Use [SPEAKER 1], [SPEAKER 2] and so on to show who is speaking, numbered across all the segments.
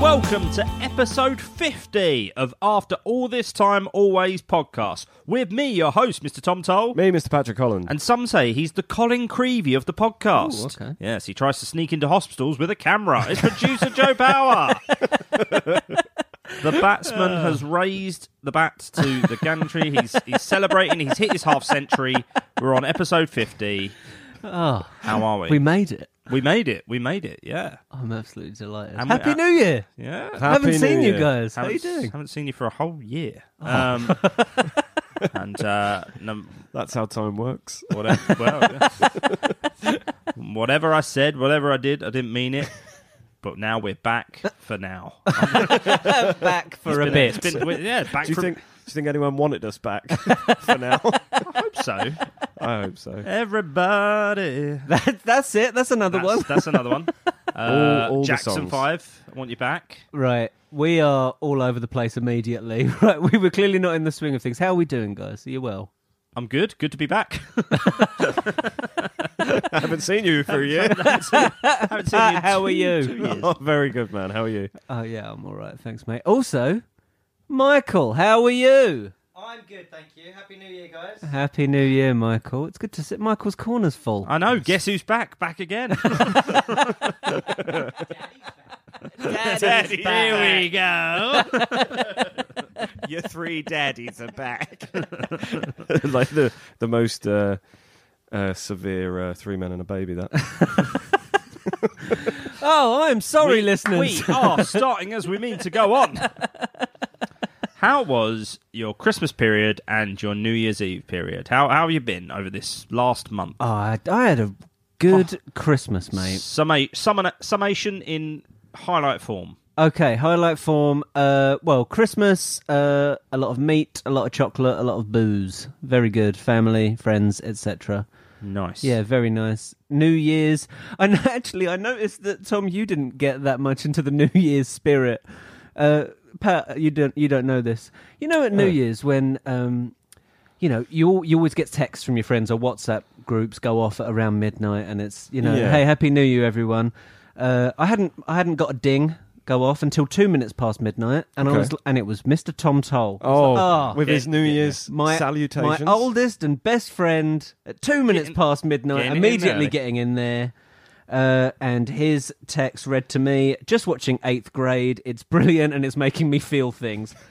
[SPEAKER 1] welcome to episode 50 of After All This Time Always podcast. With me, your host, Mr. Tom Toll.
[SPEAKER 2] Me, Mr. Patrick Holland.
[SPEAKER 1] And some say he's the Colin Creevy of the podcast.
[SPEAKER 3] Ooh, okay.
[SPEAKER 1] Yes, he tries to sneak into hospitals with a camera. It's producer Joe Power. the batsman has raised the bat to the gantry. He's, he's celebrating. He's hit his half century. We're on episode 50.
[SPEAKER 3] Oh,
[SPEAKER 1] How are we?
[SPEAKER 3] we made it.
[SPEAKER 1] We made it. We made it. Yeah.
[SPEAKER 3] I'm absolutely delighted.
[SPEAKER 1] And we-
[SPEAKER 3] Happy New Year!
[SPEAKER 1] Yeah.
[SPEAKER 3] I haven't
[SPEAKER 2] Happy
[SPEAKER 3] seen
[SPEAKER 2] New
[SPEAKER 3] you
[SPEAKER 2] Year.
[SPEAKER 3] guys. How
[SPEAKER 1] haven't,
[SPEAKER 3] are you doing? Oh.
[SPEAKER 1] haven't seen you for a whole year. Um, and uh, num-
[SPEAKER 2] That's how time works.
[SPEAKER 1] whatever, well, yeah. whatever I said, whatever I did, I didn't mean it. But now we're back for now.
[SPEAKER 3] Back for
[SPEAKER 1] It's
[SPEAKER 3] a
[SPEAKER 1] been-
[SPEAKER 3] bit.
[SPEAKER 1] it's been- yeah, back
[SPEAKER 2] Do you
[SPEAKER 1] for
[SPEAKER 2] think? Do you think anyone wanted us back for now?
[SPEAKER 1] hope so.
[SPEAKER 2] I hope so.
[SPEAKER 1] Everybody.
[SPEAKER 3] That- that's it. That's another
[SPEAKER 1] That's,
[SPEAKER 3] one.
[SPEAKER 1] that's another one. Uh,
[SPEAKER 2] All- all the
[SPEAKER 1] Jackson
[SPEAKER 2] songs.
[SPEAKER 1] 5, I want you back.
[SPEAKER 3] Right. We are all over the place immediately. Right. We were clearly not in the swing of things. How are we doing, guys? Are you well?
[SPEAKER 1] I'm good. Good to be back.
[SPEAKER 2] I haven't seen you for a year.
[SPEAKER 1] Haven't seen you in
[SPEAKER 3] Pat, how are
[SPEAKER 1] two-
[SPEAKER 3] you?
[SPEAKER 1] two years.
[SPEAKER 2] Oh, very good, man. How are you?
[SPEAKER 3] Oh yeah, I'm all right. Thanks, mate. Also, Michael, how are you?
[SPEAKER 4] I'm good, thank you. Happy New Year, guys.
[SPEAKER 3] Happy New Year, Michael. It's good to sit. Michael's corner's full.
[SPEAKER 1] I know. Guess who's back? Back again. Daddy, here we go.
[SPEAKER 2] Your three daddies are back. like the the most uh, uh, severe uh, three men and a baby. That
[SPEAKER 3] Oh, I'm sorry,
[SPEAKER 1] we,
[SPEAKER 3] listeners.
[SPEAKER 1] We are starting as we mean to go on. How was your Christmas period and your New Year's Eve period? How how have you been over this last month?
[SPEAKER 3] Oh, I, I had a good Christmas, mate.
[SPEAKER 1] Summa, summa, summation in highlight form.
[SPEAKER 3] Okay, highlight form. Uh, well, Christmas. Uh, a lot of meat, a lot of chocolate, a lot of booze. Very good. Family, friends, etc.
[SPEAKER 1] Nice.
[SPEAKER 3] Yeah, very nice. New Year's. I know, actually I noticed that Tom, you didn't get that much into the New Year's spirit. Uh, Pat, you don't you don't know this. You know,
[SPEAKER 2] Oh.
[SPEAKER 3] at New Year's when um, you know you al- you always get texts from your friends or WhatsApp groups go off at around midnight, and it's you know,
[SPEAKER 2] Yeah.
[SPEAKER 3] hey, Happy New Year, everyone. Uh, I hadn't I hadn't got a ding go off until two minutes past midnight, and I
[SPEAKER 2] Okay.
[SPEAKER 3] was and it was Mr. Tom Toll. I was
[SPEAKER 2] oh,
[SPEAKER 3] like, "Ah."
[SPEAKER 2] with his
[SPEAKER 1] Yeah,
[SPEAKER 2] New
[SPEAKER 1] yeah,
[SPEAKER 2] Year's
[SPEAKER 3] my
[SPEAKER 2] salutations.
[SPEAKER 3] My oldest and best friend at two minutes
[SPEAKER 1] Getting-
[SPEAKER 3] past midnight,
[SPEAKER 1] getting in
[SPEAKER 3] immediately
[SPEAKER 1] early.
[SPEAKER 3] getting in there. Uh, and his text read to me, just watching eighth grade. It's brilliant and it's making me feel things.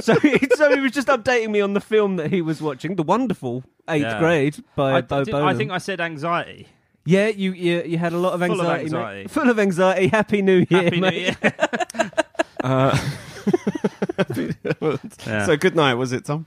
[SPEAKER 3] So, he- so he was just updating me on the film that he was watching, the wonderful eighth
[SPEAKER 1] Yeah.
[SPEAKER 3] grade by
[SPEAKER 1] I,
[SPEAKER 3] Bo
[SPEAKER 1] did- I
[SPEAKER 3] Burnham.
[SPEAKER 1] think I said anxiety.
[SPEAKER 3] yeah, you, you you had a lot of
[SPEAKER 1] Full of
[SPEAKER 3] anxiety, mate.
[SPEAKER 1] anxiety.
[SPEAKER 3] full of anxiety. Happy New Year,
[SPEAKER 1] Happy
[SPEAKER 3] mate.
[SPEAKER 1] New Year.
[SPEAKER 2] Uh,
[SPEAKER 1] Yeah.
[SPEAKER 2] So good night, was it, Tom?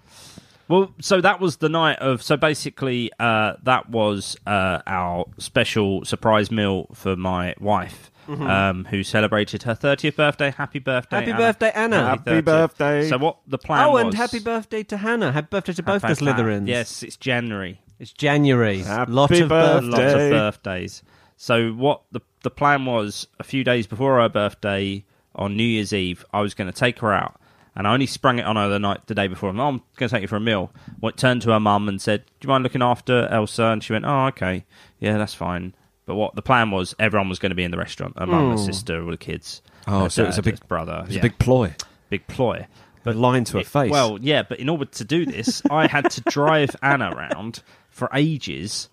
[SPEAKER 1] Well, so that was the night of. So basically, uh, that was uh, our special surprise meal for my wife, um, who celebrated her 30th birthday. Happy birthday!
[SPEAKER 3] Mm-hmm. Happy
[SPEAKER 1] Anna.
[SPEAKER 3] birthday, Anna.
[SPEAKER 2] Happy birthday.
[SPEAKER 1] So what the plan?
[SPEAKER 3] Oh,
[SPEAKER 1] was,
[SPEAKER 3] and happy birthday to Hannah. Happy birthday to both the
[SPEAKER 1] Happy birthday.
[SPEAKER 3] Slytherins.
[SPEAKER 1] Yes, it's January.
[SPEAKER 3] it's January.
[SPEAKER 2] Happy
[SPEAKER 3] lot of
[SPEAKER 1] A
[SPEAKER 2] birthday.
[SPEAKER 3] birthdays.
[SPEAKER 1] lot of birthdays. So what the the plan was a few days before her birthday on New Year's Eve, I was going to take her out, and I only sprung it on her the night the day before. I'm, oh, I'm going to take you for a meal. Well, it turned to her mum and said, "Do you mind looking after Elsa?" And she went, "Oh, okay, yeah, that's fine." But what the plan was, everyone was going to be in the restaurant. Her mum, her sister, all the kids.
[SPEAKER 2] Oh,
[SPEAKER 1] her
[SPEAKER 2] so it was a
[SPEAKER 1] dad,
[SPEAKER 2] big-
[SPEAKER 1] her brother.
[SPEAKER 2] It was
[SPEAKER 1] yeah,
[SPEAKER 2] a big ploy.
[SPEAKER 1] big ploy.
[SPEAKER 2] But line to a
[SPEAKER 1] It-
[SPEAKER 2] face.
[SPEAKER 1] Well, yeah, but in order to do this, I had to drive Anna around for ages,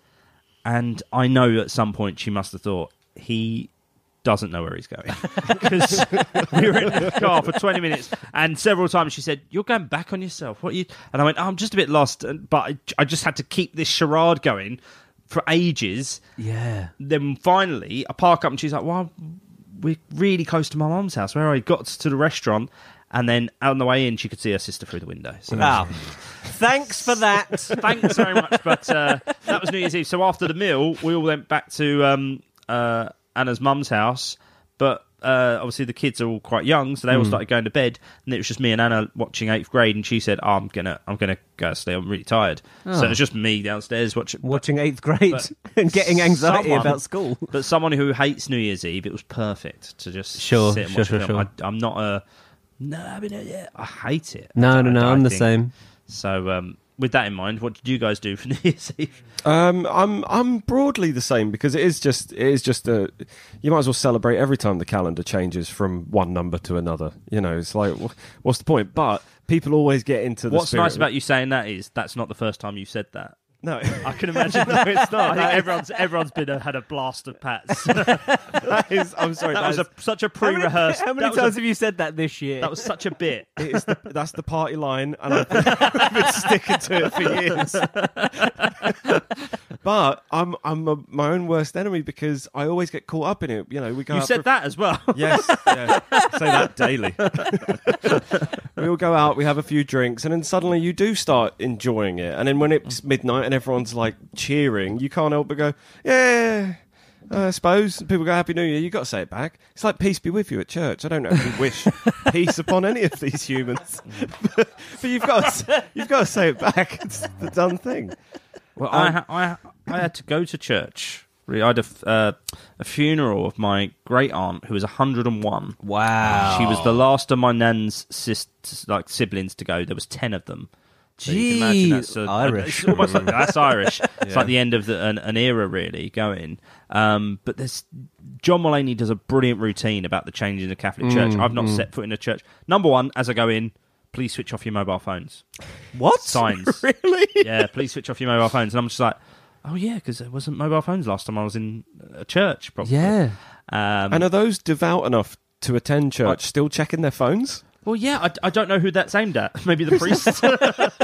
[SPEAKER 1] and I know at some point she must have thought he doesn't know where he's going because we were in the car for 20 minutes and several times she said you're going back on yourself what are you and i went oh, i'm just a bit lost and- but I, I just had to keep this charade going for ages
[SPEAKER 3] Yeah.
[SPEAKER 1] then finally I park up and she's like, "Well, we're really close to my mum's house. Where are we?" Got to the restaurant, and then on the way in, she could see her sister through the window. So
[SPEAKER 3] Ah, thanks for that.
[SPEAKER 1] thanks very much. But uh, that was New Year's Eve. So after the meal, we all went back to um, uh, Anna's mum's house, but. Uh, obviously, the kids are all quite young, so they all started going to bed, and it was just me and Anna watching eighth grade. And she said, oh, "I'm gonna, I'm gonna go to sleep. I'm really tired." So it was just me downstairs watching.
[SPEAKER 3] Watching eighth grade
[SPEAKER 1] But
[SPEAKER 3] and getting anxiety
[SPEAKER 1] someone-
[SPEAKER 3] about school.
[SPEAKER 1] But someone who hates New Year's Eve, it was perfect to just
[SPEAKER 3] Sure,
[SPEAKER 1] sit and
[SPEAKER 3] sure,
[SPEAKER 1] watch a
[SPEAKER 3] sure,
[SPEAKER 1] film.
[SPEAKER 3] sure.
[SPEAKER 1] I, I'm not a no, I mean, yeah, I hate it.
[SPEAKER 3] No,
[SPEAKER 1] I-
[SPEAKER 3] no, no.
[SPEAKER 1] I
[SPEAKER 3] I'm the
[SPEAKER 1] think-
[SPEAKER 3] same.
[SPEAKER 1] So, um, with that in mind, what did you guys do for New Year's Eve?
[SPEAKER 2] Um, I'm I'm broadly the same because it is just it is just a you might as well celebrate every time the calendar changes from one number to another. You know, it's like wh- what's the point? But people always get into the
[SPEAKER 1] What's
[SPEAKER 2] spirit
[SPEAKER 1] nice
[SPEAKER 2] of-
[SPEAKER 1] about you saying that is that's not the first time you said that.
[SPEAKER 2] no.
[SPEAKER 1] I can imagine no, it's not. I think everyone's everyone's been a, had a blast of pats. that
[SPEAKER 2] that is, I'm sorry.
[SPEAKER 1] was a,
[SPEAKER 2] is-
[SPEAKER 1] such a
[SPEAKER 3] How many-
[SPEAKER 1] pre-rehearsed.
[SPEAKER 3] How many
[SPEAKER 1] that was a-
[SPEAKER 3] times have you said that this year?
[SPEAKER 1] that was such a bit.
[SPEAKER 2] it is the, that's the party line, and I've been, I've been sticking to it for years. but I'm I'm a, my own worst enemy because I always get caught up in it. You know, we go
[SPEAKER 1] You
[SPEAKER 2] out
[SPEAKER 1] said
[SPEAKER 2] for-
[SPEAKER 1] that as well.
[SPEAKER 2] Yes, yeah. say that daily. we all go out, we have a few drinks, and then suddenly you do start enjoying it. And then when it's midnight and everyone's like cheering, you can't help but go, yeah. I suppose And people go Happy New Year. You got to say it back. It's like peace be with you at church. I don't actually wish peace upon any of these humans, but you've got to, you've got to say it back. It's the done thing.
[SPEAKER 1] Well, I, ha- I, ha- I had to go to church. Really, I had a, f- uh, a funeral of my great aunt who was 101.
[SPEAKER 3] wow.
[SPEAKER 1] She was the last of my nan's sisters, like siblings to go. There was 10 of them. So you can imagine
[SPEAKER 3] Gee,
[SPEAKER 1] that's a-
[SPEAKER 3] Irish.
[SPEAKER 1] it's almost like, that's Irish. It's like the end of the, an, an era, really, going. Um, but this John Mulaney does a brilliant routine about the change in the Catholic
[SPEAKER 3] Mm,
[SPEAKER 1] Church. I've not set foot in a church. Number one, as I go in, please switch off your mobile phones
[SPEAKER 3] what
[SPEAKER 1] signs.
[SPEAKER 3] really?
[SPEAKER 1] yeah, please switch off your mobile phones. And I'm just like, oh yeah, because there wasn't mobile phones last time I was in a church. Probably.
[SPEAKER 3] Yeah.
[SPEAKER 1] Um,
[SPEAKER 2] And are those devout enough to attend church still checking their phones?
[SPEAKER 1] well, yeah, I, I don't know who that's aimed at. Maybe the priest,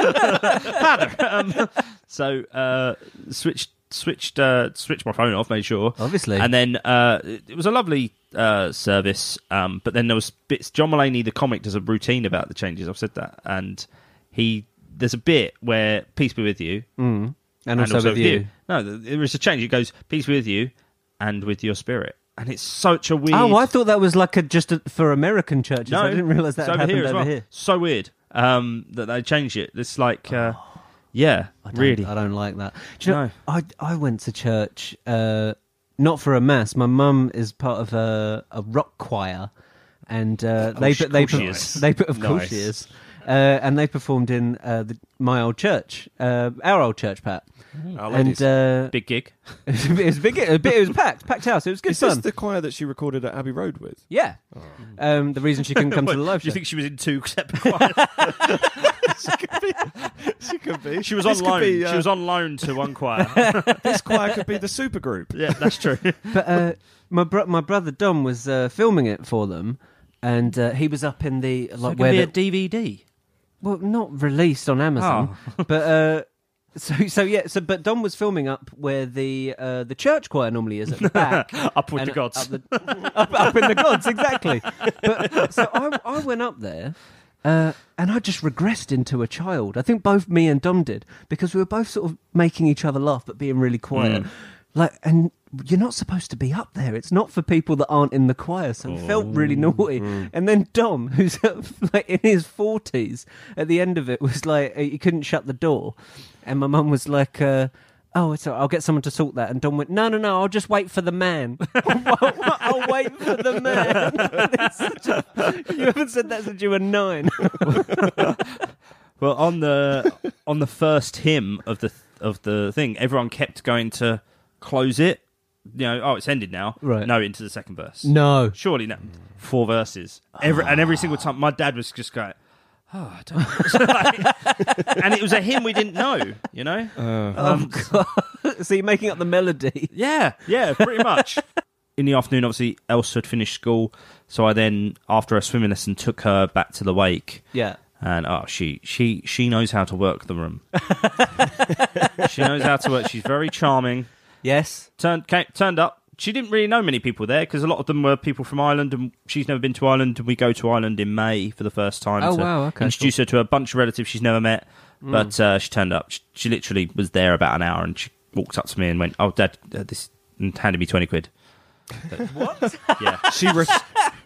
[SPEAKER 1] father. Um, so uh, switched switched uh, switched my phone off. Made sure.
[SPEAKER 3] Obviously.
[SPEAKER 1] And then uh, it it was a lovely uh, service, um, but then there was bits. John Mulaney, the comic, does a routine about the changes. I've said that, and he there's a bit where peace be with you,
[SPEAKER 3] and, also with you.
[SPEAKER 1] No, th- there is a change. It goes peace be with you and with your spirit, and it's such a weird.
[SPEAKER 3] Oh, I thought that was like a, just a, for American churches.
[SPEAKER 1] No,
[SPEAKER 3] I didn't realize that
[SPEAKER 1] it's
[SPEAKER 3] had
[SPEAKER 1] over
[SPEAKER 3] happened
[SPEAKER 1] here as
[SPEAKER 3] over
[SPEAKER 1] well.
[SPEAKER 3] here.
[SPEAKER 1] So weird um, that they changed it. It's like, uh, yeah,
[SPEAKER 3] Oh. I don't-
[SPEAKER 1] really.
[SPEAKER 3] I don't like that. Do you know,
[SPEAKER 1] No.
[SPEAKER 3] I I went to church uh, not for a mass. My mum is part of a, a rock choir, and uh, they
[SPEAKER 1] she-
[SPEAKER 3] put they
[SPEAKER 1] of course she
[SPEAKER 3] put,
[SPEAKER 1] is.
[SPEAKER 3] they put of course
[SPEAKER 2] Nice.
[SPEAKER 3] she is, uh, and they performed in uh, the, my old church, uh, our old church, Pat,
[SPEAKER 2] Our
[SPEAKER 3] and
[SPEAKER 2] ladies.
[SPEAKER 3] uh,
[SPEAKER 1] Big gig.
[SPEAKER 3] it was big. It was, big, it was packed, packed house. It was good
[SPEAKER 2] Is
[SPEAKER 3] fun.
[SPEAKER 2] this the choir that she recorded at Abbey Road with?
[SPEAKER 3] yeah, um, the reason she couldn't come to the live
[SPEAKER 1] Do Oh. you
[SPEAKER 3] show.
[SPEAKER 1] think she was in two separate choirs?
[SPEAKER 2] She could be. uh,
[SPEAKER 1] She was on loan. She
[SPEAKER 3] uh,
[SPEAKER 1] was on loan to one choir.
[SPEAKER 2] This choir could be the supergroup.
[SPEAKER 1] yeah, that's true.
[SPEAKER 3] but uh, my bro- my brother Dom was uh, filming it for them, and uh, he was up in the like where the,
[SPEAKER 1] DVD.
[SPEAKER 3] well not released on Amazon, but uh, so so yeah so but Dom was filming up where the uh, the church choir normally is at the back.
[SPEAKER 1] Up with
[SPEAKER 3] and uh,
[SPEAKER 1] the gods.
[SPEAKER 3] Up, the- up, up in the gods, exactly. But, so I, I went up there uh, and I just regressed into a child. I think both me and Dom did because we were both sort of making each other laugh but being really
[SPEAKER 1] Mm.
[SPEAKER 3] quiet. Like, and you're not supposed to be up there. It's not for people that aren't in the choir. So it felt really
[SPEAKER 1] Oh.
[SPEAKER 3] naughty. And then Dom, who's like in his 40s, at the end of it was like, he couldn't shut the door. And my mum was like, uh, Oh, it's all right. I'll get someone to sort that. And Don went, no, no, no. I'll just wait for the man. I'll wait for the man. It's such a- you haven't said that since you were nine.
[SPEAKER 1] Well, on the on the first hymn of the of the thing, everyone kept going to close it. You know, oh, it's ended now.
[SPEAKER 3] Right.
[SPEAKER 1] No, into the second verse.
[SPEAKER 3] No.
[SPEAKER 1] surely no. Four verses. Every and every single time, my dad was just going. Oh, I don't know. and it was a hymn we didn't know, you know? Um,
[SPEAKER 3] Oh, so you're making up the melody.
[SPEAKER 1] yeah, yeah, pretty much. In the afternoon, obviously, Elsa had finished school. So I then, after a swimming lesson, took her back to the wake
[SPEAKER 3] Yeah.
[SPEAKER 1] and oh she she she knows how to work the room she knows how to work she's very charming
[SPEAKER 3] Yes.
[SPEAKER 1] turned came, turned up she didn't really know many people there because a lot of them were people from Ireland and she's never been to Ireland and we go to Ireland in May for the first time
[SPEAKER 3] Oh,
[SPEAKER 1] to
[SPEAKER 3] wow, okay, Mm.
[SPEAKER 1] introduce her to a bunch of relatives she's never met but uh, she turned up she, she literally was there about an hour and she walked up to me and went oh dad uh, this and handed me 20 quid what yeah
[SPEAKER 2] She re-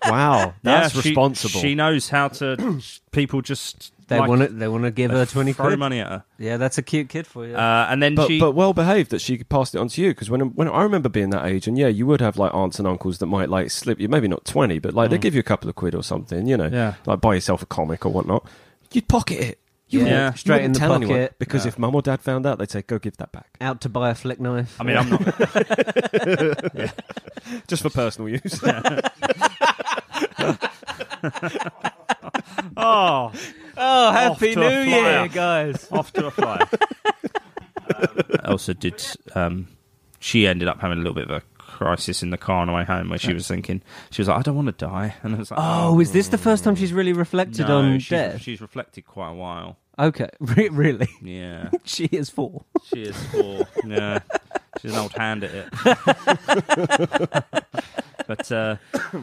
[SPEAKER 2] wow, that's
[SPEAKER 1] Yeah, she-
[SPEAKER 2] responsible.
[SPEAKER 1] she knows how to people just
[SPEAKER 3] They
[SPEAKER 1] like,
[SPEAKER 3] want to. They want to give her twenty
[SPEAKER 1] throw
[SPEAKER 3] quid.
[SPEAKER 1] money at her
[SPEAKER 3] Yeah, that's a cute kid for you.
[SPEAKER 1] uh, and then
[SPEAKER 2] but,
[SPEAKER 1] she
[SPEAKER 2] but well behaved that she passed it on to you because when when I remember being that age and yeah you would have like aunts and uncles that might like slip you maybe not twenty but like they give you a couple of quid or something you know
[SPEAKER 1] Mm. Yeah.
[SPEAKER 2] like buy yourself a comic or whatnot you'd pocket it
[SPEAKER 1] Yeah.
[SPEAKER 3] Yeah.
[SPEAKER 1] wouldn't-
[SPEAKER 3] Straight in
[SPEAKER 2] wouldn't
[SPEAKER 3] the
[SPEAKER 2] tell
[SPEAKER 3] pocket.
[SPEAKER 2] anyone, because if mum or dad found out, they'd say, "Go give that back,"
[SPEAKER 3] Out to buy a flick knife.
[SPEAKER 1] I mean, I'm not.
[SPEAKER 2] just for personal use.
[SPEAKER 1] Oh,
[SPEAKER 3] oh,
[SPEAKER 1] Happy
[SPEAKER 3] happy
[SPEAKER 1] to
[SPEAKER 3] New
[SPEAKER 1] a New Year,
[SPEAKER 3] Year,
[SPEAKER 1] flyer.
[SPEAKER 3] guys!
[SPEAKER 1] off to a flyer. also, did um, she ended up having a little bit of a crisis in the car on the way home where she was thinking she was like, "I don't want to die," and I was like,
[SPEAKER 3] Oh, is this the first time she's really reflected
[SPEAKER 1] no,
[SPEAKER 3] on
[SPEAKER 1] she's,
[SPEAKER 3] death?
[SPEAKER 1] She's reflected quite a while.
[SPEAKER 3] Okay, Re- really,
[SPEAKER 1] Yeah,
[SPEAKER 3] she is four.
[SPEAKER 1] she is four. yeah, she's an old hand at it. but uh,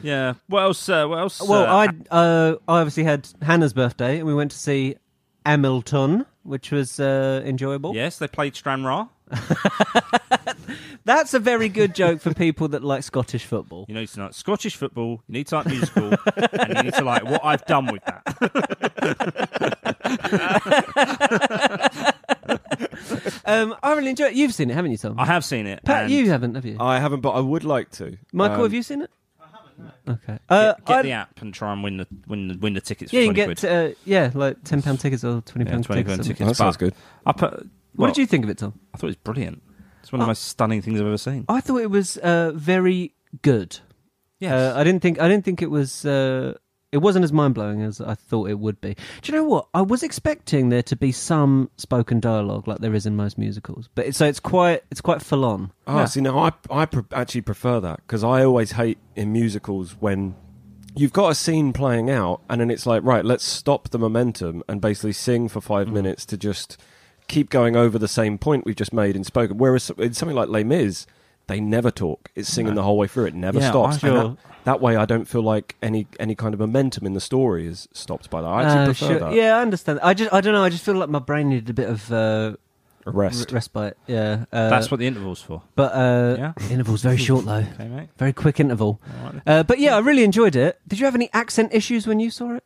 [SPEAKER 1] yeah, what else? Uh, what else?
[SPEAKER 3] Well,
[SPEAKER 1] uh,
[SPEAKER 3] I uh, I obviously had Hannah's birthday, and we went to see Hamilton, which was uh, enjoyable.
[SPEAKER 1] yes, they played Stranraer.
[SPEAKER 3] That's a very good joke for people that like Scottish football.
[SPEAKER 1] You need to like Scottish football. You need to like musical, and you need to like what I've done with that.
[SPEAKER 3] Um, I really enjoy it. You've seen it, haven't you, Tom?
[SPEAKER 1] I have seen it.
[SPEAKER 3] Pat,
[SPEAKER 1] and
[SPEAKER 3] you haven't, have you?
[SPEAKER 2] I haven't, but I would like to.
[SPEAKER 3] Michael,
[SPEAKER 2] Um,
[SPEAKER 3] have you seen it?
[SPEAKER 4] I haven't, no.
[SPEAKER 3] Okay. Uh,
[SPEAKER 1] get
[SPEAKER 3] I-
[SPEAKER 1] the app and try and win the win the, win the tickets. For
[SPEAKER 3] yeah, you
[SPEAKER 1] 20
[SPEAKER 3] can
[SPEAKER 1] quid.
[SPEAKER 3] get uh, yeah, like ten pound tickets or twenty
[SPEAKER 1] Yeah,
[SPEAKER 3] pound
[SPEAKER 1] 20
[SPEAKER 3] tickets.
[SPEAKER 1] pound
[SPEAKER 3] or something.
[SPEAKER 1] tickets.
[SPEAKER 2] That sounds
[SPEAKER 1] But
[SPEAKER 2] good.
[SPEAKER 1] I put.
[SPEAKER 3] What
[SPEAKER 1] well,
[SPEAKER 3] did you Oh. think of it, Tom?
[SPEAKER 1] I thought it was brilliant. It's one of the most stunning things I've ever seen.
[SPEAKER 3] I thought it was uh, very good.
[SPEAKER 1] Yes.
[SPEAKER 3] Uh, I didn't think I didn't think it was uh, it wasn't as mind blowing as I thought it would be. Do you know what? I was expecting there to be some spoken dialogue like there is in most musicals, but it, so it's quite it's quite full on.
[SPEAKER 2] Oh, see, now I I pre- actually prefer that because I always hate in musicals when you've got a scene playing out and then it's like, right, let's stop the momentum and basically sing for 5
[SPEAKER 3] Mm.
[SPEAKER 2] minutes to just keep going over the same point we've just made and spoken. Whereas in something like Les Mis, they never talk. It's singing the whole way through. It never
[SPEAKER 1] Yeah,
[SPEAKER 2] stops.
[SPEAKER 1] I-
[SPEAKER 2] And
[SPEAKER 1] Sure.
[SPEAKER 2] that, that way, I don't feel like any any kind of momentum in the story is stopped by that. I actually
[SPEAKER 3] Uh,
[SPEAKER 2] prefer
[SPEAKER 3] sure.
[SPEAKER 2] that.
[SPEAKER 3] Yeah, I understand. I just I don't know. I just feel like my brain needed a bit of uh,
[SPEAKER 2] A
[SPEAKER 3] r-
[SPEAKER 2] Rest.
[SPEAKER 3] respite. Yeah, uh,
[SPEAKER 1] That's what the interval's for.
[SPEAKER 3] But uh,
[SPEAKER 1] Yeah.
[SPEAKER 3] interval's very short though.
[SPEAKER 1] Okay, mate.
[SPEAKER 3] Very quick interval.
[SPEAKER 1] All right.
[SPEAKER 3] Uh, but yeah, I really enjoyed it. Did you have any accent issues when you saw it?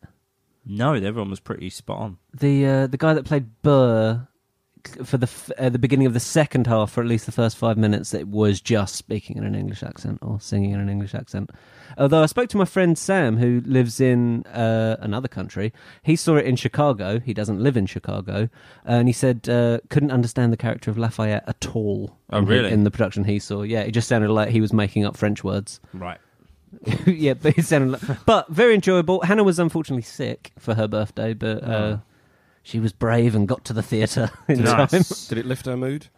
[SPEAKER 1] No, everyone was pretty spot on.
[SPEAKER 3] the uh, the guy that played Burr c- for the f- uh, the beginning of the second half, or at least the first five minutes, it was just speaking in an English accent or singing in an English accent. Although I spoke to my friend Sam, who lives in uh, another country, he saw it in Chicago. He doesn't live in Chicago, and he said uh, couldn't understand the character of Lafayette at all.
[SPEAKER 1] Oh,
[SPEAKER 3] in-
[SPEAKER 1] really?
[SPEAKER 3] In the production he saw, yeah, it just sounded like he was making up French words.
[SPEAKER 1] Right.
[SPEAKER 3] yeah, but it sounded like, but very enjoyable. Hannah was unfortunately sick for her birthday, but uh, she was brave and got to the theatre in time.
[SPEAKER 1] Nice.
[SPEAKER 2] Did it lift her mood?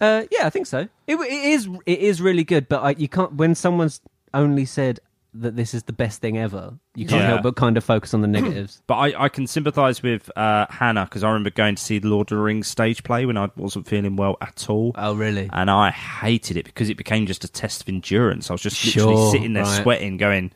[SPEAKER 3] Uh, yeah, I think so. It, w- it is it is really good, but I, you can't when someone's only said that this is the best thing ever. You can't
[SPEAKER 1] Yeah.
[SPEAKER 3] help but kind of focus on the negatives.
[SPEAKER 1] But I, I can sympathise with uh, Hannah because I remember going to see the Lord of the Rings stage play when I wasn't feeling well at all.
[SPEAKER 3] oh, really?
[SPEAKER 1] and I hated it because it became just a test of endurance. I was just literally
[SPEAKER 3] Sure,
[SPEAKER 1] sitting there
[SPEAKER 3] right.
[SPEAKER 1] sweating, going,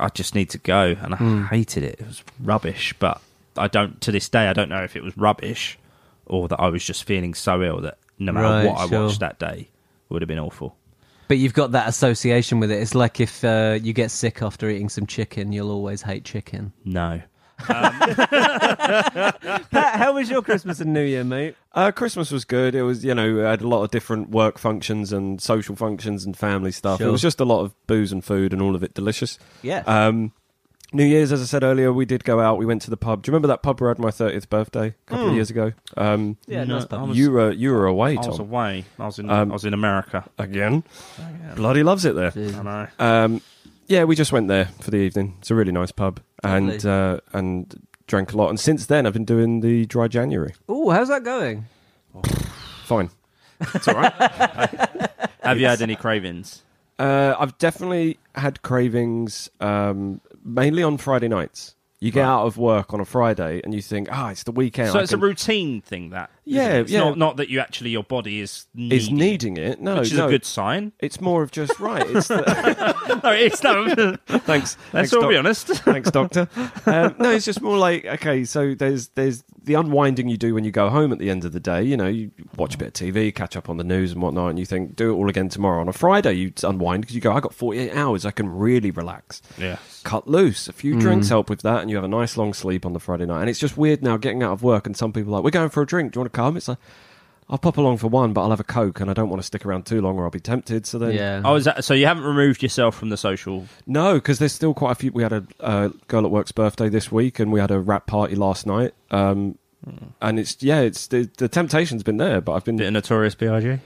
[SPEAKER 1] "I just need to go," and I hated it. It was rubbish, but I don't to this day. I don't know if it was rubbish or that I was just feeling so ill that no matter
[SPEAKER 3] Right,
[SPEAKER 1] what I
[SPEAKER 3] sure.
[SPEAKER 1] watched that day, it would have been awful.
[SPEAKER 3] But you've got that association with it. It's like if uh, you get sick after eating some chicken, you'll always hate chicken.
[SPEAKER 1] No,
[SPEAKER 3] Pat, how was your Christmas and New Year, mate?
[SPEAKER 2] Uh, Christmas was good. It was, you know, I had a lot of different work functions and social functions and family stuff.
[SPEAKER 3] Sure.
[SPEAKER 2] It was just a lot of booze and food and all of it delicious.
[SPEAKER 3] Yes.
[SPEAKER 2] Um, New Year's, as I said earlier, we did go out. We went to the pub. Do you remember that pub where I had my 30th birthday a couple of years ago? Um,
[SPEAKER 3] yeah,
[SPEAKER 1] no,
[SPEAKER 3] nice pub.
[SPEAKER 1] Hmm. I was-
[SPEAKER 2] you, were, you were away,
[SPEAKER 1] I was
[SPEAKER 2] Tom.
[SPEAKER 1] away. I was in.
[SPEAKER 2] Um,
[SPEAKER 1] I was in America.
[SPEAKER 2] Again?
[SPEAKER 1] Oh,
[SPEAKER 2] Bloody loves it there.
[SPEAKER 1] I know.
[SPEAKER 2] Um, yeah, we just went there for the evening. It's a really nice pub. And,
[SPEAKER 3] Lovely.
[SPEAKER 2] uh, and drank a lot. And since then, I've been doing the dry January.
[SPEAKER 3] Oh, how's that going?
[SPEAKER 2] Fine. It's all right.
[SPEAKER 1] Have you had any cravings?
[SPEAKER 2] Uh, I've definitely had cravings, um, mainly on Friday nights. You get
[SPEAKER 1] Right.
[SPEAKER 2] out of work on a Friday and you think, ah, it's the weekend.
[SPEAKER 1] so
[SPEAKER 2] I
[SPEAKER 1] it's
[SPEAKER 2] can-
[SPEAKER 1] a routine thing that. isn't
[SPEAKER 2] Yeah,
[SPEAKER 1] it? It's
[SPEAKER 2] yeah.
[SPEAKER 1] Not, not that you actually your body is needing,
[SPEAKER 2] is needing it. No,
[SPEAKER 1] which is
[SPEAKER 2] no,
[SPEAKER 1] a good sign.
[SPEAKER 2] It's more of just right. It's the,
[SPEAKER 1] No, it's not.
[SPEAKER 2] thanks.
[SPEAKER 1] Let's
[SPEAKER 2] thanks,
[SPEAKER 1] all
[SPEAKER 2] doc-
[SPEAKER 1] be honest.
[SPEAKER 2] Thanks, doctor. Um, no, it's just more like okay. So there's there's the unwinding you do when you go home at the end of the day. You know, you watch a bit of TV, catch up on the news and whatnot, and you think do it all again tomorrow on a Friday. You unwind because you go, I got 48 hours. I can really relax.
[SPEAKER 1] Yeah.
[SPEAKER 2] cut loose. A few drinks help with that, and you have a nice long sleep on the Friday night. And it's just weird now getting out of work, and some people are like, "We're going for a drink. Do you want to come?" It's like, I'll pop along for one, but I'll have a Coke and I don't want to stick around too long or I'll be tempted. So then.
[SPEAKER 3] yeah.
[SPEAKER 1] Oh, is that, so you haven't removed yourself from the social?
[SPEAKER 2] No, because there's still quite a few. We had a uh, girl at work's birthday this week, and we had a rap party last night. Um, And it's yeah, it's the, the temptation's been there, but I've been
[SPEAKER 1] Bit of notorious Big.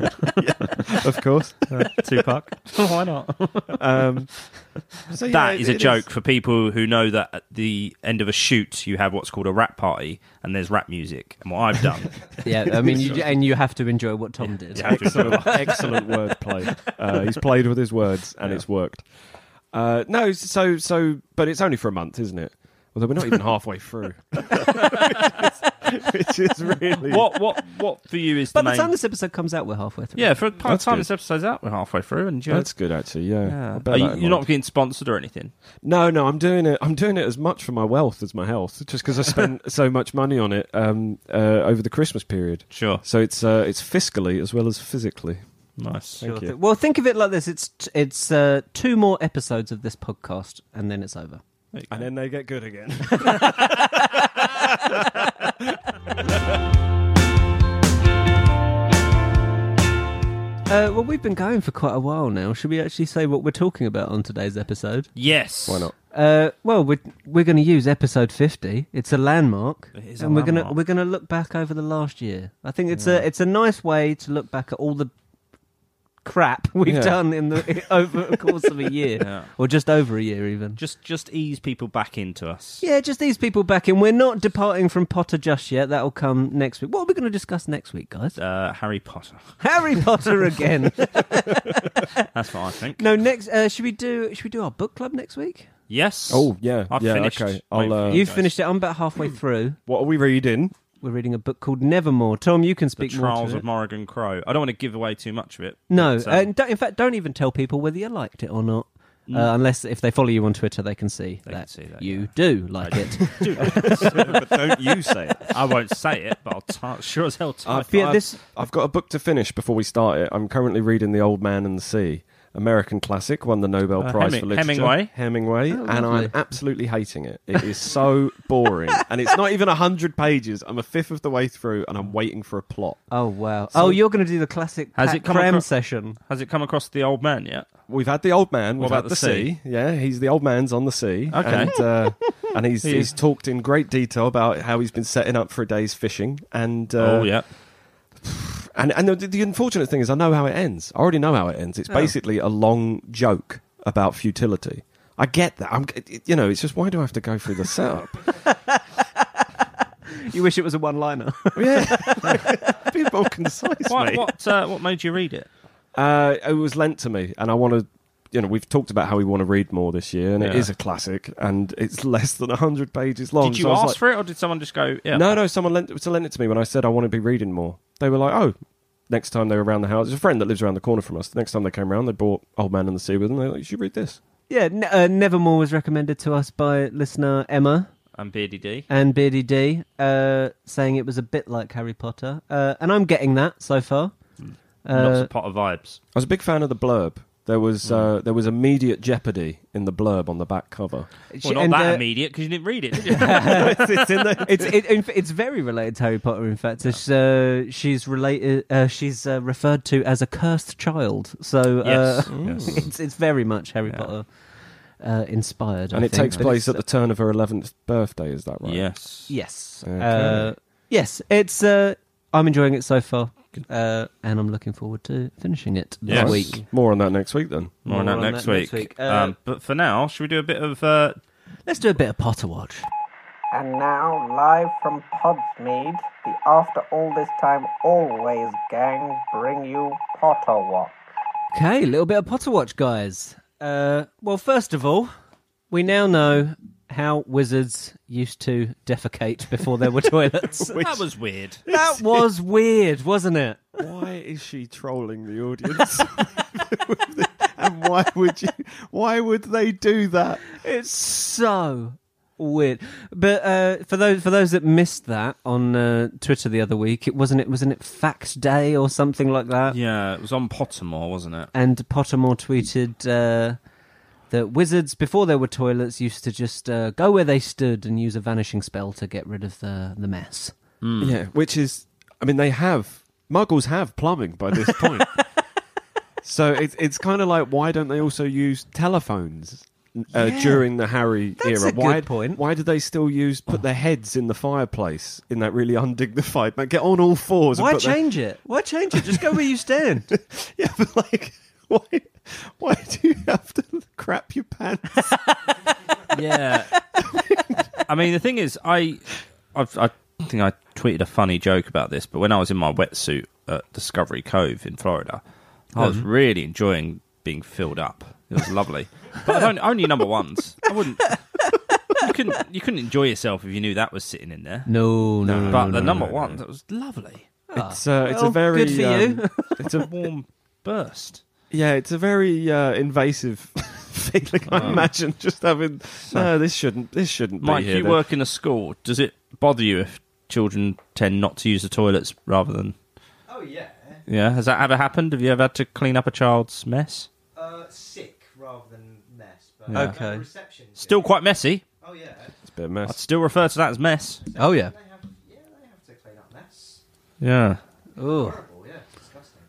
[SPEAKER 2] of course.
[SPEAKER 1] Tupac. Why not?
[SPEAKER 2] Um, so, yeah,
[SPEAKER 1] That
[SPEAKER 2] it-
[SPEAKER 1] is a
[SPEAKER 2] it
[SPEAKER 1] joke for people who know that at the end of a shoot you have what's called a rap party and there's rap music. And what I've done,
[SPEAKER 3] yeah. I mean, you, and you have to enjoy what Tom did.
[SPEAKER 1] you have to enjoy
[SPEAKER 2] excellent, excellent wordplay. Uh, he's played with his words, and it's worked. Uh, no, so so, but it's only for a month, isn't it? Although we're not even halfway through, which, is, which is really
[SPEAKER 1] what what what for you is
[SPEAKER 3] By
[SPEAKER 1] the
[SPEAKER 3] the
[SPEAKER 1] main?
[SPEAKER 3] time this episode comes out, we're halfway through.
[SPEAKER 1] yeah, for by the
[SPEAKER 2] That's
[SPEAKER 1] time
[SPEAKER 2] good.
[SPEAKER 1] this episode's out, we're halfway through, and you know,
[SPEAKER 2] That's good, actually. Yeah,
[SPEAKER 1] yeah.
[SPEAKER 2] I'll bear
[SPEAKER 1] Are
[SPEAKER 2] that
[SPEAKER 1] you,
[SPEAKER 2] in
[SPEAKER 1] you're
[SPEAKER 2] mind.
[SPEAKER 1] not getting sponsored or anything.
[SPEAKER 2] No, no, I'm doing it. I'm doing it as much for my wealth as my health, just because I spent so much money on it um, uh, over the Christmas period.
[SPEAKER 1] Sure,
[SPEAKER 2] So it's uh, it's fiscally as well as physically.
[SPEAKER 1] nice.
[SPEAKER 2] Thank
[SPEAKER 3] Sure
[SPEAKER 2] you.
[SPEAKER 3] thing. Well, think of it like this: it's t- it's uh, two more episodes of this podcast, and then it's over.
[SPEAKER 1] There you go.
[SPEAKER 2] And then they get good again.
[SPEAKER 3] Uh, well, we've been going for quite a while now. Should we actually say what we're talking about on today's episode?
[SPEAKER 1] yes.
[SPEAKER 2] Why not?
[SPEAKER 3] Uh, well, we're we're going to use episode fifty. It's a landmark,
[SPEAKER 1] It is a
[SPEAKER 3] and we're going to
[SPEAKER 1] landmark.
[SPEAKER 3] we're going to look back over the last year. I think it's a it's a nice way to look back at all the crap we've
[SPEAKER 2] Yeah.
[SPEAKER 3] done in the over the course of a year,
[SPEAKER 1] Yeah.
[SPEAKER 3] or just over a year, even.
[SPEAKER 1] Just just ease people back into us.
[SPEAKER 3] Yeah, just these people back in. We're not departing from Potter just yet. That'll come next week. What are we going to discuss next week, guys?
[SPEAKER 1] Uh, Harry Potter.
[SPEAKER 3] Harry Potter again.
[SPEAKER 1] That's what I think.
[SPEAKER 3] no, next. Uh, should we do? Should we do our book club next week?
[SPEAKER 1] Yes.
[SPEAKER 2] Oh yeah,
[SPEAKER 1] I've
[SPEAKER 2] yeah.
[SPEAKER 1] finished.
[SPEAKER 2] Okay,
[SPEAKER 1] Wait
[SPEAKER 2] I'll.
[SPEAKER 1] for
[SPEAKER 2] Uh,
[SPEAKER 3] You've
[SPEAKER 1] guys.
[SPEAKER 3] finished it. I'm about halfway through.
[SPEAKER 2] what are we reading?
[SPEAKER 3] We're reading a book called Nevermore. Tom, you can
[SPEAKER 1] The
[SPEAKER 3] speak more
[SPEAKER 1] Trials
[SPEAKER 3] to
[SPEAKER 1] of
[SPEAKER 3] it.
[SPEAKER 1] Morrigan Crow. I don't want to give away too much of it.
[SPEAKER 3] No,
[SPEAKER 1] but, um,
[SPEAKER 3] uh, don't, in fact, don't even tell people whether you liked it or not. Uh, unless if they follow you on Twitter, they can see
[SPEAKER 1] They can
[SPEAKER 3] that
[SPEAKER 1] see that,
[SPEAKER 3] you
[SPEAKER 1] yeah.
[SPEAKER 3] do like it.
[SPEAKER 1] um,
[SPEAKER 2] but don't you say it.
[SPEAKER 1] I won't say it, but I'll t- sure as hell type.
[SPEAKER 2] I've,
[SPEAKER 3] But yeah,
[SPEAKER 2] I've-
[SPEAKER 3] this-
[SPEAKER 2] I've got a book to finish before we start it. I'm currently reading The Old Man and the Sea. American classic, won the Nobel
[SPEAKER 1] Uh,
[SPEAKER 2] Prize
[SPEAKER 1] Heming-
[SPEAKER 2] for Literature.
[SPEAKER 1] Hemingway.
[SPEAKER 2] Hemingway. and
[SPEAKER 3] lovely.
[SPEAKER 2] I'm absolutely hating it. It is so boring. and it's not even 100 pages. I'm a fifth of the way through and I'm waiting for a plot.
[SPEAKER 3] oh wow!
[SPEAKER 2] So-
[SPEAKER 3] oh, you're going to do the classic
[SPEAKER 1] Has
[SPEAKER 3] Pat
[SPEAKER 1] it come
[SPEAKER 3] Cram
[SPEAKER 1] across-
[SPEAKER 3] session.
[SPEAKER 1] Has it come across the old man yet?
[SPEAKER 2] We've had the old man, we've
[SPEAKER 1] about
[SPEAKER 2] had
[SPEAKER 1] the
[SPEAKER 2] the, sea. Yeah, he's the old man's on the sea.
[SPEAKER 1] Okay.
[SPEAKER 2] And, uh, and he's,
[SPEAKER 1] He-
[SPEAKER 2] he's talked in great detail about how he's been setting up for a day's fishing. And uh,
[SPEAKER 1] oh yeah.
[SPEAKER 2] And and the, the unfortunate thing is, I know how it ends. I already know how it
[SPEAKER 1] Oh.
[SPEAKER 2] ends. It's basically a long joke about futility. I get that. I'm, it- it- you know, it's just why do I have to go through the setup?
[SPEAKER 3] You wish it was a one-liner.
[SPEAKER 2] yeah, be more concise,
[SPEAKER 1] What
[SPEAKER 2] mate.
[SPEAKER 1] what, uh, what made you read it?
[SPEAKER 2] Uh, it was lent to me, and I want to. You know, we've talked about how we want to read more this year, and it
[SPEAKER 1] Yeah.
[SPEAKER 2] is a classic, and it's less than hundred pages long.
[SPEAKER 1] Did you
[SPEAKER 2] so I was
[SPEAKER 1] ask
[SPEAKER 2] like-
[SPEAKER 1] for it, or did someone just go? Yeah.
[SPEAKER 2] No, no, someone lent, so lent it to me when I said I want to be reading more. They were like, oh, next time they were around the house, there's a friend that lives around the corner from us. The next time they came around, they brought Old Man and the Sea with them. They were like, you should read this.
[SPEAKER 3] yeah, ne- uh, Nevermore was recommended to us by listener Emma.
[SPEAKER 1] And Beardy D.
[SPEAKER 3] and Beardy D uh, saying it was a bit like Harry Potter, uh, and I'm getting that so far.
[SPEAKER 1] Lots
[SPEAKER 3] Uh,
[SPEAKER 1] of Potter vibes.
[SPEAKER 2] I was a big fan of the blurb. There was
[SPEAKER 1] Mm.
[SPEAKER 2] uh, there was immediate jeopardy in the blurb on the back cover.
[SPEAKER 1] Well, not
[SPEAKER 3] and,
[SPEAKER 1] that
[SPEAKER 3] uh,
[SPEAKER 1] immediate because you didn't read it. Did you?
[SPEAKER 2] it's in there.
[SPEAKER 3] It's it, in, it's very related to Harry Potter. In fact, It's, uh, she's related. Uh, she's uh, referred to as a cursed child. So uh,
[SPEAKER 1] yes. yes.
[SPEAKER 3] it's it's very much Harry Potter uh, inspired, I
[SPEAKER 2] and it
[SPEAKER 3] think,
[SPEAKER 2] takes
[SPEAKER 3] but
[SPEAKER 2] place
[SPEAKER 3] it's-
[SPEAKER 2] at the turn of her eleventh birthday. Is that right?
[SPEAKER 1] Yes.
[SPEAKER 3] Yes.
[SPEAKER 2] Okay.
[SPEAKER 3] Uh, yes. It's. Uh, I'm enjoying it so far, uh, and I'm looking forward to finishing it this
[SPEAKER 1] Yes.
[SPEAKER 3] week.
[SPEAKER 2] More on that next week then.
[SPEAKER 1] More on
[SPEAKER 3] More
[SPEAKER 1] that
[SPEAKER 3] on
[SPEAKER 1] next
[SPEAKER 3] that
[SPEAKER 1] week.
[SPEAKER 3] next week. Uh,
[SPEAKER 1] um, but for now, should we do a bit of? Uh,
[SPEAKER 3] Let's do a bit of Potter watch.
[SPEAKER 5] And now, live from Podsmead, the After All This Time Always gang bring you Potter Watch.
[SPEAKER 3] Okay, a little bit of Potter Watch, guys. Uh, well, first of all, we now know how wizards used to defecate before there were toilets.
[SPEAKER 1] that was weird.
[SPEAKER 3] that was weird, wasn't it?
[SPEAKER 2] Why is she trolling the audience? and why would you? Why would they do that?
[SPEAKER 3] It's so weird. But uh, for those for those that missed that on uh, Twitter the other week, it wasn't it wasn't it Fact Day or something like that.
[SPEAKER 1] Yeah, it was on Pottermore, wasn't it?
[SPEAKER 3] And Pottermore tweeted uh, that wizards, before there were toilets, used to just uh, go where they stood and use a vanishing spell to get rid of the, the mess.
[SPEAKER 2] Yeah, which is, I mean, they have muggles have plumbing by this point. so it's it's kind of like why don't they also use telephones? Uh,
[SPEAKER 3] Yeah.
[SPEAKER 2] During the Harry
[SPEAKER 3] That's
[SPEAKER 2] era,
[SPEAKER 3] a
[SPEAKER 2] why
[SPEAKER 3] good point.
[SPEAKER 2] why do they still use put their heads in the fireplace in that really undignified? Like, get on all fours.
[SPEAKER 3] Why
[SPEAKER 2] and put their-
[SPEAKER 3] change it? Why change it? Just go where you stand.
[SPEAKER 2] yeah, but like, why why do you have to crap your pants?
[SPEAKER 1] Yeah. I mean, the thing is, I, I've, I think I tweeted a funny joke about this, but when I was in my wetsuit at Discovery Cove in Florida, I
[SPEAKER 3] Oh.
[SPEAKER 1] was really enjoying being filled up. It was lovely, but only, only number ones. I wouldn't. You couldn't. You couldn't enjoy yourself if you knew that was sitting in there.
[SPEAKER 3] No, no, no.
[SPEAKER 1] but the number one, that was lovely.
[SPEAKER 2] It's uh, it's
[SPEAKER 3] Ah. well,
[SPEAKER 2] a very
[SPEAKER 3] good for you.
[SPEAKER 2] um, it's a
[SPEAKER 1] Warm burst.
[SPEAKER 2] Yeah, it's a very uh, invasive feeling. I imagine just having no. This shouldn't. This shouldn't
[SPEAKER 1] Mike,
[SPEAKER 2] be here.
[SPEAKER 1] you
[SPEAKER 2] then."
[SPEAKER 1] work in a school. Does it bother you if children tend not to use the toilets rather than
[SPEAKER 4] Oh yeah.
[SPEAKER 1] Yeah, has that ever happened? Have you ever had to clean up a child's mess?
[SPEAKER 4] Uh, sick rather than mess, but
[SPEAKER 1] Yeah.
[SPEAKER 4] uh,
[SPEAKER 3] Okay.
[SPEAKER 4] reception. good.
[SPEAKER 1] Still quite messy.
[SPEAKER 4] Oh yeah.
[SPEAKER 2] It's a bit of
[SPEAKER 1] I'd
[SPEAKER 2] mess.
[SPEAKER 1] still refer to that as mess.
[SPEAKER 3] Oh yeah.
[SPEAKER 4] They have. Yeah, they have to clean up mess.
[SPEAKER 1] Yeah.
[SPEAKER 3] Oh,
[SPEAKER 4] Horrible. Yeah, it's disgusting.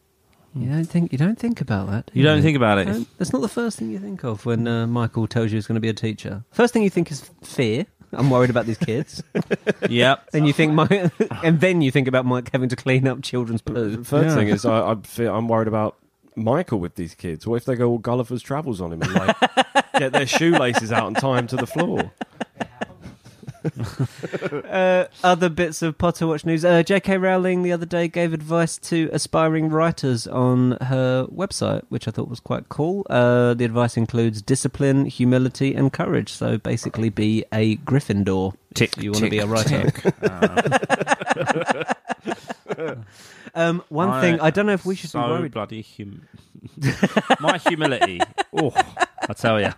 [SPEAKER 3] you don't think you don't think about that. do
[SPEAKER 1] You don't think about it.
[SPEAKER 3] Don't- That's not the first thing you think of when uh, Michael tells you he's going to be a teacher. First thing you think is fear. I'm worried about these kids.
[SPEAKER 1] yep.
[SPEAKER 3] then you think Mike, and then you think about Mike having to clean up children's poo.
[SPEAKER 2] The third
[SPEAKER 1] Yeah.
[SPEAKER 2] thing is, I, I feel, I'm worried about Michael with these kids. What if they go all Gulliver's Travels on him and like get their shoelaces out in time to the floor?
[SPEAKER 3] Uh, other bits of Potter Watch news. Uh, J.K. Rowling the other day gave advice to aspiring writers on her website, which I thought was quite cool. Uh, the advice includes discipline, humility, and courage. So basically, be a Gryffindor
[SPEAKER 1] Tick,
[SPEAKER 3] if you want to
[SPEAKER 1] tick,
[SPEAKER 3] be a writer. Um, one
[SPEAKER 1] I-
[SPEAKER 3] thing I don't know if we should
[SPEAKER 1] so
[SPEAKER 3] be worried.
[SPEAKER 1] bloody hum- My humility. Oh, I tell you.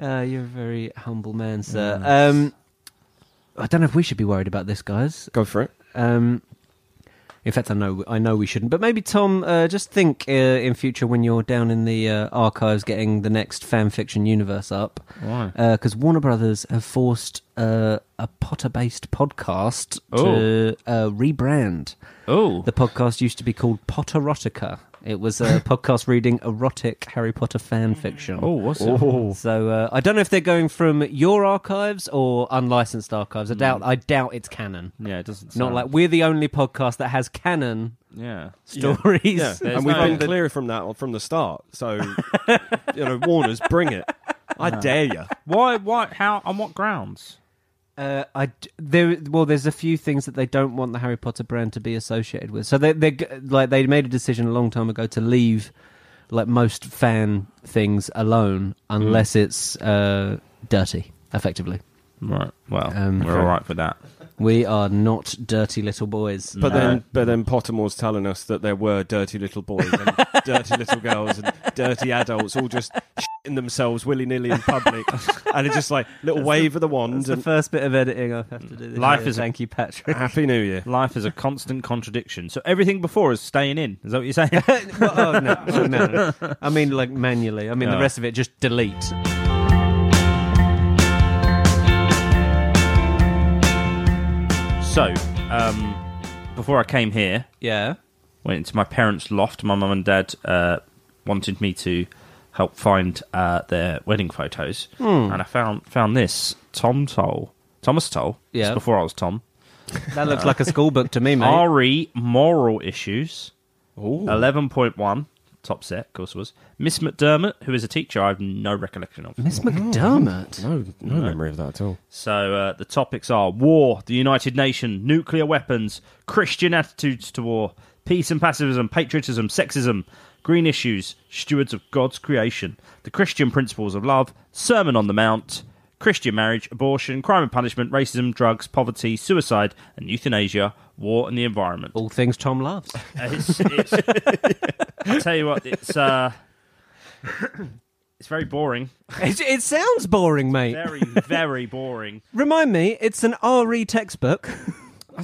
[SPEAKER 3] Uh, you're a very humble man, sir. Um, I don't know if we should be worried about this, guys.
[SPEAKER 2] Go for it.
[SPEAKER 3] Um, in fact, I know I know we shouldn't, but maybe Tom, uh, just think uh, in future when you're down in the uh, archives getting the next fan fiction universe up,
[SPEAKER 1] Why?
[SPEAKER 3] because Warner Brothers have forced uh, a Potter-based podcast to uh, rebrand.
[SPEAKER 1] Oh.
[SPEAKER 3] The podcast used to be called Potterotica. It was a podcast reading erotic Harry Potter fan fiction.
[SPEAKER 1] oh, what's it?
[SPEAKER 3] So uh, I don't know if they're going from your archives or unlicensed archives.
[SPEAKER 1] Hmm.
[SPEAKER 3] I doubt. I doubt it's canon.
[SPEAKER 1] Yeah, it doesn't
[SPEAKER 3] Not
[SPEAKER 1] sound-
[SPEAKER 3] like we're the only podcast that has canon
[SPEAKER 1] Yeah.
[SPEAKER 3] stories.
[SPEAKER 2] Yeah,
[SPEAKER 1] There's
[SPEAKER 2] and we've
[SPEAKER 1] no-
[SPEAKER 2] been clear from that from the start. So you know, Warner's, bring it. I dare you.
[SPEAKER 1] Why why how on what grounds?
[SPEAKER 3] Uh, I d- there well, there's a few things that they don't want the Harry Potter brand to be associated with. So they they g- like they made a decision a long time ago to leave like most fan things alone unless
[SPEAKER 1] Mm.
[SPEAKER 3] it's uh, dirty. Effectively,
[SPEAKER 1] Right. Well,
[SPEAKER 3] Um,
[SPEAKER 1] we're all right for that.
[SPEAKER 3] we are not dirty little boys.
[SPEAKER 2] But
[SPEAKER 1] No.
[SPEAKER 2] then, but then Pottermore's telling us that there were dirty little boys and dirty little girls and dirty adults all just shitting themselves willy nilly in public, and it's just like little wave of the wand
[SPEAKER 3] It's the
[SPEAKER 2] and
[SPEAKER 3] first bit of editing I have to do. This
[SPEAKER 1] Life
[SPEAKER 3] year.
[SPEAKER 1] is a-
[SPEAKER 3] thank you, Patrick.
[SPEAKER 2] Happy New Year.
[SPEAKER 1] Life is a constant contradiction. So everything before is staying in. Is that what you're saying?
[SPEAKER 3] Well, oh, no, oh, no. I mean, like manually. I mean,
[SPEAKER 1] Yeah.
[SPEAKER 3] the rest of it just delete.
[SPEAKER 1] so, um, before I came here,
[SPEAKER 3] Yeah.
[SPEAKER 1] went into my parents' loft. My mum and dad uh, wanted me to help find uh, their wedding photos,
[SPEAKER 3] Hmm.
[SPEAKER 1] and I found found this Tom Toll, Thomas Toll. It's
[SPEAKER 3] Yeah.
[SPEAKER 1] before I was Tom.
[SPEAKER 3] That looks like a school book to me, mate.
[SPEAKER 1] Re moral issues. Eleven point one top set, of course, it was Miss McDermott, who is a teacher I have no recollection of.
[SPEAKER 3] Miss McDermott.
[SPEAKER 2] No, no, memory of that at all.
[SPEAKER 1] So uh, the topics are war, the United Nations, nuclear weapons, Christian attitudes to war, peace and pacifism, patriotism, sexism, green issues, stewards of God's creation, the Christian principles of love, Sermon on the Mount, Christian marriage, abortion, crime and punishment, racism, drugs, poverty, suicide, and euthanasia, war and the environment.
[SPEAKER 3] All things Tom loves.
[SPEAKER 1] Uh, it's, it's, I'll tell you what, it's uh, it's very boring,
[SPEAKER 3] it, it sounds boring, mate.
[SPEAKER 1] very very boring.
[SPEAKER 3] Remind me, it's an RE textbook.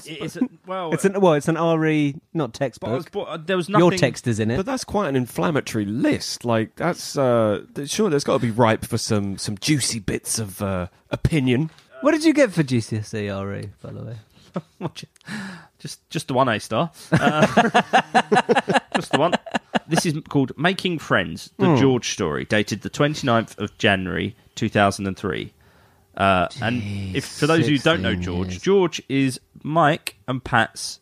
[SPEAKER 1] It is a- well,
[SPEAKER 3] It's an well, it's an RE not
[SPEAKER 1] But I was
[SPEAKER 3] textbook.
[SPEAKER 1] bo- uh, there was nothing.
[SPEAKER 3] Your text is in it.
[SPEAKER 2] But that's quite an inflammatory list. Like that's uh, th- sure, there's got to be ripe for some some juicy bits of uh, opinion.
[SPEAKER 3] what did you get for GCSE RE, E, by the way?
[SPEAKER 1] Watch it. just just the one A star. Uh, just the one. This is called Making Friends,
[SPEAKER 3] Hmm.
[SPEAKER 1] the George story, dated the 29th of January 2003. Uh, and if for those who don't know
[SPEAKER 3] 16
[SPEAKER 1] George,
[SPEAKER 3] years.
[SPEAKER 1] George is Mike and Pat's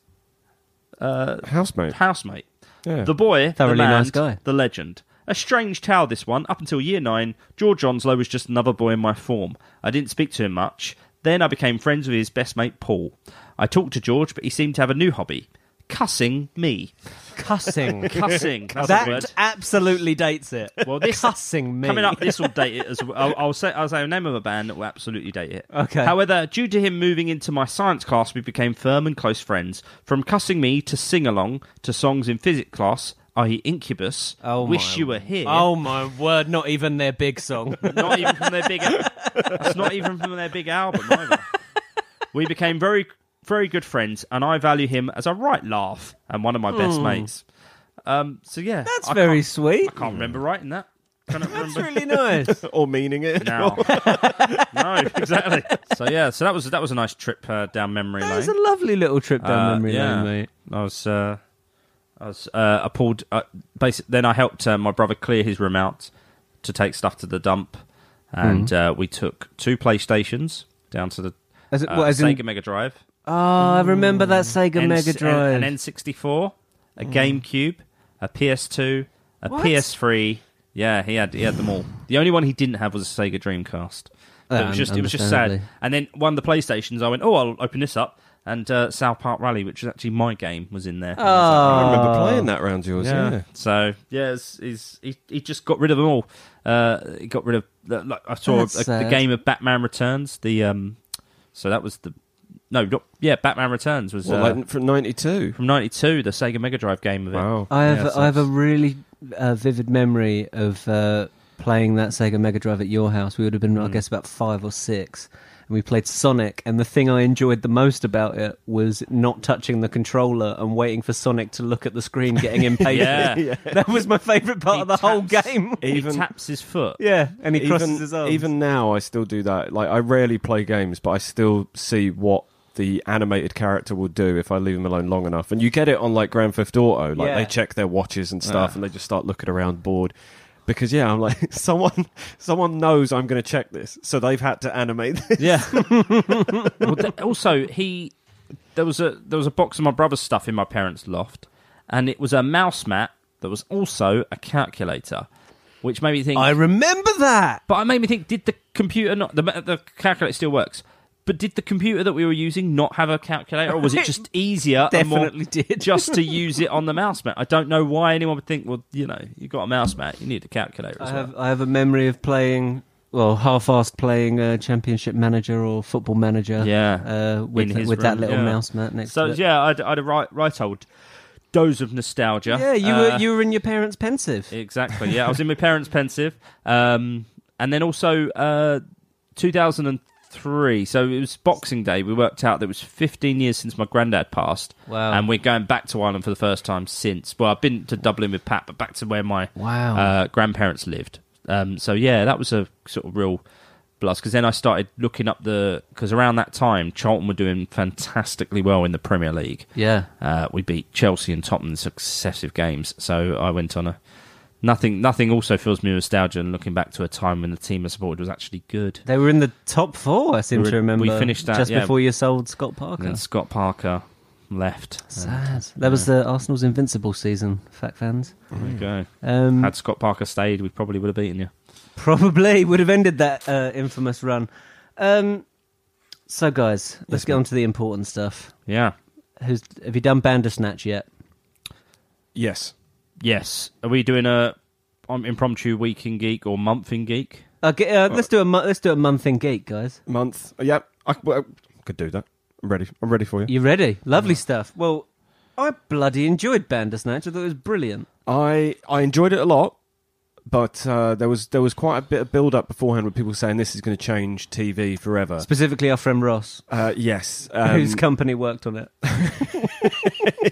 [SPEAKER 2] Housemate.
[SPEAKER 1] housemate.
[SPEAKER 2] Yeah.
[SPEAKER 1] The boy,
[SPEAKER 3] Thoroughly
[SPEAKER 1] the man,
[SPEAKER 3] nice guy.
[SPEAKER 1] the legend. A strange tale, this one. Up until year nine, George Onslow was just another boy in my form. I didn't speak to him much. Then I became friends with his best mate, Paul. I talked to George, but he seemed to have a new hobby cussing me.
[SPEAKER 3] Cussing.
[SPEAKER 1] Cussing. that's the word.
[SPEAKER 3] that absolutely dates it.
[SPEAKER 1] Well, this-
[SPEAKER 3] cussing me.
[SPEAKER 1] Coming up, this will date it as well. I'll, I'll say I'll say the name of a band that will absolutely date it.
[SPEAKER 3] Okay.
[SPEAKER 1] However, due to him moving into my science class, we became firm and close friends. From cussing me to sing along to songs in physics class, i.e., Incubus,
[SPEAKER 3] Oh,
[SPEAKER 1] Wish
[SPEAKER 3] my-
[SPEAKER 1] You Were Here.
[SPEAKER 3] Oh my word! Not even their big song.
[SPEAKER 1] not even from their big. That's not even from their big album either. We became very, very good friends, and I value him as a right laugh and one of my best mates. Um. So yeah,
[SPEAKER 3] Hmm. That's
[SPEAKER 1] I
[SPEAKER 3] very
[SPEAKER 1] Can't,
[SPEAKER 3] sweet.
[SPEAKER 1] I can't remember writing that. Can I remember?
[SPEAKER 3] That's really nice.
[SPEAKER 2] or meaning it.
[SPEAKER 1] now. no, exactly. So yeah, so that was that was a nice trip uh, down memory
[SPEAKER 3] That
[SPEAKER 1] lane.
[SPEAKER 3] was a lovely little trip down
[SPEAKER 1] Uh,
[SPEAKER 3] memory
[SPEAKER 1] yeah.
[SPEAKER 3] lane, mate.
[SPEAKER 1] I was uh, I was uh, I pulled uh, basically then I helped uh, my brother clear his room out to take stuff to the dump,
[SPEAKER 3] Hmm.
[SPEAKER 1] and uh, we took two PlayStations down to the
[SPEAKER 3] As it-
[SPEAKER 1] uh,
[SPEAKER 3] what, as in-
[SPEAKER 1] Sega Mega Drive,
[SPEAKER 3] Oh, I remember that Sega
[SPEAKER 1] N-
[SPEAKER 3] Mega Drive. Mm.
[SPEAKER 1] an N sixty four, a GameCube, a PS two, a
[SPEAKER 3] What?
[SPEAKER 1] PS three. Yeah, he had he had them all. The only one he didn't have was a Sega Dreamcast. But it was
[SPEAKER 3] Um,
[SPEAKER 1] just it was just sad.
[SPEAKER 3] understandably.
[SPEAKER 1] And then one of the PlayStations, I went, oh, I'll open this up, and uh, South Park Rally, which is actually my game, was in there.
[SPEAKER 2] I
[SPEAKER 3] Oh.
[SPEAKER 2] remember playing that round yours. Uh, Yeah.
[SPEAKER 1] So yeah, it's, it's, he he just got rid of them all. Uh, he got rid of the- like, I saw a,
[SPEAKER 3] That's
[SPEAKER 1] the
[SPEAKER 3] sad.
[SPEAKER 1] game of Batman Returns. The um, so that was the no, not, yeah, Batman Returns was
[SPEAKER 2] Well,
[SPEAKER 1] uh,
[SPEAKER 2] like from '92.
[SPEAKER 1] from '92, the Sega Mega Drive game of it.
[SPEAKER 2] Wow.
[SPEAKER 3] I have
[SPEAKER 1] Yeah, so
[SPEAKER 3] I have a
[SPEAKER 1] it's-
[SPEAKER 3] really uh, vivid memory of uh, playing that Sega Mega Drive at your house. We would have been,
[SPEAKER 1] Mm.
[SPEAKER 3] I guess, about five or six, and we played Sonic. And the thing I enjoyed the most about it was not touching the controller and waiting for Sonic to look at the screen, getting impatient.
[SPEAKER 1] Yeah.
[SPEAKER 3] That was my favourite part
[SPEAKER 1] He
[SPEAKER 3] of the whole
[SPEAKER 1] taps-
[SPEAKER 3] game.
[SPEAKER 1] He
[SPEAKER 2] Even-
[SPEAKER 1] taps his foot.
[SPEAKER 3] yeah, and he crosses
[SPEAKER 2] even,
[SPEAKER 3] his arms.
[SPEAKER 2] even now, I still do that. Like, I rarely play games, but I still see what the animated character will do if I leave him alone long enough. And you get it on like Grand Theft Auto. Like,
[SPEAKER 3] Yeah.
[SPEAKER 2] they check their watches and stuff, and they just start looking around bored. Because yeah, I'm like someone. Someone knows I'm going to check this, so they've had to animate this.
[SPEAKER 1] Yeah. well, th- also, he there was a there was a box of my brother's stuff in my parents' loft, and it was a mouse mat that was also a calculator, which made me think.
[SPEAKER 3] I remember that.
[SPEAKER 1] but it made me think: Did the computer not the ma- the calculator still works? But did the computer that we were using not have a calculator, or was it just easier? and more-
[SPEAKER 3] Definitely did.
[SPEAKER 1] just to use it on the mouse mat. I don't know why anyone would think. Well, you know, you got a mouse mat, you need a calculator. As
[SPEAKER 3] I
[SPEAKER 1] well.
[SPEAKER 3] have I have a memory of playing well, half-assed playing uh, Championship Manager or Football Manager.
[SPEAKER 1] Yeah.
[SPEAKER 3] uh, with
[SPEAKER 1] In his
[SPEAKER 3] with that
[SPEAKER 1] room,
[SPEAKER 3] little
[SPEAKER 1] yeah.
[SPEAKER 3] mouse mat next.
[SPEAKER 1] So
[SPEAKER 3] to it.
[SPEAKER 1] yeah, I'd, I'd a right, right old dose of nostalgia.
[SPEAKER 3] yeah, you
[SPEAKER 1] Uh,
[SPEAKER 3] were you were in your parents' pensive.
[SPEAKER 1] Exactly. Yeah, I was in my parents' pensive, um, and then also uh, 2003. So it was Boxing Day. We worked out that it was 15 years since my granddad passed.
[SPEAKER 3] Wow.
[SPEAKER 1] And we're going back to Ireland for the first time since. Well, I've been to Dublin with Pat, but back to where my
[SPEAKER 3] Wow.
[SPEAKER 1] uh, grandparents lived. Um, so yeah, that was a sort of real blast because then I started looking up the because around that time Charlton were doing fantastically well in the Premier League.
[SPEAKER 3] yeah.
[SPEAKER 1] Uh, we beat Chelsea and Tottenham in successive games, so I went on a nothing. Nothing also fills me with nostalgia and looking back to a time when the team I supported was actually good.
[SPEAKER 3] They were in the top four, I seem
[SPEAKER 1] We-
[SPEAKER 3] to remember.
[SPEAKER 1] we finished that,
[SPEAKER 3] just
[SPEAKER 1] yeah.
[SPEAKER 3] before you sold Scott
[SPEAKER 1] And
[SPEAKER 3] Parker.
[SPEAKER 1] then Scott Parker left. Uh,
[SPEAKER 3] Sad. That was the Arsenal's invincible season, fact fans.
[SPEAKER 1] There you go.
[SPEAKER 3] Um,
[SPEAKER 1] Had Scott Parker stayed, we probably would have beaten you.
[SPEAKER 3] probably would have ended that uh, infamous run. Um, so, guys, let's get on to the important stuff.
[SPEAKER 1] Yeah.
[SPEAKER 3] Who's have you done Bandersnatch yet?
[SPEAKER 2] Yes.
[SPEAKER 1] Yes. Are we doing a um, impromptu week in geek or month in geek?
[SPEAKER 3] Okay, uh, let's do a mo- let's do a month in geek, guys.
[SPEAKER 2] month. Yeah, I, well, I could do that. I'm ready. I'm ready for you.
[SPEAKER 3] You ready? Lovely
[SPEAKER 2] Uh-huh.
[SPEAKER 3] stuff. Well, I bloody enjoyed Bandersnatch. I thought it was brilliant.
[SPEAKER 2] I I enjoyed it a lot, but uh, there was there was quite a bit of build up beforehand with people saying this is going to change TV forever.
[SPEAKER 3] Specifically, our friend Ross,
[SPEAKER 2] Uh, yes, um,
[SPEAKER 3] whose company worked on it.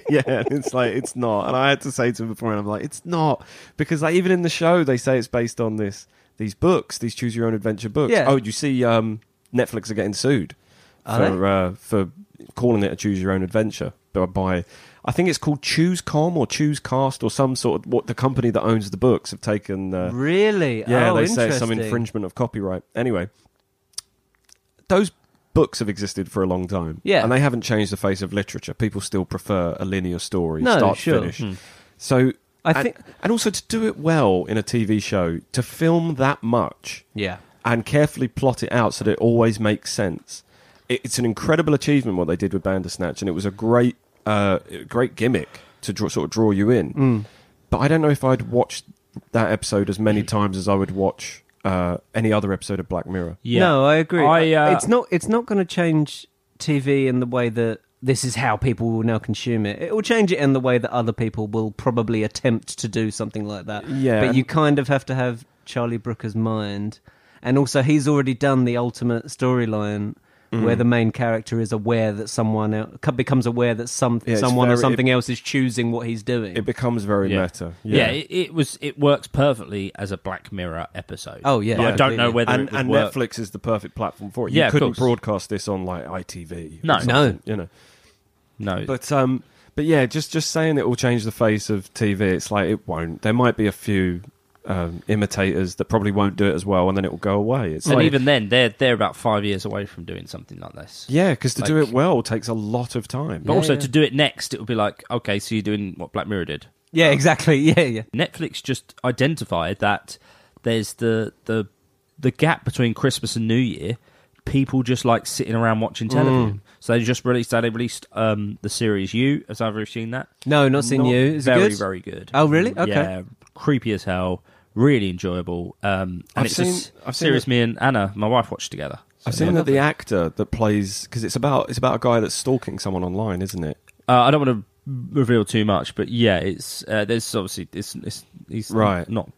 [SPEAKER 2] yeah, and it's like it's not, and I had to say to him beforehand, I'm like, it's not because like even in the show they say it's based on this these books, these choose your own adventure books.
[SPEAKER 3] Yeah.
[SPEAKER 2] Oh, you see, um, Netflix are getting sued
[SPEAKER 3] Are
[SPEAKER 2] for uh, for calling it a choose your own adventure by, by I think it's called ChooseCom or ChooseCast or some sort of what the company that owns the books have taken. Uh,
[SPEAKER 3] Really?
[SPEAKER 2] yeah,
[SPEAKER 3] oh,
[SPEAKER 2] they say
[SPEAKER 3] interesting.
[SPEAKER 2] it's some infringement of copyright. Anyway, those books have existed for a long time.
[SPEAKER 3] Yeah.
[SPEAKER 2] And they haven't changed the face of literature. People still prefer a linear story,
[SPEAKER 3] No,
[SPEAKER 2] start
[SPEAKER 3] sure. Hmm.
[SPEAKER 2] to finish. So
[SPEAKER 3] I
[SPEAKER 2] and-
[SPEAKER 3] think-
[SPEAKER 2] and also to do it well in a TV show, to film that much
[SPEAKER 3] Yeah.
[SPEAKER 2] and carefully plot it out so that it always makes sense. It, it's an incredible achievement what they did with Bandersnatch, and it was a great, uh, great gimmick to draw, sort of draw you in.
[SPEAKER 1] Mm.
[SPEAKER 2] But I don't know if I'd watched that episode as
[SPEAKER 1] Mm.
[SPEAKER 2] many times as I would watch uh, any other episode of Black Mirror.
[SPEAKER 1] Yeah.
[SPEAKER 3] No, I agree.
[SPEAKER 1] I, uh,
[SPEAKER 3] it's not. It's not going to change TV in the way that this is how people will now consume it. It will change it in the way that other people will probably attempt to do something like that.
[SPEAKER 2] Yeah,
[SPEAKER 3] But
[SPEAKER 2] and-
[SPEAKER 3] you kind of have to have Charlie Brooker's mind, and also he's already done the ultimate storyline.
[SPEAKER 1] Mm.
[SPEAKER 3] Where the main character is aware that someone el- co- becomes aware that some
[SPEAKER 2] Yeah, it's
[SPEAKER 3] someone or
[SPEAKER 2] very-
[SPEAKER 3] something else is choosing what he's doing.
[SPEAKER 2] It becomes very
[SPEAKER 1] Yeah.
[SPEAKER 2] meta.
[SPEAKER 1] Yeah, it, it was. It works perfectly as a Black Mirror episode.
[SPEAKER 3] Oh, yeah,
[SPEAKER 1] But I don't
[SPEAKER 3] completely.
[SPEAKER 1] know whether
[SPEAKER 2] and
[SPEAKER 1] it would
[SPEAKER 2] and
[SPEAKER 1] work.
[SPEAKER 2] Netflix is the perfect platform for it.
[SPEAKER 1] Yeah,
[SPEAKER 2] you
[SPEAKER 1] of
[SPEAKER 2] couldn't
[SPEAKER 1] course.
[SPEAKER 2] broadcast this on like ITV. or
[SPEAKER 1] No.
[SPEAKER 2] something,
[SPEAKER 3] No.
[SPEAKER 2] you know.
[SPEAKER 1] No,
[SPEAKER 2] But um, but yeah, just just saying it will change the face of TV. It's like it won't. There might be a few um, imitators that probably won't do it as well, and then it will go away. It's
[SPEAKER 1] and
[SPEAKER 2] like,
[SPEAKER 1] even then, they're they're about five years away from doing something like this.
[SPEAKER 2] yeah, because to do
[SPEAKER 1] like-
[SPEAKER 2] it well takes a lot of time.
[SPEAKER 1] But
[SPEAKER 3] Yeah,
[SPEAKER 1] also
[SPEAKER 3] yeah.
[SPEAKER 1] to do it next, it would be like, okay, so you're doing what Black Mirror did.
[SPEAKER 3] yeah, exactly. Yeah, yeah.
[SPEAKER 1] Netflix just identified that there's the the the gap between Christmas and New Year. People just like sitting around watching television. So they just released. They released um, the series You. As I've ever seen that.
[SPEAKER 3] No, not seeing
[SPEAKER 1] Not
[SPEAKER 3] you. Is it
[SPEAKER 1] very
[SPEAKER 3] good?
[SPEAKER 1] very good.
[SPEAKER 3] Oh, really? Okay.
[SPEAKER 1] Yeah, creepy as hell. Really enjoyable. Um, and
[SPEAKER 2] I've
[SPEAKER 1] it's
[SPEAKER 2] seen-
[SPEAKER 1] a s-
[SPEAKER 2] I've seen
[SPEAKER 1] series
[SPEAKER 2] it-
[SPEAKER 1] me and Anna, my wife, watched together.
[SPEAKER 2] I've
[SPEAKER 1] So,
[SPEAKER 2] seen
[SPEAKER 1] yeah.
[SPEAKER 2] that the actor that plays because it's about it's about a guy that's stalking someone online, isn't it?
[SPEAKER 1] Uh, I don't want to reveal too much, but yeah, it's uh, there's obviously it's, it's he's
[SPEAKER 2] Right.
[SPEAKER 1] not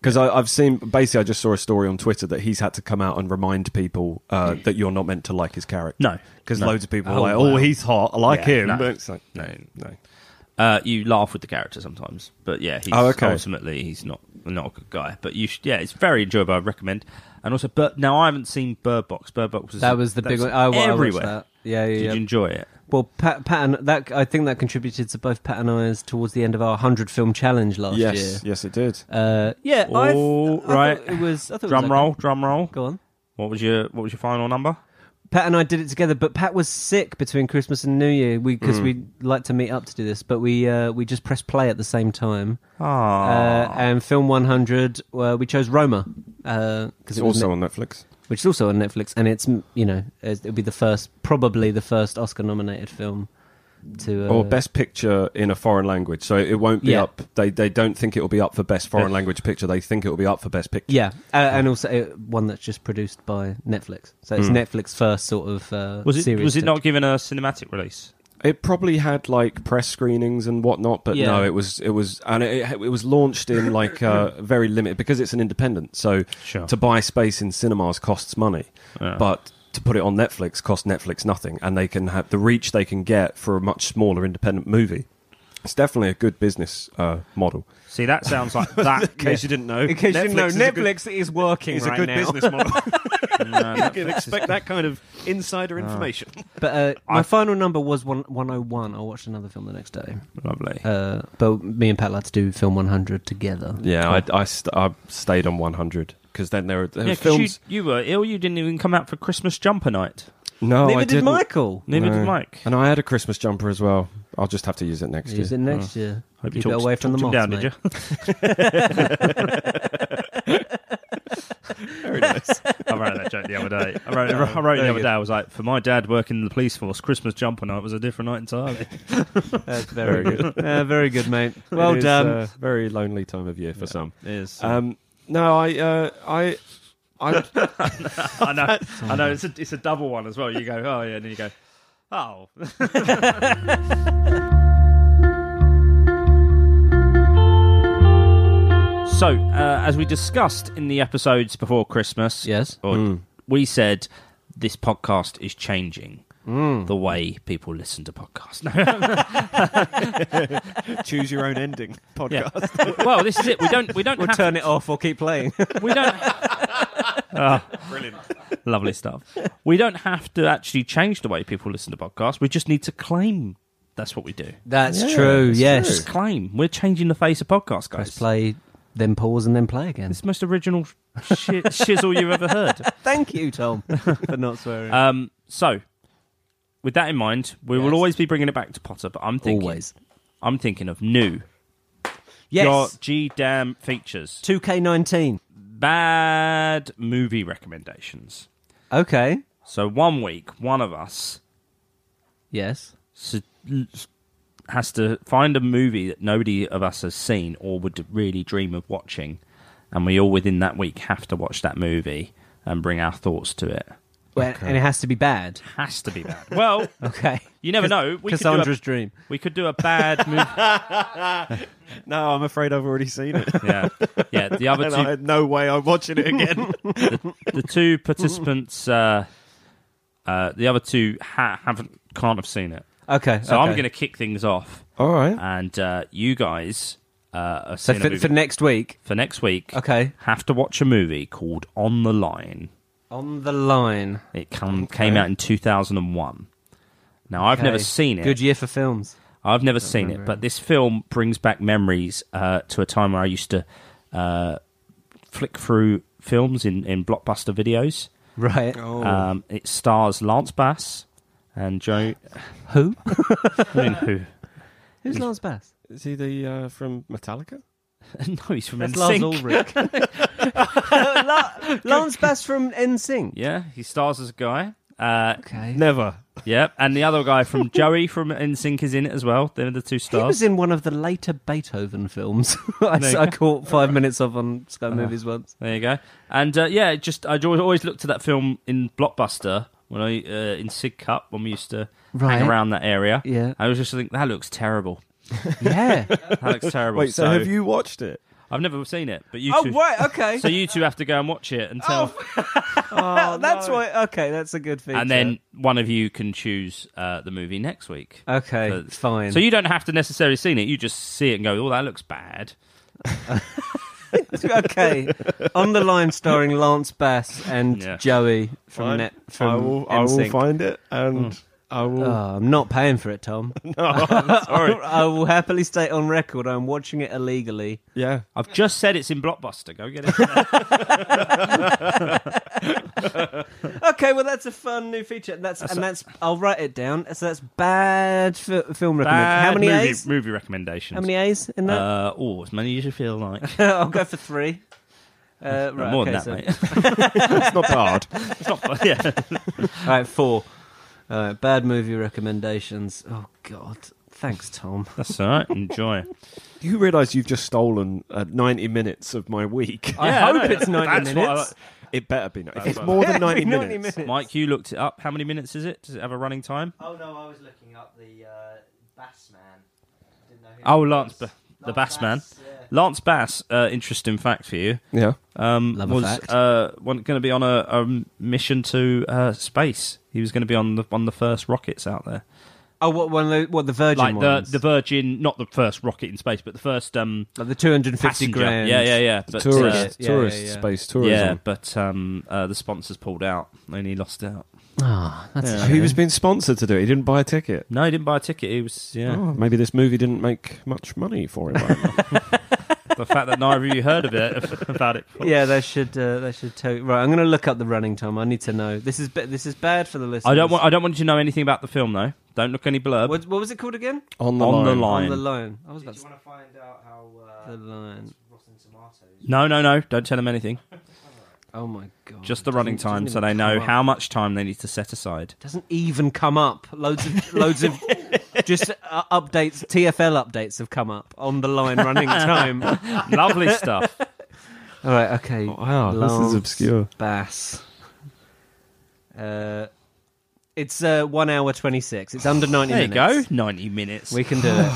[SPEAKER 2] Because I've seen basically, I just saw a story on Twitter that he's had to come out and remind people uh, that you're not meant to like his character.
[SPEAKER 1] No.
[SPEAKER 2] because
[SPEAKER 1] No.
[SPEAKER 2] loads of people are
[SPEAKER 1] Oh,
[SPEAKER 2] like,
[SPEAKER 1] wow.
[SPEAKER 2] "Oh, he's hot, I like
[SPEAKER 1] Yeah,
[SPEAKER 2] him."
[SPEAKER 1] no.
[SPEAKER 2] But it's like,
[SPEAKER 1] No.
[SPEAKER 2] no, no.
[SPEAKER 1] Uh, you laugh with the character sometimes, but yeah, he's,
[SPEAKER 2] Oh, okay.
[SPEAKER 1] ultimately he's not not a good guy. But you, should, yeah, it's very enjoyable. I recommend. And also, but now I haven't seen Bird Box. Bird Box was
[SPEAKER 3] That was the big one. Oh, I, I watched
[SPEAKER 1] everywhere.
[SPEAKER 3] that. Yeah, yeah.
[SPEAKER 1] Did
[SPEAKER 3] yeah.
[SPEAKER 1] you enjoy it?
[SPEAKER 3] Well, Pat, Pat and that I think that contributed to both Pat and I's towards the end of our hundred film challenge last
[SPEAKER 2] Yes,
[SPEAKER 3] year.
[SPEAKER 2] yes, it did.
[SPEAKER 3] Uh, yeah, I,
[SPEAKER 1] All
[SPEAKER 3] th- I
[SPEAKER 1] right.
[SPEAKER 3] thought it was. I thought it was
[SPEAKER 1] Drum
[SPEAKER 3] okay.
[SPEAKER 1] roll, drum roll.
[SPEAKER 3] Go on.
[SPEAKER 1] What was your What was your final number?
[SPEAKER 3] Pat and I did it together, but Pat was sick between Christmas and New Year
[SPEAKER 1] Hmm.
[SPEAKER 3] because we, like to meet up to do this, but we uh, we just pressed play at the same time. Uh,
[SPEAKER 1] Ah,
[SPEAKER 3] and film 100, uh, we chose Roma because
[SPEAKER 2] It's also on Netflix.
[SPEAKER 3] which is also on Netflix, and it's mm, you know it's- it'll be the first, probably the first Oscar-nominated film to uh,
[SPEAKER 2] or best picture in a foreign language. So it won't be
[SPEAKER 3] Yeah.
[SPEAKER 2] up. They they don't think it will be up for best foreign language picture. They think it will be up for best picture.
[SPEAKER 3] Yeah, uh, and also uh, one that's just produced by Netflix. So it's Netflix first sort of uh,
[SPEAKER 1] Hmm. was it
[SPEAKER 3] series.
[SPEAKER 1] was it
[SPEAKER 3] to-
[SPEAKER 1] not given a cinematic release?
[SPEAKER 2] It probably had like press screenings and whatnot, but
[SPEAKER 3] Yeah.
[SPEAKER 2] no, it was it was and it, it was launched in like uh, very limited because it's an independent. So
[SPEAKER 1] Sure.
[SPEAKER 2] to buy space in cinemas costs money, but to put it on Netflix costs Netflix nothing, and they can have the reach they can get for a much smaller independent movie. It's definitely a good business uh, model.
[SPEAKER 1] See, that sounds like that.
[SPEAKER 2] In case you didn't know,
[SPEAKER 3] In case you know,
[SPEAKER 2] is a good-
[SPEAKER 3] Netflix is working
[SPEAKER 2] It's
[SPEAKER 3] right now.
[SPEAKER 2] model.
[SPEAKER 1] No, no. Oh,
[SPEAKER 2] can expect that kind of insider information.
[SPEAKER 3] But uh, my final number was one one oh one. I watched another film the next day.
[SPEAKER 1] Lovely.
[SPEAKER 3] Uh, but me and Pat like to do film one hundred together.
[SPEAKER 2] Yeah, I, I, st- I stayed on 100 because then there were, there were
[SPEAKER 1] yeah, 'cause
[SPEAKER 2] films.
[SPEAKER 1] you, you were ill. You didn't even come out for Christmas jumper night.
[SPEAKER 2] No,
[SPEAKER 3] Neither
[SPEAKER 2] I
[SPEAKER 3] did
[SPEAKER 2] didn't.
[SPEAKER 3] Michael.
[SPEAKER 1] Neither
[SPEAKER 2] No.
[SPEAKER 1] did Mike.
[SPEAKER 2] And I had a Christmas jumper as well. I'll just have to use it next
[SPEAKER 3] Use
[SPEAKER 2] year.
[SPEAKER 3] it next year.
[SPEAKER 1] Oh. Hope you
[SPEAKER 3] Keep
[SPEAKER 1] talked,
[SPEAKER 3] it away from the
[SPEAKER 1] talked
[SPEAKER 3] moths,
[SPEAKER 1] him down,
[SPEAKER 3] mate.
[SPEAKER 1] did you?
[SPEAKER 2] Very nice.
[SPEAKER 1] I wrote that joke the other day. I wrote,
[SPEAKER 3] Oh,
[SPEAKER 1] I wrote it the
[SPEAKER 2] Very
[SPEAKER 1] other
[SPEAKER 2] good.
[SPEAKER 1] day. I was like, for my dad working in the police force, Christmas jumper night was a different night entirely.
[SPEAKER 3] That's very,
[SPEAKER 2] Very
[SPEAKER 3] good. Uh, very good, mate. Well done.
[SPEAKER 2] uh,
[SPEAKER 1] uh,
[SPEAKER 2] very lonely time of year for some.
[SPEAKER 1] is.
[SPEAKER 2] Um, no, I, uh, I, I,
[SPEAKER 1] I know. I know. It's a, it's a double one as well. You go, oh yeah, and then you go, oh. so, uh, as we discussed in the episodes before Christmas,
[SPEAKER 3] Yes.
[SPEAKER 1] or we said this podcast is changing. The way people listen to podcasts. No,
[SPEAKER 2] choose your own ending podcast.
[SPEAKER 1] yeah. well, this is it. We don't. We don't.
[SPEAKER 3] We'll
[SPEAKER 1] have
[SPEAKER 3] turn it off or keep playing.
[SPEAKER 1] We don't.
[SPEAKER 2] Brilliant.
[SPEAKER 1] Lovely stuff. We don't have to actually change the way people listen to podcasts. We just need to claim that's what we do.
[SPEAKER 3] That's
[SPEAKER 2] Yeah,
[SPEAKER 3] true.
[SPEAKER 2] that's
[SPEAKER 3] yes.
[SPEAKER 1] Just claim. We're changing the face of podcasts,
[SPEAKER 3] Press
[SPEAKER 1] guys.
[SPEAKER 3] play, then pause, and then play again.
[SPEAKER 1] It's the most original shi shizzle you've ever heard.
[SPEAKER 3] Thank you, Tom, for not swearing.
[SPEAKER 1] Um, so, with that in mind, we
[SPEAKER 3] Yes.
[SPEAKER 1] will always be bringing it back to Potter, but I'm thinking,
[SPEAKER 3] Always.
[SPEAKER 1] I'm thinking of new. Your
[SPEAKER 3] Yes.
[SPEAKER 1] G damn features.
[SPEAKER 3] Two K nineteen.
[SPEAKER 1] Bad movie recommendations.
[SPEAKER 3] Okay.
[SPEAKER 1] So one week, one of us
[SPEAKER 3] Yes.
[SPEAKER 1] s- l- has to find a movie that nobody of us has seen or would really dream of watching, and we all within that week have to watch that movie and bring our thoughts to it.
[SPEAKER 3] Well, And it has to be bad.
[SPEAKER 1] Has to be bad. Well,
[SPEAKER 3] Okay.
[SPEAKER 1] you never know. We could, do a,
[SPEAKER 3] Cassandra's dream.
[SPEAKER 1] we could do a bad movie.
[SPEAKER 2] No, I'm afraid I've already seen it.
[SPEAKER 1] Yeah, yeah. The other
[SPEAKER 2] and I
[SPEAKER 1] two,
[SPEAKER 2] had no way I'm watching it again.
[SPEAKER 1] the two participants, uh, uh, the other two ha- haven't can't have seen it.
[SPEAKER 3] Okay.
[SPEAKER 1] So I'm
[SPEAKER 3] okay.
[SPEAKER 1] going to kick things off,
[SPEAKER 2] All right.
[SPEAKER 1] and uh, you guys uh, are
[SPEAKER 3] So
[SPEAKER 1] seeing a
[SPEAKER 3] for,
[SPEAKER 1] movie-
[SPEAKER 3] for next week.
[SPEAKER 1] for next week.
[SPEAKER 3] Okay.
[SPEAKER 1] have to watch a movie called On the Line.
[SPEAKER 3] On the line.
[SPEAKER 1] It come, came out in 2001. Now, I've never
[SPEAKER 3] Okay.
[SPEAKER 1] seen it.
[SPEAKER 3] Good year for films.
[SPEAKER 1] I've never seen it, but this film brings back memories uh, to a time where I used to uh, flick through films in, in blockbuster videos.
[SPEAKER 3] Right.
[SPEAKER 1] Um, it stars Lance Bass and Joe.
[SPEAKER 3] Who?
[SPEAKER 1] I mean, who?
[SPEAKER 3] Who's Lars Bass?
[SPEAKER 2] Is he the uh, from Metallica?
[SPEAKER 1] no, he's from
[SPEAKER 3] That's Lars
[SPEAKER 1] NSYNC.
[SPEAKER 3] Ulrich. La- Lance Bass from NSYNC.
[SPEAKER 1] Yeah, he stars as a guy. Uh,
[SPEAKER 3] Okay.
[SPEAKER 2] Never.
[SPEAKER 1] Yep, and the other guy from Joey from NSYNC is in it as well. They're the two
[SPEAKER 3] He
[SPEAKER 1] stars.
[SPEAKER 3] was in one of the later Beethoven films. I,
[SPEAKER 1] There you
[SPEAKER 3] I caught five minutes of on Sky
[SPEAKER 1] Uh-huh.
[SPEAKER 3] Movies once.
[SPEAKER 1] There you go. And uh, yeah, it just I always always looked to that film in Blockbuster when I uh, in Sig Cup when we used to
[SPEAKER 3] Right.
[SPEAKER 1] hang around that area.
[SPEAKER 3] Yeah.
[SPEAKER 1] I was just think that looks terrible.
[SPEAKER 3] Yeah.
[SPEAKER 1] That looks terrible.
[SPEAKER 2] Wait, so, have you watched it?
[SPEAKER 1] I've never seen it, but you
[SPEAKER 3] oh
[SPEAKER 1] two.
[SPEAKER 3] right. Okay.
[SPEAKER 1] So you two have to go and watch it and tell,
[SPEAKER 3] That- that's why. Okay, that's a good feature.
[SPEAKER 1] and then one of you can choose uh, the movie next week.
[SPEAKER 3] okay,
[SPEAKER 1] So-
[SPEAKER 3] fine.
[SPEAKER 1] So you don't have to necessarily see it. You just see it and go, "Oh, that looks bad."
[SPEAKER 3] okay on the line starring Lance Bass and
[SPEAKER 1] Yeah.
[SPEAKER 3] Joey from
[SPEAKER 2] Fine.
[SPEAKER 3] Net
[SPEAKER 2] I
[SPEAKER 3] from
[SPEAKER 2] will. I will
[SPEAKER 3] NSYNC.
[SPEAKER 2] find it, and I will.
[SPEAKER 3] Oh, I'm not paying for it, Tom. I will happily state on record I'm watching it illegally.
[SPEAKER 2] yeah.
[SPEAKER 1] I've just said it's in Blockbuster. Go get it.
[SPEAKER 3] Okay, well that's a fun new feature. That's, and that's I'll write it down. So that's bad fi- film recommendation. How
[SPEAKER 1] Bad
[SPEAKER 3] many
[SPEAKER 1] movie,
[SPEAKER 3] A's?
[SPEAKER 1] movie recommendations?
[SPEAKER 3] How many A's in that?
[SPEAKER 1] Uh, oh, as many as you feel like.
[SPEAKER 3] I'll go for three. Uh, right,
[SPEAKER 1] uh, More
[SPEAKER 3] okay,
[SPEAKER 1] than that,
[SPEAKER 3] so-
[SPEAKER 1] mate.
[SPEAKER 2] It's not bad.
[SPEAKER 1] It's not fun. Yeah.
[SPEAKER 3] All right, four. All right, bad movie recommendations. Oh God, thanks, Tom.
[SPEAKER 1] That's all right. Enjoy.
[SPEAKER 2] you realise you've just stolen uh, ninety minutes of my week.
[SPEAKER 3] I
[SPEAKER 1] Yeah, I
[SPEAKER 3] hope
[SPEAKER 1] know.
[SPEAKER 3] it's 90
[SPEAKER 1] That's what I
[SPEAKER 3] minutes.
[SPEAKER 2] It better be. 90. If it's
[SPEAKER 1] That's
[SPEAKER 2] more than
[SPEAKER 3] Yeah,
[SPEAKER 2] ninety
[SPEAKER 3] it'd be 90
[SPEAKER 2] minutes.
[SPEAKER 3] minutes.
[SPEAKER 1] Mike, you looked it up. How many minutes is it? Does it have a running time?
[SPEAKER 4] Oh no, I was looking up the uh, Bass Man. Didn't know who
[SPEAKER 1] Oh,
[SPEAKER 4] he was.
[SPEAKER 1] Lance, Ba- the
[SPEAKER 4] Lance
[SPEAKER 1] Bass Man.
[SPEAKER 4] yeah.
[SPEAKER 1] Lance Bass, uh, interesting fact for you,
[SPEAKER 2] Yeah.
[SPEAKER 1] um,
[SPEAKER 3] Love a
[SPEAKER 1] was
[SPEAKER 3] fact.
[SPEAKER 1] uh, going to be on a, a mission to uh, space. He was going to be on the on the first rockets out there,
[SPEAKER 3] Oh, what one? of the- What the Virgin
[SPEAKER 1] like the
[SPEAKER 3] ones?
[SPEAKER 1] the Virgin, not the first rocket in space, but the first um,
[SPEAKER 3] like the two hundred and fifty
[SPEAKER 1] passenger.
[SPEAKER 3] grand.
[SPEAKER 1] Yeah, yeah, yeah. But,
[SPEAKER 2] tourist,
[SPEAKER 3] yeah, yeah,
[SPEAKER 2] tourist
[SPEAKER 3] yeah.
[SPEAKER 2] space
[SPEAKER 1] Uh,
[SPEAKER 2] tourism.
[SPEAKER 1] yeah, but um, uh, the sponsors pulled out and he lost out.
[SPEAKER 3] Ah, that's a
[SPEAKER 2] He
[SPEAKER 3] shame.
[SPEAKER 2] was being sponsored to do it. He didn't buy a ticket.
[SPEAKER 1] No, he didn't buy a ticket. He was yeah.
[SPEAKER 2] Oh, maybe this movie didn't make much money for him. I don't know.
[SPEAKER 1] the fact that neither of you heard of it about it.
[SPEAKER 3] Yeah, they should. Uh, they should tell. Right, I'm going to look up the running time. I need to know. This is ba- this is bad for the listeners.
[SPEAKER 1] I don't want. I don't want you to know anything about the film, though. Don't look any blurb.
[SPEAKER 3] What, what was it called again?
[SPEAKER 2] on the
[SPEAKER 1] On
[SPEAKER 2] line.
[SPEAKER 1] the line.
[SPEAKER 3] On the line. I was about
[SPEAKER 4] Did you
[SPEAKER 3] to.
[SPEAKER 4] want to find out how uh,
[SPEAKER 3] The line.
[SPEAKER 4] Rotten Tomatoes?
[SPEAKER 1] No, no, no. Don't tell them anything.
[SPEAKER 3] Oh my god.
[SPEAKER 1] Just the running
[SPEAKER 3] Doesn't-
[SPEAKER 1] time, so
[SPEAKER 3] doesn't
[SPEAKER 1] they
[SPEAKER 3] even
[SPEAKER 1] know
[SPEAKER 3] come up.
[SPEAKER 1] how much time they need to set aside.
[SPEAKER 3] Doesn't even come up. Loads of loads of just uh, updates. TFL updates have come up on the line running time. All
[SPEAKER 1] Lovely stuff.
[SPEAKER 3] right. Okay.
[SPEAKER 2] Oh, Wow, this
[SPEAKER 3] Lance
[SPEAKER 2] is obscure.
[SPEAKER 3] Bass. Uh, it's uh, one hour twenty six. It's under ninety.
[SPEAKER 1] There you go.
[SPEAKER 3] minutes.
[SPEAKER 1] Ninety minutes.
[SPEAKER 3] We can do it.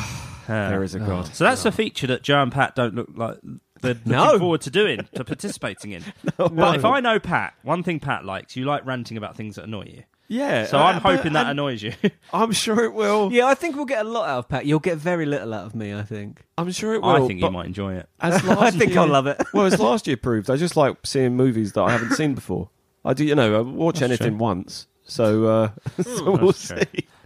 [SPEAKER 1] Uh,
[SPEAKER 2] There is a god.
[SPEAKER 1] so that's a feature that Joe and Pat don't look like they're looking
[SPEAKER 3] No.
[SPEAKER 1] forward to doing, to participating in. But if I know Pat, one thing Pat likes, you like ranting about things that annoy you.
[SPEAKER 2] Yeah.
[SPEAKER 1] So
[SPEAKER 2] uh,
[SPEAKER 1] I'm
[SPEAKER 2] but-
[SPEAKER 1] hoping that
[SPEAKER 2] and
[SPEAKER 1] annoys you.
[SPEAKER 2] I'm sure it will.
[SPEAKER 3] Yeah, I think we'll get a lot out of Pat. You'll get very little out of me, I think.
[SPEAKER 2] I'm sure it will.
[SPEAKER 1] I think you
[SPEAKER 2] but
[SPEAKER 1] might enjoy it.
[SPEAKER 2] As last
[SPEAKER 3] I think
[SPEAKER 2] year-
[SPEAKER 3] I'll love it.
[SPEAKER 2] well, as last year proved, I just like seeing movies that I haven't seen before. I do, you know, I watch
[SPEAKER 1] That's
[SPEAKER 2] anything
[SPEAKER 1] true.
[SPEAKER 2] once, so, uh, so we'll
[SPEAKER 1] That's
[SPEAKER 2] see.
[SPEAKER 1] true.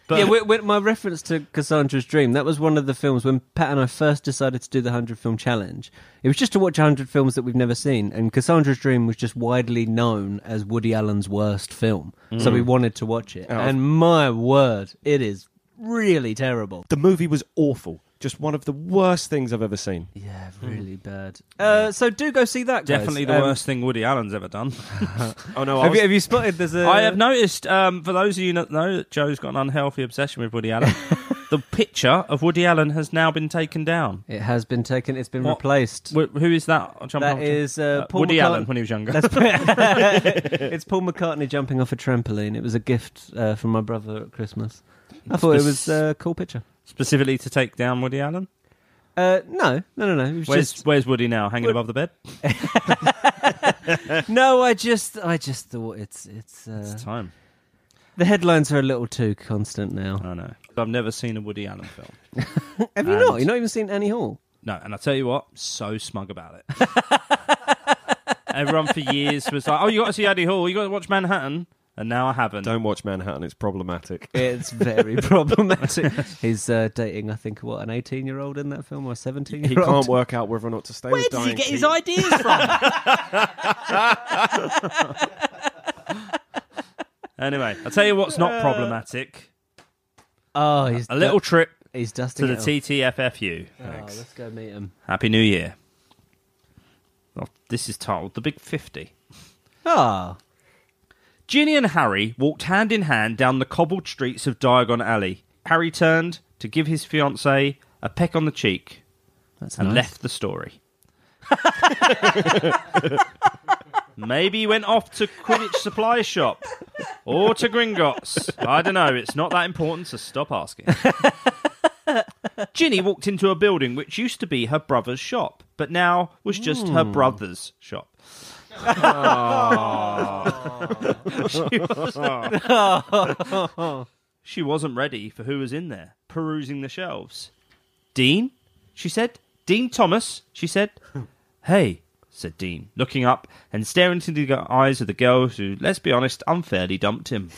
[SPEAKER 1] But
[SPEAKER 3] yeah, wi- wi- my reference to Cassandra's Dream, that was one of the films when Pat and I first decided to do the 100 film challenge. It was just to watch 100 films that we've never seen, and Cassandra's Dream was just widely known as Woody Allen's worst film. So we wanted to watch it.
[SPEAKER 2] Mm. Oh.
[SPEAKER 3] And my word, it is really terrible.
[SPEAKER 2] The movie was awful. Just one of the worst things I've ever seen.
[SPEAKER 3] Yeah, really bad. Uh, so do go see that, guys.
[SPEAKER 1] Hmm. definitely the
[SPEAKER 3] Um,
[SPEAKER 1] worst thing Woody Allen's ever done.
[SPEAKER 2] Oh no!
[SPEAKER 3] Have you, have you spotted there's a.
[SPEAKER 1] I have noticed, um, for those of you that know, that Joe's got an unhealthy obsession with Woody Allen. the picture of Woody Allen has now been taken down.
[SPEAKER 3] It has been taken, it's been
[SPEAKER 1] What?
[SPEAKER 3] replaced.
[SPEAKER 1] Wh- who is that? I'll jump
[SPEAKER 3] That
[SPEAKER 1] on to-
[SPEAKER 3] is, uh, Paul
[SPEAKER 1] Woody
[SPEAKER 3] McCart-
[SPEAKER 1] Allen when he was younger.
[SPEAKER 3] That's it's Paul McCartney jumping off a trampoline. It was a gift uh, from my brother at Christmas. I thought it was uh, a cool picture.
[SPEAKER 1] Specifically to take down Woody Allen.
[SPEAKER 3] Uh, no, no, no, no. It was
[SPEAKER 1] Where's
[SPEAKER 3] just
[SPEAKER 1] Where's Woody now? Hanging above the bed.
[SPEAKER 3] no. I just, I just thought it's, it's. Uh,
[SPEAKER 1] It's time.
[SPEAKER 3] the headlines are a little too constant now.
[SPEAKER 1] I know. I've never seen a Woody Allen film.
[SPEAKER 3] Have you
[SPEAKER 1] and-
[SPEAKER 3] not? You've not even seen Annie Hall.
[SPEAKER 1] No, and I tell you what, so smug about it. Everyone for years was like, "Oh, you got to see Andy Hall. You got to watch Manhattan." And now I haven't.
[SPEAKER 2] Don't watch Manhattan; it's problematic.
[SPEAKER 3] It's very problematic. He's uh, dating, I think, what an eighteen-year-old in that film or a
[SPEAKER 2] He
[SPEAKER 3] seventeen-year-old.
[SPEAKER 2] can't work out whether or not to stay.
[SPEAKER 1] Where
[SPEAKER 2] with
[SPEAKER 1] does he
[SPEAKER 2] Diane
[SPEAKER 1] get his
[SPEAKER 2] Keaton.
[SPEAKER 1] ideas from? anyway, I'll tell you what's
[SPEAKER 3] Uh,
[SPEAKER 1] not problematic:
[SPEAKER 3] Oh, he's
[SPEAKER 1] a little trip
[SPEAKER 3] He's
[SPEAKER 1] to
[SPEAKER 3] dusting
[SPEAKER 1] the
[SPEAKER 3] it off.
[SPEAKER 1] TTFFU.
[SPEAKER 3] Oh, let's go meet him.
[SPEAKER 1] Happy New Year. Well, this is titled "The Big 50.
[SPEAKER 3] Ah,
[SPEAKER 1] Ginny and Harry walked hand in hand down the cobbled streets of Diagon Alley. Harry turned to give his fiancée a peck on the cheek
[SPEAKER 3] that's
[SPEAKER 1] and
[SPEAKER 3] nice.
[SPEAKER 1] left the story. Maybe he went off to Quidditch Supply Shop or to Gringotts. I don't know. It's not that important, so stop asking. Ginny walked into a building which used to be her brother's shop, but now was just her brother's shop. she, wasn't, she wasn't ready for who was in there, perusing the shelves. Dean? She said. Dean Thomas? She said. hey, said Dean, looking up and staring into the eyes of the girl who, let's be honest, unfairly dumped him.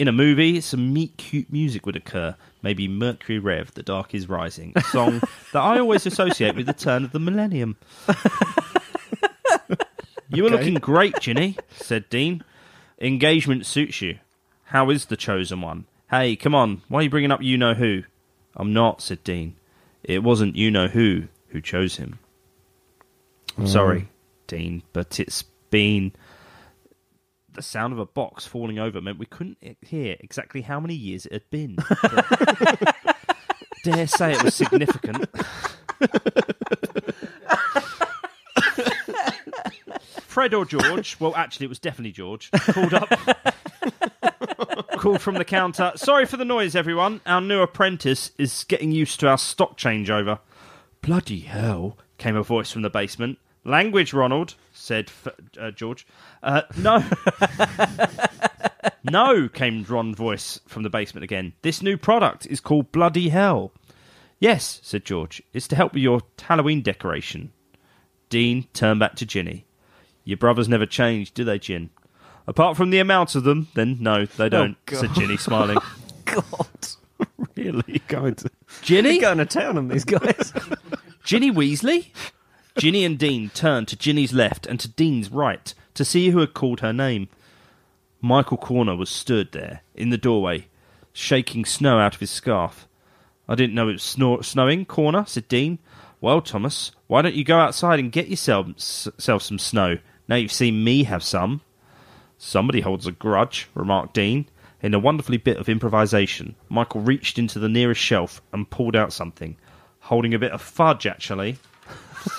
[SPEAKER 1] In a movie, some meet cute music would occur. Maybe Mercury Rev, The Dark Is Rising, a song that I always associate with the turn of the millennium. you were looking great, Ginny, said Dean. Engagement suits you. How is the chosen one? Hey, come on, why are you bringing up you know who? I'm not, said Dean. It wasn't you know who who chose him. I'm sorry, Dean, but it's been the sound of a box falling over meant we couldn't e- hear exactly how many years it had been. But- Dare say it was significant. Fred or George, well, actually, it was definitely George, called up, called from the counter. Sorry for the noise, everyone. Our new apprentice is getting used to our stock changeover. Bloody hell, came a voice from the basement. Language, Ronald, said F- uh, George. Uh, no. no, came Ron's voice from the basement again. This new product is called Bloody Hell. Yes, said George. It's to help with your Halloween decoration. Dean turned back to Ginny. Your brothers never change, do they, Gin? Apart from the amount of them, then no, they don't, said Ginny, smiling.
[SPEAKER 3] God.
[SPEAKER 1] really?
[SPEAKER 2] Going to-
[SPEAKER 1] Ginny?
[SPEAKER 3] going to town on these guys.
[SPEAKER 1] Ginny Weasley? Ginny and Dean turned to Ginny's left and to Dean's right to see who had called her name. Michael Corner was stood there in the doorway, shaking snow out of his scarf. I didn't know it was snor- snowing, Corner, said Dean. Well, Thomas, why don't you go outside and get yourself s- self some snow? Now you've seen me have some. Somebody holds a grudge, remarked Dean. In a wonderfully bit of improvisation, Michael reached into the nearest shelf and pulled out something, holding a bit of fudge, actually.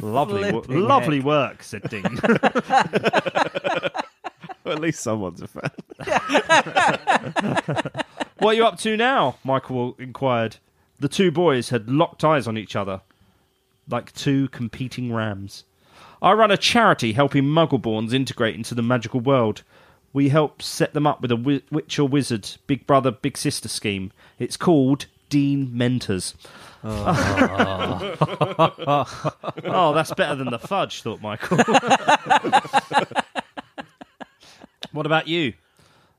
[SPEAKER 1] lovely, wo-
[SPEAKER 3] Flipping
[SPEAKER 1] lovely work, said Dean.
[SPEAKER 2] Well, at least someone's a fan.
[SPEAKER 1] What are you up to now? Michael inquired. The two boys had locked eyes on each other, like two competing rams. I run a charity helping Muggleborns integrate into the magical world. We help set them up with a wi- witch or wizard, big brother, big sister scheme. It's called Dean Mentors. Oh, that's better than the fudge, thought Michael. what about you?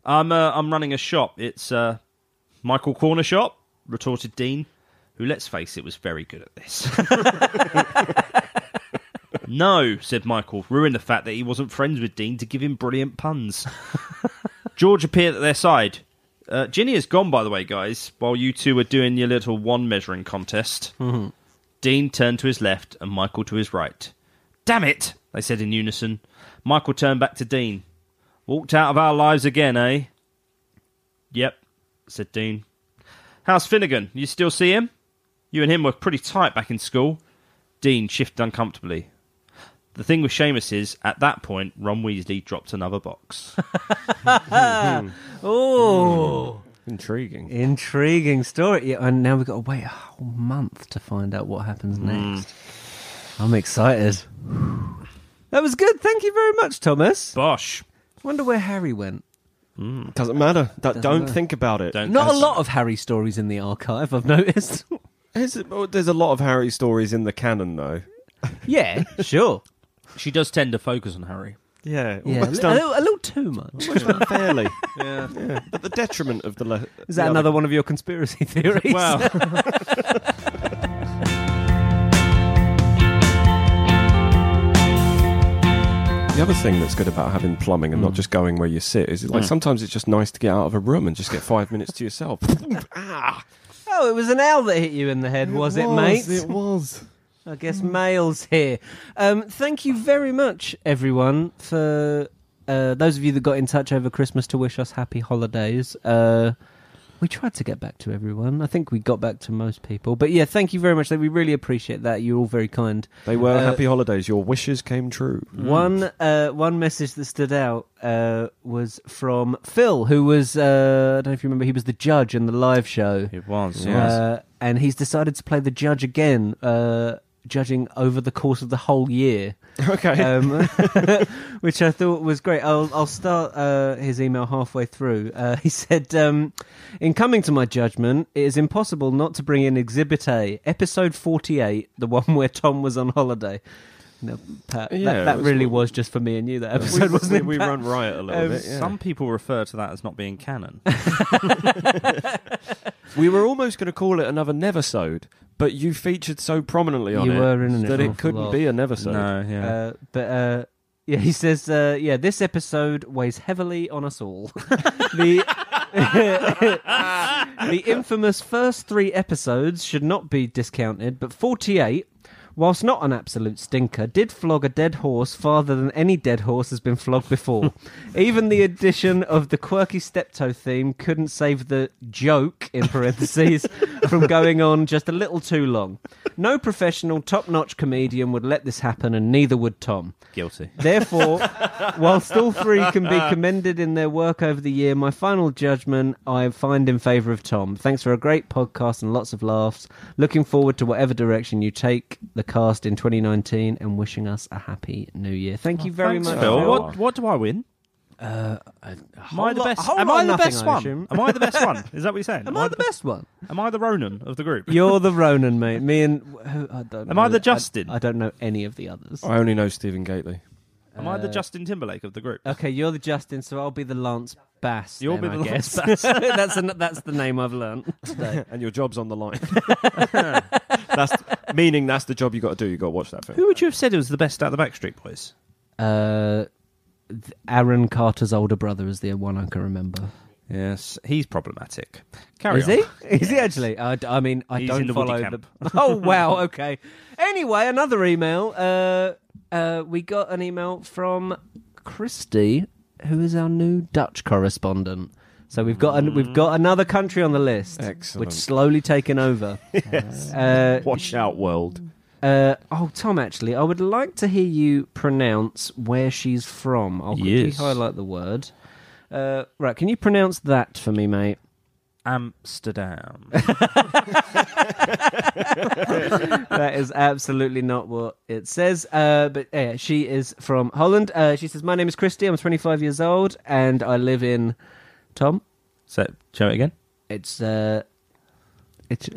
[SPEAKER 1] I'm uh, I'm running a shop. It's uh, Michael Corner Shop, retorted Dean, who, let's face it, was very good at this. no, said Michael, ruined the fact that he wasn't friends with Dean to give him brilliant puns. George appeared at their side. Uh, Ginny is gone, by the way, guys, while you two were doing your little wand measuring contest. Dean turned to his left and Michael to his right. Damn it, they said in unison. Michael turned back to Dean. Walked out of our lives again, eh? Yep, said Dean. How's Finnegan? You still see him? You and him were pretty tight back in school. Dean shifted uncomfortably. The thing with Seamus is, at that point, Ron Weasley dropped another box.
[SPEAKER 3] Oh,
[SPEAKER 2] Intriguing.
[SPEAKER 3] intriguing story. Yeah, and now we've got to wait a whole month to find out what happens
[SPEAKER 1] Hmm.
[SPEAKER 3] next. I'm excited. That was good. Thank you very much, Thomas.
[SPEAKER 1] Bosh.
[SPEAKER 3] Wonder where Harry went.
[SPEAKER 2] Doesn't matter. That, don't
[SPEAKER 3] matter.
[SPEAKER 2] think about it.
[SPEAKER 1] Don't-
[SPEAKER 3] Not a
[SPEAKER 1] That's-
[SPEAKER 3] lot of Harry stories in the archive, I've noticed.
[SPEAKER 2] There's a, oh, there's a lot of Harry stories in the canon, though.
[SPEAKER 3] yeah, sure.
[SPEAKER 1] She does tend to focus on Harry.
[SPEAKER 2] Yeah,
[SPEAKER 3] Yeah, a,
[SPEAKER 2] almost
[SPEAKER 3] little, a
[SPEAKER 2] done
[SPEAKER 3] little- a little too much.
[SPEAKER 2] fairly.
[SPEAKER 1] Yeah.
[SPEAKER 2] yeah, but the detriment of the. Le-
[SPEAKER 3] Is that another one of your conspiracy theories?
[SPEAKER 1] Wow.
[SPEAKER 2] The other thing that's good about having plumbing and not
[SPEAKER 3] Mm.
[SPEAKER 2] just going where you sit is like sometimes it's just nice to get out of a room and just get five minutes to yourself.
[SPEAKER 3] oh, it was an owl that hit you in the head, was it, mate?
[SPEAKER 2] It was.
[SPEAKER 3] I guess mail's here. Um, thank you very much, everyone, for uh, those of you that got in touch over Christmas to wish us happy holidays. Uh, we tried to get back to everyone. I think we got back to most people. But yeah, thank you very much. We really appreciate that. You're all very kind.
[SPEAKER 2] They were
[SPEAKER 3] Uh,
[SPEAKER 2] happy holidays. Your wishes came true.
[SPEAKER 3] One uh, one message that stood out uh, was from Phil, who was uh, I don't know if you remember, he was the judge in the live show.
[SPEAKER 1] It was,
[SPEAKER 3] Uh, and he's decided to play the judge again, uh, judging over the course of the whole year,
[SPEAKER 2] Okay.
[SPEAKER 3] um, which I thought was great. I'll, I'll start uh, his email halfway through. Uh, he said, um, In coming to my judgment, it is impossible not to bring in Exhibit A, episode 48, the one where Tom was on holiday. No, Pat, that-
[SPEAKER 2] Yeah,
[SPEAKER 3] that,
[SPEAKER 2] it was-
[SPEAKER 3] really was just for me and you, that
[SPEAKER 2] we,
[SPEAKER 3] episode, wasn't
[SPEAKER 2] we, we
[SPEAKER 3] it?
[SPEAKER 2] run riot a little
[SPEAKER 3] Um,
[SPEAKER 2] bit. yeah.
[SPEAKER 1] Some people refer to that as not being canon.
[SPEAKER 2] we were almost going to call it another Neversode, but you featured so prominently on
[SPEAKER 3] You
[SPEAKER 2] it
[SPEAKER 3] were in an
[SPEAKER 2] that it
[SPEAKER 3] awful
[SPEAKER 2] couldn't
[SPEAKER 3] lot.
[SPEAKER 2] be a Neversode.
[SPEAKER 1] yeah.
[SPEAKER 3] Uh, but uh, yeah, he says, uh, yeah, this episode weighs heavily on us all. the the infamous first three episodes should not be discounted, but forty eight. Whilst not an absolute stinker, did flog a dead horse farther than any dead horse has been flogged before. Even the addition of the quirky steptoe theme couldn't save the joke, in parentheses, from going on just a little too long. No professional, top notch comedian would let this happen, and neither would Tom.
[SPEAKER 1] Guilty.
[SPEAKER 3] Therefore, whilst all three can be commended in their work over the year, my final judgment I find in favour of Tom. Thanks for a great podcast and lots of laughs. Looking forward to whatever direction you take the cast in 2019 and wishing us a happy new year. Thank you very
[SPEAKER 1] Oh, Thanks,
[SPEAKER 3] much,
[SPEAKER 1] Phil.
[SPEAKER 3] Phil.
[SPEAKER 1] What, what do I win? Am I the
[SPEAKER 3] lot-
[SPEAKER 1] best?
[SPEAKER 3] whole
[SPEAKER 1] Am
[SPEAKER 3] lot
[SPEAKER 1] I the
[SPEAKER 3] nothing,
[SPEAKER 1] best
[SPEAKER 3] I
[SPEAKER 1] one?
[SPEAKER 3] assume.
[SPEAKER 1] Am I the best one? Is that what you're saying?
[SPEAKER 3] Am I the best one?
[SPEAKER 1] Am I the Ronan of the group?
[SPEAKER 3] You're the Ronan, mate. Me and who, I don't.
[SPEAKER 1] Am
[SPEAKER 3] know.
[SPEAKER 1] I the Justin?
[SPEAKER 3] I, I don't know any of the others.
[SPEAKER 2] I only know Stephen Gately.
[SPEAKER 1] Am I the Justin Timberlake of the group?
[SPEAKER 3] Okay, you're the Justin, so I'll be the Lance Bass.
[SPEAKER 1] You'll
[SPEAKER 3] then,
[SPEAKER 1] be the
[SPEAKER 3] I
[SPEAKER 1] Lance
[SPEAKER 3] guess. that's an, that's the name I've learnt today.
[SPEAKER 2] And your job's on the line. that's meaning that's the job you got to do. You got to watch that film.
[SPEAKER 1] Who would you have said was the best out of the Backstreet Boys?
[SPEAKER 3] Uh, th- Aaron Carter's older brother is the one I can remember.
[SPEAKER 1] Yes, he's problematic. Carry
[SPEAKER 3] is
[SPEAKER 1] on.
[SPEAKER 3] he? Is he actually? I, d- I mean, I
[SPEAKER 1] He's
[SPEAKER 3] don't
[SPEAKER 1] in the Woody
[SPEAKER 3] follow
[SPEAKER 1] camp.
[SPEAKER 3] the. Oh wow. Okay. Anyway, another email. Uh, uh, we got an email from Christy, who is our new Dutch correspondent. So we've got an, we've got another country on the list,
[SPEAKER 2] Excellent.
[SPEAKER 3] which slowly taking over. uh,
[SPEAKER 2] Watch out, world.
[SPEAKER 3] Uh, oh, Tom, actually, I would like to hear you pronounce where she's from. I'll quickly
[SPEAKER 1] Yes.
[SPEAKER 3] highlight the word. Uh, right, can you pronounce that for me, mate?
[SPEAKER 1] Amsterdam.
[SPEAKER 3] that is absolutely not what it says. Uh, but yeah, she is from Holland. Uh, she says, "My name is Christy. I'm 25 years old, and I live in Tom.
[SPEAKER 1] so, show it again.
[SPEAKER 3] It's uh, it's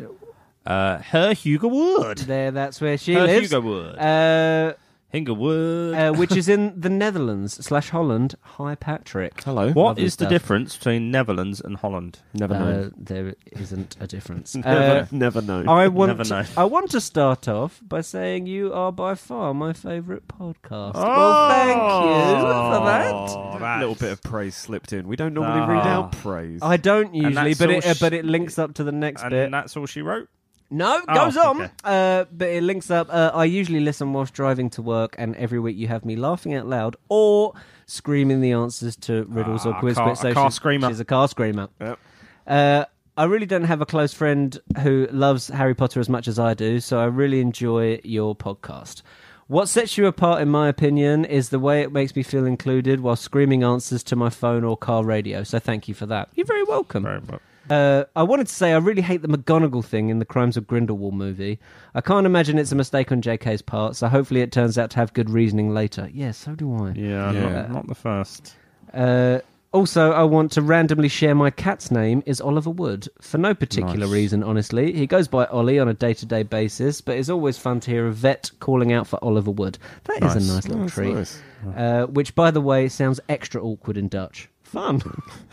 [SPEAKER 1] Uh, her Hugo Wood.
[SPEAKER 3] there. That's where she
[SPEAKER 1] Her
[SPEAKER 3] lives.
[SPEAKER 1] Hugo Wood.
[SPEAKER 3] Uh,
[SPEAKER 1] Hinga Wood.
[SPEAKER 3] uh, which is in the Netherlands slash Holland. Hi, Patrick.
[SPEAKER 2] Hello.
[SPEAKER 1] what
[SPEAKER 3] lovely
[SPEAKER 1] is the
[SPEAKER 3] stuff.
[SPEAKER 1] difference between Netherlands and Holland?
[SPEAKER 2] Never known.
[SPEAKER 3] Uh, there isn't a difference.
[SPEAKER 2] Never,
[SPEAKER 3] Uh,
[SPEAKER 2] never known.
[SPEAKER 3] I want
[SPEAKER 1] Never know.
[SPEAKER 3] I want to start off by saying you are by far my favourite podcast. well, thank you for that.
[SPEAKER 1] Oh, that-
[SPEAKER 2] little bit of praise slipped in. We don't normally read
[SPEAKER 1] Ah.
[SPEAKER 2] out praise.
[SPEAKER 3] I don't usually,
[SPEAKER 1] that's
[SPEAKER 3] but
[SPEAKER 1] all
[SPEAKER 3] it uh,
[SPEAKER 1] sh-
[SPEAKER 3] but it links up to the next
[SPEAKER 1] and
[SPEAKER 3] bit.
[SPEAKER 1] that's all she wrote.
[SPEAKER 3] No,
[SPEAKER 1] Oh,
[SPEAKER 3] goes on.
[SPEAKER 1] okay.
[SPEAKER 3] Uh, but it links up. Uh, I usually listen whilst driving to work, and every week you have me laughing out loud or screaming the answers to riddles
[SPEAKER 1] Ah,
[SPEAKER 3] or quiz
[SPEAKER 1] car-
[SPEAKER 3] bits.
[SPEAKER 1] a car screamer.
[SPEAKER 3] She's a car screamer.
[SPEAKER 2] Yep.
[SPEAKER 3] Uh, I really don't have a close friend who loves Harry Potter as much as I do, so I really enjoy your podcast. What sets you apart, in my opinion, is the way it makes me feel included while screaming answers to my phone or car radio. So thank you for that. You're very welcome.
[SPEAKER 1] Very well.
[SPEAKER 3] Uh, I wanted to say I really hate the McGonagall thing in the Crimes of Grindelwald movie. I can't imagine it's a mistake on JK's part, so hopefully it turns out to have good reasoning later. Yeah, so do I.
[SPEAKER 1] Yeah,
[SPEAKER 2] Yeah.
[SPEAKER 1] Not, not the first.
[SPEAKER 3] Uh, also, I want to randomly share my cat's name is Oliver Wood for no particular
[SPEAKER 1] Nice.
[SPEAKER 3] reason, honestly. He goes by Ollie on a day to day basis, but it's always fun to hear a vet calling out for Oliver Wood. That is
[SPEAKER 1] Nice.
[SPEAKER 3] a nice little
[SPEAKER 2] That's
[SPEAKER 3] treat.
[SPEAKER 2] nice.
[SPEAKER 3] Uh, which, by the way, sounds extra awkward in Dutch. Fun.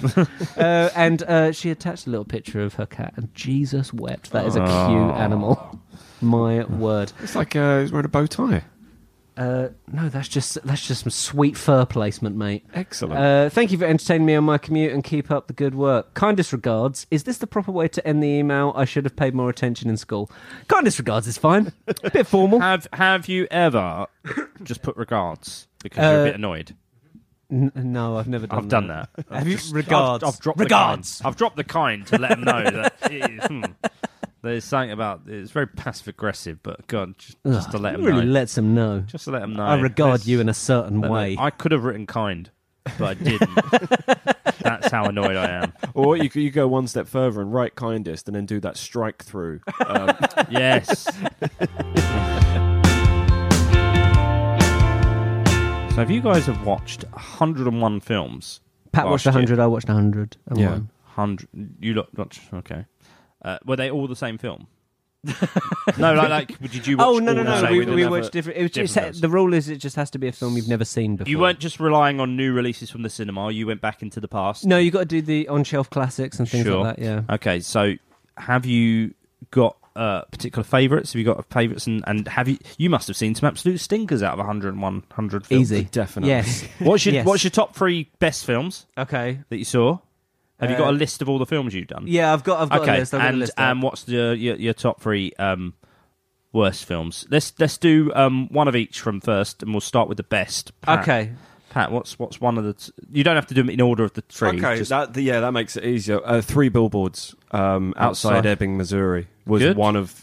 [SPEAKER 3] uh, and uh, she attached a little picture of her cat, and Jesus wept. That is a cute
[SPEAKER 1] Ah.
[SPEAKER 3] animal. My word.
[SPEAKER 2] It's like uh, he's wearing a bow tie.
[SPEAKER 3] Uh, no, that's just that's just some sweet fur placement, mate.
[SPEAKER 2] Excellent.
[SPEAKER 3] Uh, thank you for entertaining me on my commute and keep up the good work. Kindest regards. Is this the proper way to end the email? I should have paid more attention in school. Kindest regards is fine. A bit formal.
[SPEAKER 1] Have Have you ever just put regards because you're
[SPEAKER 3] Uh,
[SPEAKER 1] a bit annoyed?
[SPEAKER 3] N- no, I've never done.
[SPEAKER 1] I've done that. I've
[SPEAKER 3] Have you-
[SPEAKER 1] just-
[SPEAKER 3] regards.
[SPEAKER 1] I've, I've dropped
[SPEAKER 3] Regards.
[SPEAKER 1] The kind. I've dropped the kind to let them know that it is, hmm. there's something about it's very passive aggressive. But God, just, just to let
[SPEAKER 3] It
[SPEAKER 1] them
[SPEAKER 3] really
[SPEAKER 1] know,
[SPEAKER 3] lets them know.
[SPEAKER 1] just to let them know.
[SPEAKER 3] I regard
[SPEAKER 1] There's-
[SPEAKER 3] you in a certain
[SPEAKER 1] let them-
[SPEAKER 3] way.
[SPEAKER 1] I could have written kind, but I didn't. That's how annoyed I am.
[SPEAKER 2] or you, c- you go one step further and write kindest, and then do that strike through. Um,
[SPEAKER 1] Yes. so, if you guys have watched 101 films,
[SPEAKER 3] Pat watched
[SPEAKER 1] last year-
[SPEAKER 3] 100. I watched 100. and
[SPEAKER 2] Yeah.
[SPEAKER 3] one.
[SPEAKER 1] 100 you lot watch okay uh, were they all the same film no like, like did you watch
[SPEAKER 3] Oh no no
[SPEAKER 1] all the
[SPEAKER 3] no!
[SPEAKER 1] same
[SPEAKER 3] We,
[SPEAKER 2] we
[SPEAKER 1] film?
[SPEAKER 3] we
[SPEAKER 2] never-
[SPEAKER 3] watched different. It was just-
[SPEAKER 1] different films.
[SPEAKER 3] the rule is it just has to be a film you've never seen before.
[SPEAKER 1] you weren't just relying on new releases from the cinema you went back into the past
[SPEAKER 3] No, you got to do the on-shelf classics and things
[SPEAKER 1] sure
[SPEAKER 3] like that. Yeah.
[SPEAKER 1] okay so have you got uh, particular favourites have you got favourites and, and have you you must have seen some absolute stinkers out of 101 100 films
[SPEAKER 3] Easy.
[SPEAKER 2] definitely.
[SPEAKER 3] Yes.
[SPEAKER 1] what's your
[SPEAKER 3] Yes.
[SPEAKER 1] what's your top three best films
[SPEAKER 3] Okay.
[SPEAKER 1] that you saw have you
[SPEAKER 3] Uh,
[SPEAKER 1] got a list of all the films you've done
[SPEAKER 3] Yeah, I've got. I've got
[SPEAKER 1] okay,
[SPEAKER 3] a list. I've got
[SPEAKER 1] and
[SPEAKER 3] a list up.
[SPEAKER 1] um, what's the, your your top three um, worst films? Let's let's do um, one of each from first, and we'll start with the best. Pat,
[SPEAKER 3] okay.
[SPEAKER 1] Pat, what's what's one of the? T- you don't have to do them in order of the three.
[SPEAKER 2] Okay,
[SPEAKER 1] just-
[SPEAKER 2] that, yeah, that makes it easier. Uh, three billboards um, outside,
[SPEAKER 1] Outside.
[SPEAKER 2] Ebbing, Missouri was
[SPEAKER 1] Good. Mm.
[SPEAKER 2] one of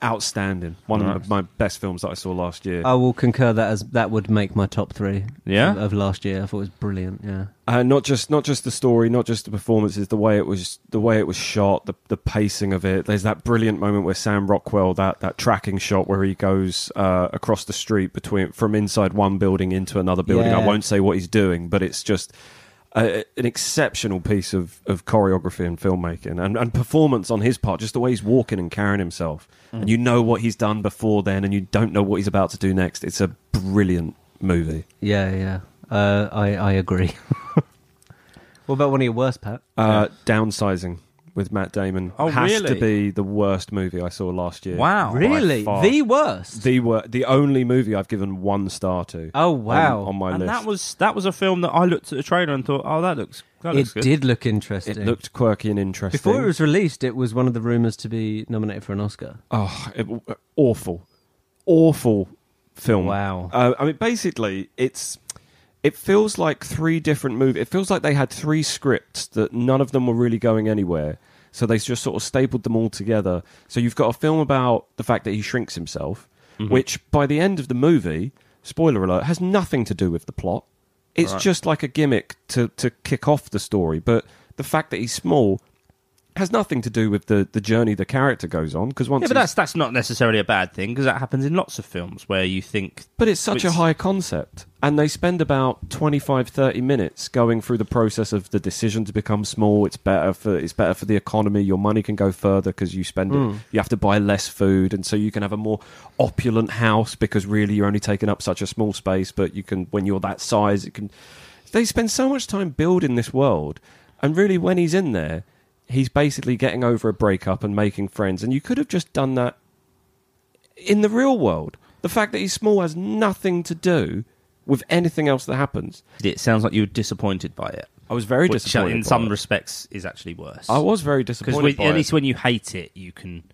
[SPEAKER 2] outstanding, one
[SPEAKER 1] Nice.
[SPEAKER 2] of my best films that I saw last year.
[SPEAKER 3] I will concur that as that would make my top three.
[SPEAKER 1] Yeah?
[SPEAKER 3] of, of last year, I thought it was brilliant. Yeah,
[SPEAKER 2] Uh, not just not just the story, not just the performances, the way it was the way it was shot, the the pacing of it. There's that brilliant moment where Sam Rockwell that that tracking shot where he goes uh, across the street between from inside one building into another building. I
[SPEAKER 3] Yeah.
[SPEAKER 2] won't say what he's doing, but it's just. A, an exceptional piece of, of choreography and filmmaking and, and performance on his part, just the way he's walking and carrying himself. And you know what he's done before then, and you don't know what he's about to do next. It's a brilliant movie.
[SPEAKER 3] yeah, yeah. Uh, I I agree. what about one of your worst, Pat?
[SPEAKER 2] Uh, Downsizing with Matt Damon
[SPEAKER 1] Oh,
[SPEAKER 2] has
[SPEAKER 1] really?
[SPEAKER 2] to be the worst movie I saw last year.
[SPEAKER 1] Wow,
[SPEAKER 3] really,
[SPEAKER 2] far.
[SPEAKER 3] the worst.
[SPEAKER 2] The wor- the only movie I've given one star to.
[SPEAKER 3] oh wow,
[SPEAKER 2] on, on my
[SPEAKER 1] and
[SPEAKER 2] list.
[SPEAKER 1] that was that was a film that I looked at the trailer and thought, oh, that looks that
[SPEAKER 3] it
[SPEAKER 1] looks good.
[SPEAKER 3] did look
[SPEAKER 2] it
[SPEAKER 3] interesting.
[SPEAKER 2] looked quirky and interesting.
[SPEAKER 3] before it was released. It was one of the rumors to be nominated for an Oscar.
[SPEAKER 2] oh, it, awful, awful film.
[SPEAKER 3] Wow.
[SPEAKER 2] Uh, I mean, basically, it's it feels like three different movies. It feels like they had three scripts that none of them were really going anywhere. So they just sort of stapled them all together. So you've got a film about the fact that he shrinks himself,
[SPEAKER 1] Mm-hmm.
[SPEAKER 2] which by the end of the movie, spoiler alert, has nothing to do with the plot. It's just like a gimmick to to kick off the story. But the fact that he's small has nothing to do with the, the journey the character goes on because once
[SPEAKER 1] Yeah, but
[SPEAKER 2] he's-
[SPEAKER 1] that's that's not necessarily a bad thing because that happens in lots of films where you think
[SPEAKER 2] But it's such a
[SPEAKER 1] Which-
[SPEAKER 2] high concept. And they spend about 25, 30 minutes going through the process of the decision to become small. It's better for it's better for the economy. Your money can go further because you spend it. You have to buy less food, and so you can have a more opulent house because really you're only taking up such a small space. But you can, when you're that size, it can. They spend so much time building this world, and really, when he's in there, he's basically getting over a breakup and making friends. And you could have just done that in the real world, the fact that he's small has nothing to do with anything else that happens.
[SPEAKER 1] it sounds like you were disappointed by it.
[SPEAKER 2] I was very
[SPEAKER 1] which uh,
[SPEAKER 2] disappointed.
[SPEAKER 1] in
[SPEAKER 2] by
[SPEAKER 1] some
[SPEAKER 2] it.
[SPEAKER 1] respects is actually worse.
[SPEAKER 2] I was very
[SPEAKER 1] because
[SPEAKER 2] disappointed.
[SPEAKER 1] at
[SPEAKER 2] by
[SPEAKER 1] least
[SPEAKER 2] it.
[SPEAKER 1] when you hate it, you can.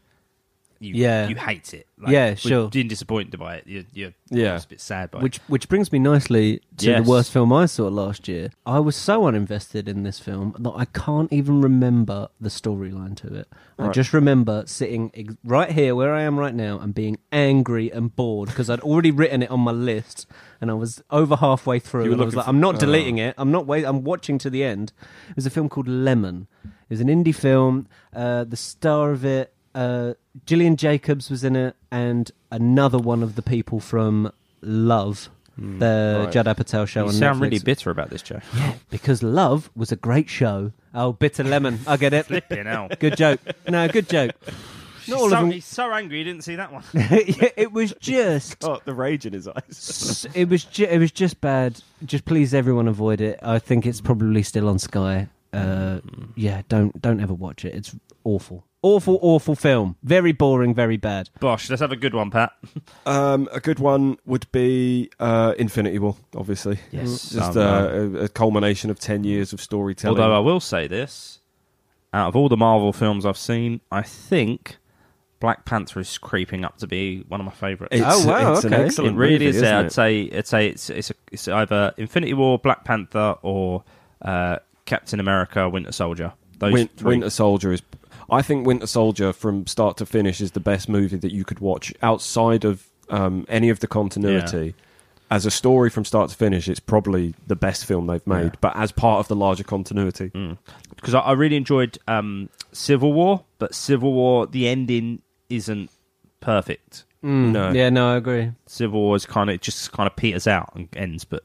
[SPEAKER 1] You,
[SPEAKER 3] Yeah.
[SPEAKER 1] you hate it.
[SPEAKER 3] Yeah,
[SPEAKER 1] with
[SPEAKER 3] sure.
[SPEAKER 1] Being disappointed by it, you're, you're
[SPEAKER 2] Yeah.
[SPEAKER 1] just a bit sad by
[SPEAKER 3] Which which brings me nicely to
[SPEAKER 1] Yes.
[SPEAKER 3] the worst film I saw last year. I was so uninvested in this film that I can't even remember the storyline to it. I
[SPEAKER 2] Right.
[SPEAKER 3] just remember sitting ex- right here where I am right now and being angry and bored because I'd already written it on my list and I was over halfway through.
[SPEAKER 2] You were
[SPEAKER 3] and I was
[SPEAKER 2] looking
[SPEAKER 3] like,
[SPEAKER 2] for-
[SPEAKER 3] I'm not
[SPEAKER 2] Oh.
[SPEAKER 3] deleting it. I'm not wait. I'm watching to the end. It was a film called Lemon. It was an indie film. Uh, the star of it, uh, Gillian Jacobs was in it, and another one of the people from Love, the
[SPEAKER 2] Hmm. right.
[SPEAKER 3] Judd Apatow
[SPEAKER 1] it.
[SPEAKER 3] show
[SPEAKER 1] You
[SPEAKER 3] on
[SPEAKER 1] sound
[SPEAKER 3] Netflix.
[SPEAKER 1] really bitter about this, Joe.
[SPEAKER 3] because Love was a great show. Oh, bitter lemon. I get it.
[SPEAKER 1] Flipping hell.
[SPEAKER 3] Good joke. No, good joke. Not all
[SPEAKER 1] so,
[SPEAKER 3] of them.
[SPEAKER 1] He's so angry you didn't see that one.
[SPEAKER 3] it was just
[SPEAKER 2] oh, the rage in his eyes.
[SPEAKER 3] S- it was ju- it was just bad. Just please, everyone, avoid it. I think it's probably still on Sky. Uh, yeah, don't don't ever watch it. It's awful, awful, awful film. Very boring, very bad.
[SPEAKER 1] Bosh, let's have a good one, Pat.
[SPEAKER 2] Um, a good one would be uh, Infinity War, obviously.
[SPEAKER 3] Mm,
[SPEAKER 1] Yes. Um,
[SPEAKER 2] Just uh, a, a culmination of 10 years of storytelling.
[SPEAKER 1] Although I will say this, out of all the Marvel films I've seen, I think Black Panther is creeping up to be one of my favourites.
[SPEAKER 2] it's,
[SPEAKER 3] Oh, wow,
[SPEAKER 2] it's an
[SPEAKER 3] okay.
[SPEAKER 1] it
[SPEAKER 2] excellent
[SPEAKER 1] really
[SPEAKER 2] movie,
[SPEAKER 1] is.
[SPEAKER 2] isn't
[SPEAKER 1] I'd
[SPEAKER 2] it?
[SPEAKER 1] say I'd say it's it's, a, it's either Infinity War, Black Panther, or uh, Captain America, Winter Soldier. Those
[SPEAKER 2] Win-
[SPEAKER 1] three.
[SPEAKER 2] Winter Soldier is. I think Winter Soldier, from start to finish, is the best movie that you could watch outside of um, any of the continuity. As a story from start to finish, it's probably the best film they've made.
[SPEAKER 1] Yeah. Mm.
[SPEAKER 2] But as part of the larger continuity,
[SPEAKER 1] because I, I really enjoyed um, Civil War, but Civil War the ending isn't perfect.
[SPEAKER 2] no,
[SPEAKER 3] Yeah, no, I agree.
[SPEAKER 1] Civil War is kind of it just kind of peters out and ends, but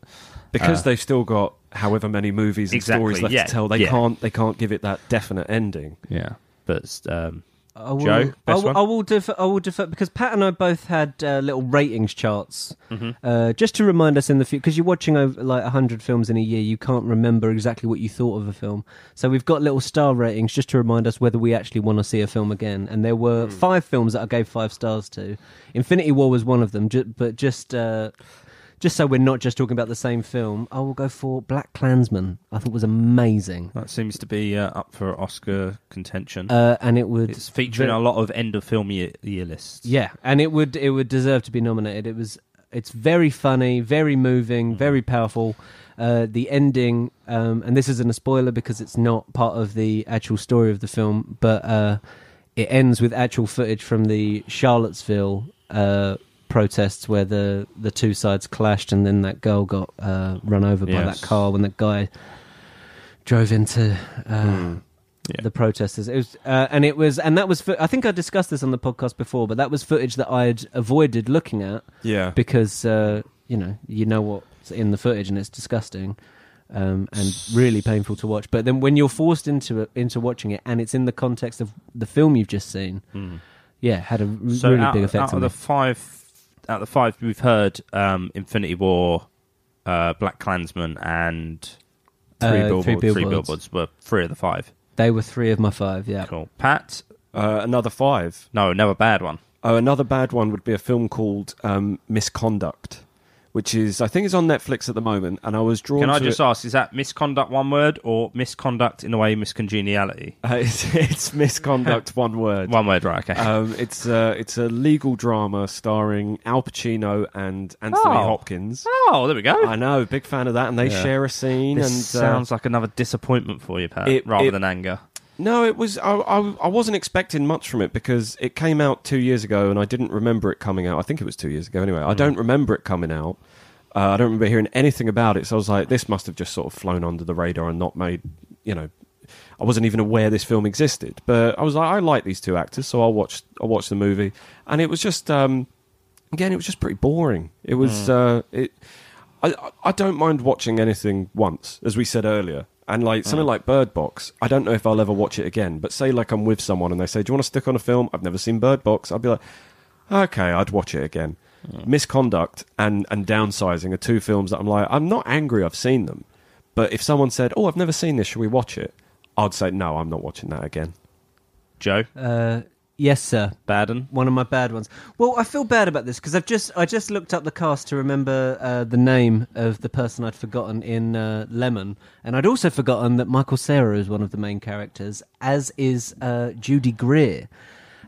[SPEAKER 2] because they've still got however many movies and
[SPEAKER 1] Uh, Exactly,
[SPEAKER 2] stories left
[SPEAKER 1] yeah,
[SPEAKER 2] to tell, they
[SPEAKER 1] yeah.
[SPEAKER 2] can't they can't give it that definite ending.
[SPEAKER 1] yeah, but um,
[SPEAKER 3] I will,
[SPEAKER 1] Joe, best
[SPEAKER 3] I, will,
[SPEAKER 1] one?
[SPEAKER 3] I will defer. I will defer because Pat and I both had uh, little ratings charts,
[SPEAKER 1] Mm-hmm.
[SPEAKER 3] uh, just to remind us in the future. Because you're watching over like hundred films in a year, you can't remember exactly what you thought of a film. So we've got little star ratings just to remind us whether we actually want to see a film again. And there
[SPEAKER 1] Hmm.
[SPEAKER 3] were five films that I gave five stars to. Infinity War was one of them, ju- but just. Uh, just so we're not just talking about the same film, I will go for Black Klansman. I thought was amazing,
[SPEAKER 1] that seems to be uh, up for Oscar contention.
[SPEAKER 3] uh, and it would
[SPEAKER 1] it's featuring a lot of end of film year, year lists.
[SPEAKER 3] Yeah, and it would it would deserve to be nominated. It was it's very funny, very moving, very powerful. Uh, the ending, um, and this isn't a spoiler because it's not part of the actual story of the film, but uh, it ends with actual footage from the Charlottesville uh, protests where the the two sides clashed, and then that girl got uh, run over by
[SPEAKER 1] Yes.
[SPEAKER 3] that car when that guy drove into uh,
[SPEAKER 1] Hmm. Yeah.
[SPEAKER 3] the protesters. It was, uh, and it was, and that was. Fo- I think I discussed this on the podcast before, but that was footage that I had avoided looking at
[SPEAKER 2] Yeah,
[SPEAKER 3] because uh, you know you know what's in the footage, and it's disgusting um, and really painful to watch. But then when you're forced into it, into watching it, and it's in the context of the film you've just seen, yeah, had a r-
[SPEAKER 1] Hmm. So
[SPEAKER 3] really
[SPEAKER 1] out,
[SPEAKER 3] big effect
[SPEAKER 1] out
[SPEAKER 3] on
[SPEAKER 1] of
[SPEAKER 3] me.
[SPEAKER 1] the five, out of the five we've heard, um, Infinity War, uh, Black Klansman, and
[SPEAKER 3] Uh, Three Billboards. Three
[SPEAKER 1] Three
[SPEAKER 3] Billboards.
[SPEAKER 1] billboards were three of the five.
[SPEAKER 3] They were three of my five. Yeah,
[SPEAKER 1] Cool. Pat,
[SPEAKER 2] uh, another five.
[SPEAKER 1] no, another bad one.
[SPEAKER 2] Oh, another bad one would be a film called um, Misconduct, which is I think it's on Netflix at the moment, and I was drawn.
[SPEAKER 1] Can I
[SPEAKER 2] to
[SPEAKER 1] just
[SPEAKER 2] it-
[SPEAKER 1] ask, is that misconduct one word or misconduct in a way miscongeniality?
[SPEAKER 2] Uh, it's, it's Misconduct, one word.
[SPEAKER 1] One word, right? Okay.
[SPEAKER 2] Um, it's uh, it's a legal drama starring Al Pacino and Anthony
[SPEAKER 1] Oh.
[SPEAKER 2] Hopkins.
[SPEAKER 1] oh, there we go.
[SPEAKER 2] I know, big fan of that, and they
[SPEAKER 1] Yeah.
[SPEAKER 2] share a scene.
[SPEAKER 1] this
[SPEAKER 2] and uh,
[SPEAKER 1] sounds like another disappointment for you, Pat,
[SPEAKER 2] it-
[SPEAKER 1] rather
[SPEAKER 2] it-
[SPEAKER 1] than anger.
[SPEAKER 2] No, it was. I, I, I wasn't expecting much from it because it came out two years ago and I didn't remember it coming out. I think it was two years ago anyway. I don't remember it coming out. Uh, I don't remember hearing anything about it. So I was like, this must have just sort of flown under the radar and not made, you know, I wasn't even aware this film existed. But I was like, I like these two actors, so I'll watch. I'll watch the movie, and it was just. Um, again, it was just pretty boring. It was uh, it. I I don't mind watching anything once, as we said earlier, and like something like Bird Box. I don't know if I'll ever watch it again, but say like I'm with someone and they say, "Do you want to stick on a film?" I've never seen Bird Box. I'd be like, "Okay, I'd watch it again." Misconduct and and downsizing are two films that I'm like, I'm not angry. I've seen them, but if someone said, "Oh, I've never seen this. Should we watch it?" I'd say, "No, I'm not watching that again."
[SPEAKER 1] Joe
[SPEAKER 3] Uh, yes, sir.
[SPEAKER 1] Baden.
[SPEAKER 3] One of my bad ones. Well, I feel bad about this because I've just I just looked up the cast to remember uh, the name of the person I'd forgotten in uh, Lemon, and I'd also forgotten that Michael Sarah is one of the main characters, as is uh, Judy Greer.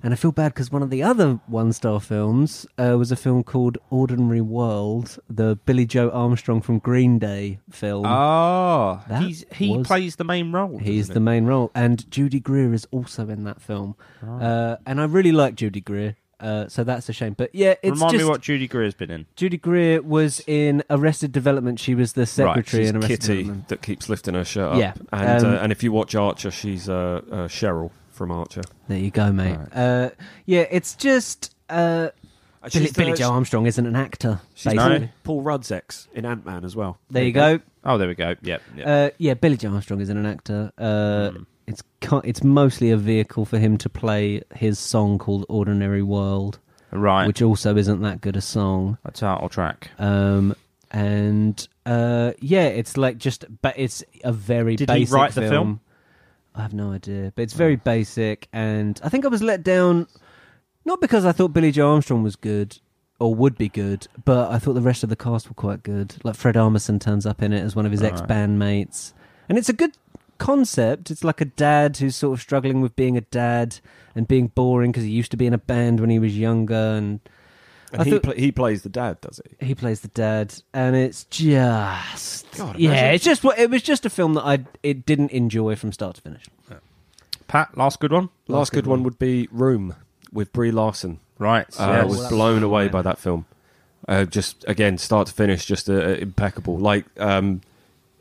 [SPEAKER 3] And I feel bad because one of the other one-star films uh, was a film called Ordinary World, the Billy Joe Armstrong from Green Day film.
[SPEAKER 1] Oh,
[SPEAKER 3] That
[SPEAKER 1] he's, he
[SPEAKER 3] was-
[SPEAKER 1] plays the main role.
[SPEAKER 3] He's
[SPEAKER 1] doesn't
[SPEAKER 3] the main role, and Judy Greer is also in that film. Uh, and I really like Judy Greer, uh, so that's a shame. But yeah,
[SPEAKER 1] he?
[SPEAKER 3] it's
[SPEAKER 1] Remind
[SPEAKER 3] just
[SPEAKER 1] me what Judy Greer's been in.
[SPEAKER 3] Judy Greer was in Arrested Development. She was the secretary
[SPEAKER 2] she's
[SPEAKER 3] in Arrested
[SPEAKER 2] Kitty
[SPEAKER 3] Development.
[SPEAKER 2] that keeps lifting her shirt up.
[SPEAKER 3] Yeah,
[SPEAKER 2] and
[SPEAKER 3] um,
[SPEAKER 2] uh, and if you watch Archer, she's uh, uh, Cheryl from Archer.
[SPEAKER 3] There you go, mate. Uh, yeah, it's just uh, Billy, Billy Joe Armstrong isn't an actor.
[SPEAKER 2] She's
[SPEAKER 3] basically.
[SPEAKER 1] No.
[SPEAKER 2] Paul Rudd's ex in Ant Man as well.
[SPEAKER 3] There you go.
[SPEAKER 1] Oh, there we go. Yep. yep.
[SPEAKER 3] Uh, yeah, Billy Joe Armstrong isn't an actor. Uh,
[SPEAKER 1] Hmm.
[SPEAKER 3] It's ki- it's mostly a vehicle for him to play his song called "Ordinary World,"
[SPEAKER 1] right.
[SPEAKER 3] Uh, which also isn't that good a song.
[SPEAKER 1] a title track.
[SPEAKER 3] Um, and uh, yeah, it's like just, but it's a very
[SPEAKER 1] Did he
[SPEAKER 3] basic
[SPEAKER 1] write the film? Oh.
[SPEAKER 3] I have no idea, but it's very basic, and I think I was let down, not because I thought Billy Joe Armstrong was good or would be good, but I thought the rest of the cast were quite good. Like Fred Armisen turns up in it as one of his ex bandmates, and it's a good concept. It's like a dad who's sort of struggling with being a dad and being boring because he used to be in a band when he was younger, and
[SPEAKER 2] And
[SPEAKER 3] I
[SPEAKER 2] he,
[SPEAKER 3] thought-
[SPEAKER 2] pla- he plays the dad, does he?
[SPEAKER 3] he plays the dad, and it's just
[SPEAKER 2] God,
[SPEAKER 3] yeah,
[SPEAKER 2] imagine.
[SPEAKER 3] it's just what it was just a film that I it didn't enjoy from start to finish.
[SPEAKER 1] Pat, last good one.
[SPEAKER 2] Last, good one would be Room with Brie Larson.
[SPEAKER 1] Right.
[SPEAKER 2] Uh, I
[SPEAKER 1] yes.
[SPEAKER 2] was
[SPEAKER 3] that's
[SPEAKER 2] blown away
[SPEAKER 3] fine.
[SPEAKER 2] by that film. Uh, just again, start to finish, just uh, uh, impeccable. Like, um,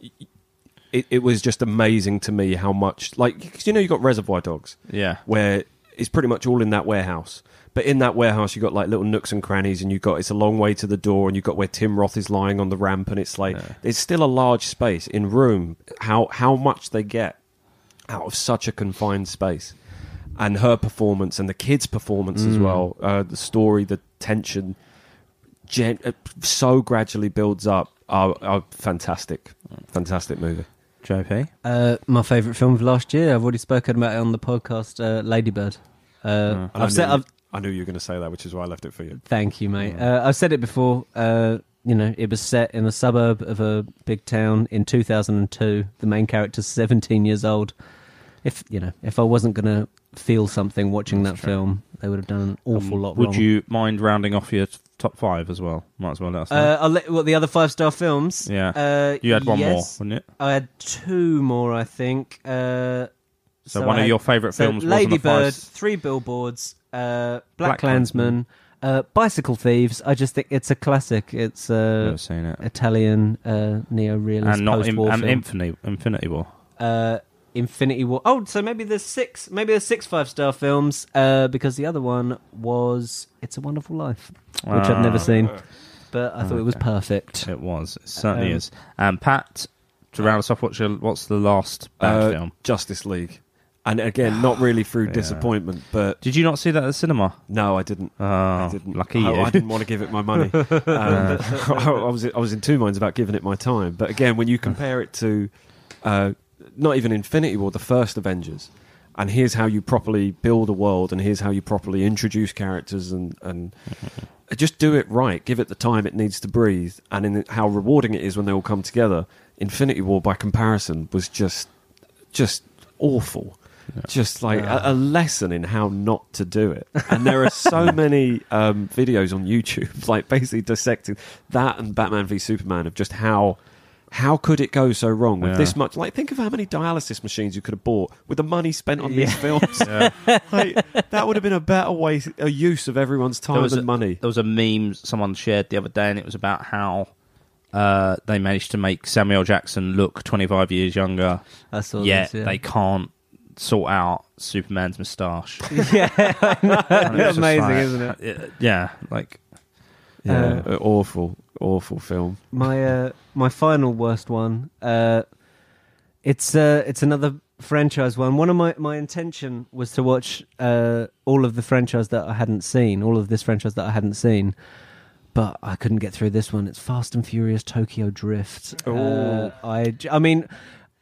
[SPEAKER 2] y- y- it, it was just amazing to me how much, like, 'cause you know, you got Reservoir Dogs,
[SPEAKER 1] Yeah.
[SPEAKER 2] where it's pretty much all in that warehouse. But in that warehouse, you got like little nooks and crannies, and you got it's a long way to the door, and you got where Tim Roth is lying on the ramp, and it's like it's still a large space in room. How how much they get out of such a confined space, and her performance and the kids' performance as well, uh, the story, the tension, gen- uh, so gradually builds up. Are, are fantastic, fantastic movie.
[SPEAKER 1] JP.
[SPEAKER 3] Uh, my favorite film of last year. I've already spoken about it on the podcast. Uh, Ladybird. Uh,
[SPEAKER 2] Oh. I
[SPEAKER 3] I've said.
[SPEAKER 2] knew-
[SPEAKER 3] I've,
[SPEAKER 2] I knew you were going to say that, which is why I left it for you.
[SPEAKER 3] thank you, mate. Uh, I've said it before. Uh, you know, it was set in a suburb of a big town in 2002. The main character's 17 years old. If you know, if I wasn't gonna feel something watching that film, they would have done
[SPEAKER 2] Um,
[SPEAKER 3] an awful lot.
[SPEAKER 1] Would
[SPEAKER 3] wrong.
[SPEAKER 1] you mind rounding off your t- top five as well? Might as well let us know.
[SPEAKER 3] Uh, I'll let, well, the other five star films.
[SPEAKER 1] Yeah.
[SPEAKER 3] Uh,
[SPEAKER 1] you had one
[SPEAKER 3] yes.
[SPEAKER 1] more, wouldn't it?
[SPEAKER 3] I had two more, I think. Uh,
[SPEAKER 1] So, one
[SPEAKER 3] I
[SPEAKER 1] of
[SPEAKER 3] had-
[SPEAKER 1] your favourite
[SPEAKER 3] so
[SPEAKER 1] films
[SPEAKER 3] Lady
[SPEAKER 1] wasn't a five.
[SPEAKER 3] Bird, Three Billboards, uh,
[SPEAKER 1] Black
[SPEAKER 3] Black, Klansman, uh, Bicycle Thieves. I just think it's a classic. It's uh,
[SPEAKER 1] Never seen it.
[SPEAKER 3] Italian uh, neo realist
[SPEAKER 1] And not in,
[SPEAKER 3] post-war
[SPEAKER 1] and
[SPEAKER 3] film.
[SPEAKER 1] Infinity Infinity War.
[SPEAKER 3] uh, Infinity War. Oh, so maybe there's six. Maybe there's six five star films uh, because the other one was It's a Wonderful Life, which I've
[SPEAKER 1] Ah.
[SPEAKER 3] never seen, but I thought it was perfect.
[SPEAKER 1] It was. It certainly
[SPEAKER 3] Um,
[SPEAKER 1] is. And Pat, to round us off, what's, your, what's the last bad
[SPEAKER 2] Uh,
[SPEAKER 1] film?
[SPEAKER 2] Justice League. And again, not really through disappointment, but
[SPEAKER 1] Did you not see that at the cinema?
[SPEAKER 2] no, I didn't.
[SPEAKER 1] Oh,
[SPEAKER 2] I didn't.
[SPEAKER 1] lucky
[SPEAKER 2] I,
[SPEAKER 1] you.
[SPEAKER 2] I didn't want to give it my money. Um, I, I was I was in two minds about giving it my time. But again, when you compare it to uh, not even Infinity War, the first Avengers, and here's how you properly build a world, and here's how you properly introduce characters, and and just do it right. Give it the time it needs to breathe, and in how rewarding it is when they all come together. Infinity War, by comparison, was just just awful. Just like a, a lesson in how not to do it. And there are so many um, videos on YouTube, like basically dissecting that and Batman v Superman of just how how could it go so wrong with
[SPEAKER 1] Yeah.
[SPEAKER 2] this much? Like, think of how many dialysis machines you could have bought with the money spent on these films. Like, that would have been a better way, a use of everyone's time
[SPEAKER 1] there was
[SPEAKER 2] and
[SPEAKER 1] a,
[SPEAKER 2] money.
[SPEAKER 1] There was a meme someone shared the other day, and it was about how uh, they managed to make Samuel Jackson look 25 years younger.
[SPEAKER 3] I saw
[SPEAKER 1] yet
[SPEAKER 3] this, yeah.
[SPEAKER 1] they can't sort out Superman's moustache.
[SPEAKER 3] yeah, I know.
[SPEAKER 1] And it was just
[SPEAKER 3] amazing,
[SPEAKER 1] like-
[SPEAKER 3] isn't it?
[SPEAKER 1] Uh, Yeah, like
[SPEAKER 2] Yeah, Uh, a awful, awful film.
[SPEAKER 3] My uh, my final worst one. Uh, it's uh, it's another franchise one. One of my my intention was to watch uh, all of the franchise that I hadn't seen, all of this franchise that I hadn't seen, but I couldn't get through this one. It's Fast and Furious Tokyo Drift. Uh,
[SPEAKER 2] Ooh.
[SPEAKER 3] I j- I mean.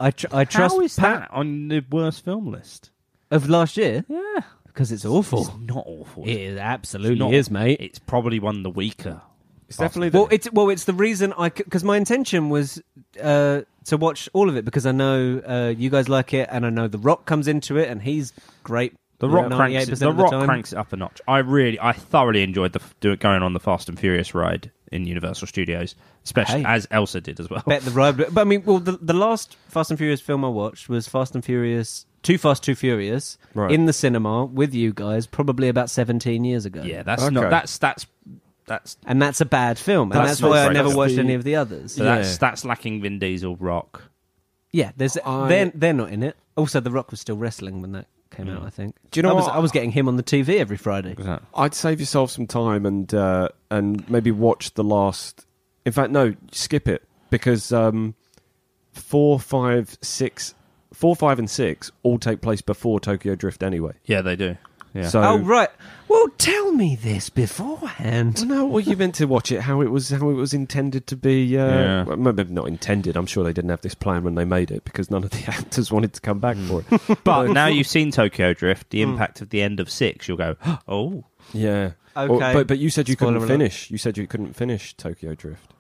[SPEAKER 3] I, tr- I trust
[SPEAKER 1] how is
[SPEAKER 3] Pat
[SPEAKER 1] that on the worst film list?
[SPEAKER 3] of last year
[SPEAKER 1] Yeah,
[SPEAKER 3] because it's awful.
[SPEAKER 1] it's not awful.
[SPEAKER 3] It
[SPEAKER 1] It's
[SPEAKER 3] is absolutely
[SPEAKER 1] not-
[SPEAKER 3] is, mate.
[SPEAKER 1] It's probably one of the weaker.
[SPEAKER 2] It's definitely
[SPEAKER 3] well,
[SPEAKER 2] the,
[SPEAKER 3] it's well, it's the reason I because my intention was uh, to watch all of it because I know uh, you guys like it, and I know The Rock comes into it, and he's great.
[SPEAKER 1] The Rock cranks
[SPEAKER 3] 98%
[SPEAKER 1] it,
[SPEAKER 3] of
[SPEAKER 1] the Rock
[SPEAKER 3] time.
[SPEAKER 1] cranks it up a notch. I really, I thoroughly enjoyed the f- do it going on the Fast and Furious ride in Universal Studios, especially
[SPEAKER 3] Hey.
[SPEAKER 1] as Elsa did as well.
[SPEAKER 3] Bet the ride, but I mean, well, the, the last Fast and Furious film I watched was Fast and Furious, Too Fast, Too Furious,
[SPEAKER 2] Right.
[SPEAKER 3] in the cinema with you guys, probably about seventeen years ago.
[SPEAKER 1] yeah, that's
[SPEAKER 2] Okay.
[SPEAKER 1] not that's that's that's
[SPEAKER 3] and that's a bad film, and
[SPEAKER 1] That's
[SPEAKER 3] that's,
[SPEAKER 1] not
[SPEAKER 3] why I
[SPEAKER 1] great.
[SPEAKER 3] never
[SPEAKER 1] That's
[SPEAKER 3] watched
[SPEAKER 2] the-
[SPEAKER 3] any of the others.
[SPEAKER 1] so
[SPEAKER 2] Yeah.
[SPEAKER 1] that's that's lacking Vin Diesel Rock.
[SPEAKER 3] Yeah, there's
[SPEAKER 2] I-
[SPEAKER 3] they're they're not in it. Also, The Rock was still wrestling when that came out. I think.
[SPEAKER 2] Do you know
[SPEAKER 3] I was,
[SPEAKER 2] what?
[SPEAKER 3] I was getting him on the TV every Friday.
[SPEAKER 2] I'd save yourself some time and uh, and maybe watch the last. In fact, no, skip it because um, four, five, six, four, five, and six all take place before Tokyo Drift anyway.
[SPEAKER 1] Yeah, they do. Yeah.
[SPEAKER 2] So
[SPEAKER 3] Oh right. Well, tell me this beforehand.
[SPEAKER 2] Well, no, well, you meant to watch it how it was how it was intended to be. Uh,
[SPEAKER 1] Yeah.
[SPEAKER 2] well, maybe not intended. I'm sure they didn't have this plan when they made it because none of the actors wanted to come back for it.
[SPEAKER 1] but now you've seen Tokyo Drift, the impact of the end of six, you'll go, oh,
[SPEAKER 2] yeah.
[SPEAKER 3] Okay.
[SPEAKER 2] but but you said you
[SPEAKER 3] Spoiler
[SPEAKER 2] couldn't
[SPEAKER 3] alert.
[SPEAKER 2] finish. You said you couldn't finish Tokyo Drift.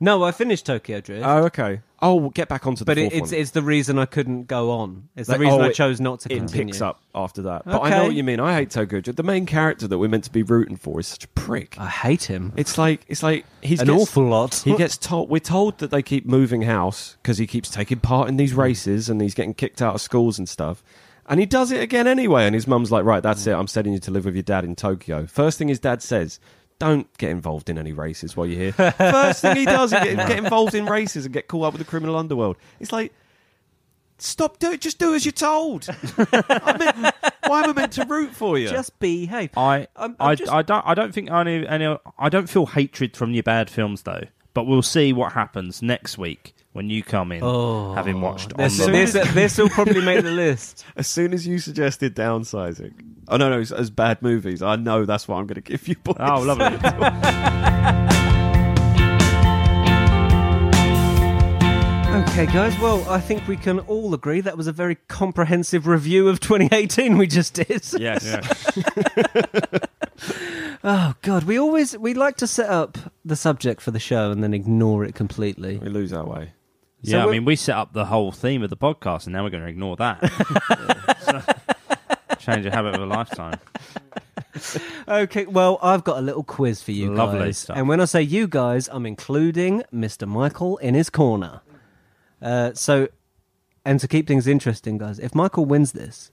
[SPEAKER 3] No, I finished Tokyo Drift,
[SPEAKER 2] Oh, okay. Oh, well, get back onto the
[SPEAKER 3] but it,
[SPEAKER 2] fourth
[SPEAKER 3] it's
[SPEAKER 2] one.
[SPEAKER 3] it's the reason I couldn't go on. It's
[SPEAKER 2] Like,
[SPEAKER 3] the reason
[SPEAKER 2] oh,
[SPEAKER 3] I
[SPEAKER 2] it-
[SPEAKER 3] chose not to
[SPEAKER 2] it
[SPEAKER 3] continue.
[SPEAKER 2] picks up after that. But I know
[SPEAKER 3] Okay.
[SPEAKER 2] what you mean. I hate Tokyo Drift. The main character that we're meant to be rooting for is such a prick.
[SPEAKER 3] I hate him.
[SPEAKER 2] It's like it's like he's
[SPEAKER 3] Uh, An
[SPEAKER 2] gets-
[SPEAKER 3] awful lot.
[SPEAKER 2] He gets told. We're told that they keep moving house because he keeps taking part in these races and he's getting kicked out of schools and stuff. And he does it again anyway. And his mum's like, "Right, that's it. I'm sending you to live with your dad in Tokyo." First thing his dad says. Don't get involved in any races while you're here. First thing he does is get, get involved in races and get caught up with the criminal underworld. It's like, stop doing. Just do as you're told. I meant, why am I meant to root for you?
[SPEAKER 3] Just behave.
[SPEAKER 1] I,
[SPEAKER 3] I'm- I'm
[SPEAKER 1] I,
[SPEAKER 3] just-
[SPEAKER 1] I don't, I don't think any, any, I don't feel hatred from your bad films though. But we'll see what happens next week when you come in, having watched. On
[SPEAKER 3] this,
[SPEAKER 1] the
[SPEAKER 3] this, this will probably make the list.
[SPEAKER 2] As soon as you suggested downsizing, oh no, no, as, as bad movies, I know that's what I'm going to give you. Boys.
[SPEAKER 1] oh, lovely.
[SPEAKER 3] Okay, guys. Well, I think we can all agree that was a very comprehensive review of 2018 we just did.
[SPEAKER 2] Yes.
[SPEAKER 3] Oh God, we always we like to set up the subject for the show and then ignore it completely.
[SPEAKER 2] we lose our way.
[SPEAKER 1] Yeah, I
[SPEAKER 3] we're-
[SPEAKER 1] mean, we set up the whole theme of the podcast, and now we're going to ignore that. So, change a habit of a lifetime.
[SPEAKER 3] Okay, well, I've got a little quiz for you
[SPEAKER 1] Lovely
[SPEAKER 3] guys.
[SPEAKER 1] stuff.
[SPEAKER 3] And when I say you guys, I'm including Mr. Michael in his corner. Uh, so, and to keep things interesting, guys, if Michael wins this,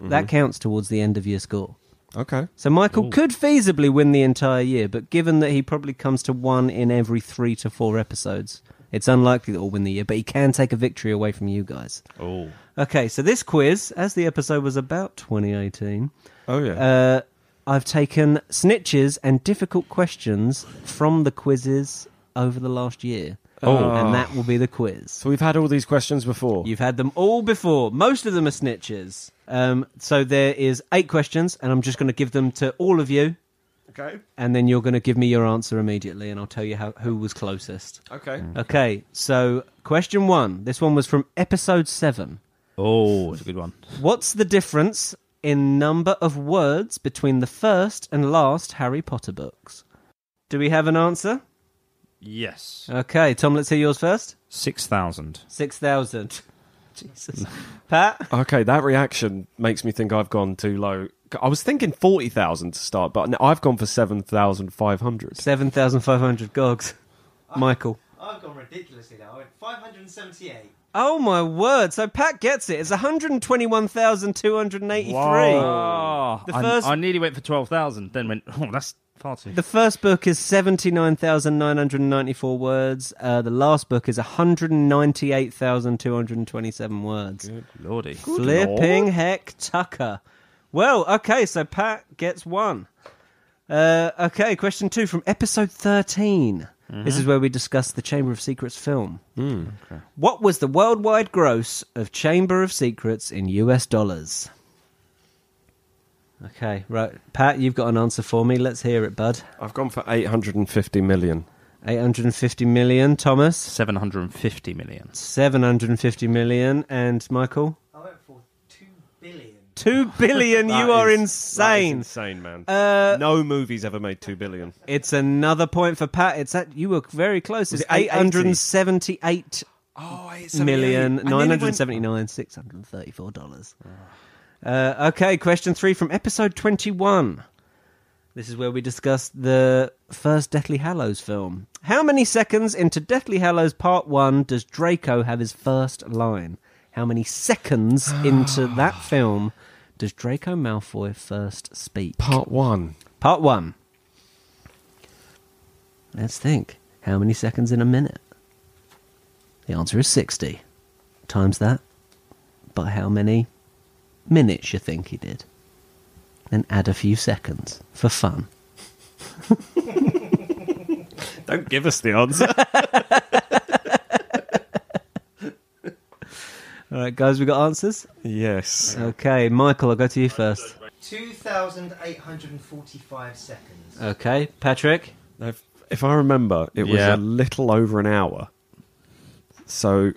[SPEAKER 3] that counts towards the end of your score.
[SPEAKER 2] Okay.
[SPEAKER 3] So Michael
[SPEAKER 1] Mm-hmm. Ooh.
[SPEAKER 3] could feasibly win the entire year, but given that he probably comes to one in every three to four episodes, it's unlikely that he'll win the year, but he can take a victory away from you guys.
[SPEAKER 1] Oh,
[SPEAKER 3] Okay, so this quiz, as the episode was about 2018,
[SPEAKER 2] Oh yeah.
[SPEAKER 3] uh, I've taken snitches and difficult questions from the quizzes over the last year.
[SPEAKER 1] Oh.
[SPEAKER 3] And that will be the quiz.
[SPEAKER 2] so we've had all these questions before.
[SPEAKER 3] You've had them all before. Most of them are snitches. Um, so there is eight questions, and I'm just going to give them to all of you,
[SPEAKER 2] Okay.
[SPEAKER 3] and then you're going to give me your answer immediately, and I'll tell you how, who was closest.
[SPEAKER 2] Okay.
[SPEAKER 3] Okay, so question one. This one was from episode seven.
[SPEAKER 1] oh, it's a good one.
[SPEAKER 3] What's the difference in number of words between the first and last Harry Potter books? Do we have an answer?
[SPEAKER 1] Yes,
[SPEAKER 3] Okay, Tom, let's hear yours first.
[SPEAKER 1] Uh, six thousand.
[SPEAKER 3] 6,000. Jesus. Pat?
[SPEAKER 2] Okay. That reaction makes me think I've gone too low. I was thinking forty thousand to start, but no, I've gone for seven thousand five hundred.
[SPEAKER 3] 7,500 gogs. Michael.
[SPEAKER 4] I've gone ridiculously now. I went 578.
[SPEAKER 3] Oh my word. So Pat gets it. It's 121,283.
[SPEAKER 1] Oh,
[SPEAKER 3] The
[SPEAKER 1] I,
[SPEAKER 3] first-
[SPEAKER 1] I nearly went for twelve thousand. Then went, oh, that's Far too.
[SPEAKER 3] The first book is 79,994 words. Uh, the last book is 198,227 words.
[SPEAKER 1] Lordy.
[SPEAKER 3] Flipping heck, Tucker. Well, okay, so Pat gets one. Uh, okay, question two from episode 13.
[SPEAKER 2] Mm-hmm.
[SPEAKER 3] This is where we discuss the Chamber of Secrets film.
[SPEAKER 2] Hmm.
[SPEAKER 3] What was the worldwide gross of Chamber of Secrets in US dollars? Okay, right. Pat, you've got an answer for me. Let's hear it, bud.
[SPEAKER 2] I've gone for 850 million.
[SPEAKER 3] 850 million, Thomas.
[SPEAKER 1] 750 million.
[SPEAKER 3] 750 million, and Michael?
[SPEAKER 4] I went for two billion.
[SPEAKER 3] 2 billion, you
[SPEAKER 2] That
[SPEAKER 3] are
[SPEAKER 2] is- that is
[SPEAKER 3] insane.
[SPEAKER 2] insane, man.
[SPEAKER 3] Uh,
[SPEAKER 2] no movie's ever made 2 billion.
[SPEAKER 3] It's another point for Pat. It's at you were very close. It's
[SPEAKER 2] it
[SPEAKER 3] 878
[SPEAKER 2] Oh, it's
[SPEAKER 3] million nine hundred seventy nine six hundred thirty four dollars. Uh, okay, question three from episode twenty one. This is where we discuss the first Deathly Hallows film. How many seconds into Deathly Hallows Part One does Draco have his first line? How many seconds into that film does Draco Malfoy first speak?
[SPEAKER 2] Part 1.
[SPEAKER 3] Part one. Let's think. How many seconds in a minute? The answer is 60. Times that by how many minutes you think he did. Then add a few seconds for fun.
[SPEAKER 2] Don't give us the answer.
[SPEAKER 3] All right, guys, we got answers?
[SPEAKER 2] yes.
[SPEAKER 3] Okay, Michael, I'll go to you first.
[SPEAKER 4] Two thousand eight hundred and forty-five seconds.
[SPEAKER 3] Okay, Patrick?
[SPEAKER 2] If, if I remember, it was
[SPEAKER 1] Yeah.
[SPEAKER 2] a little over an hour. So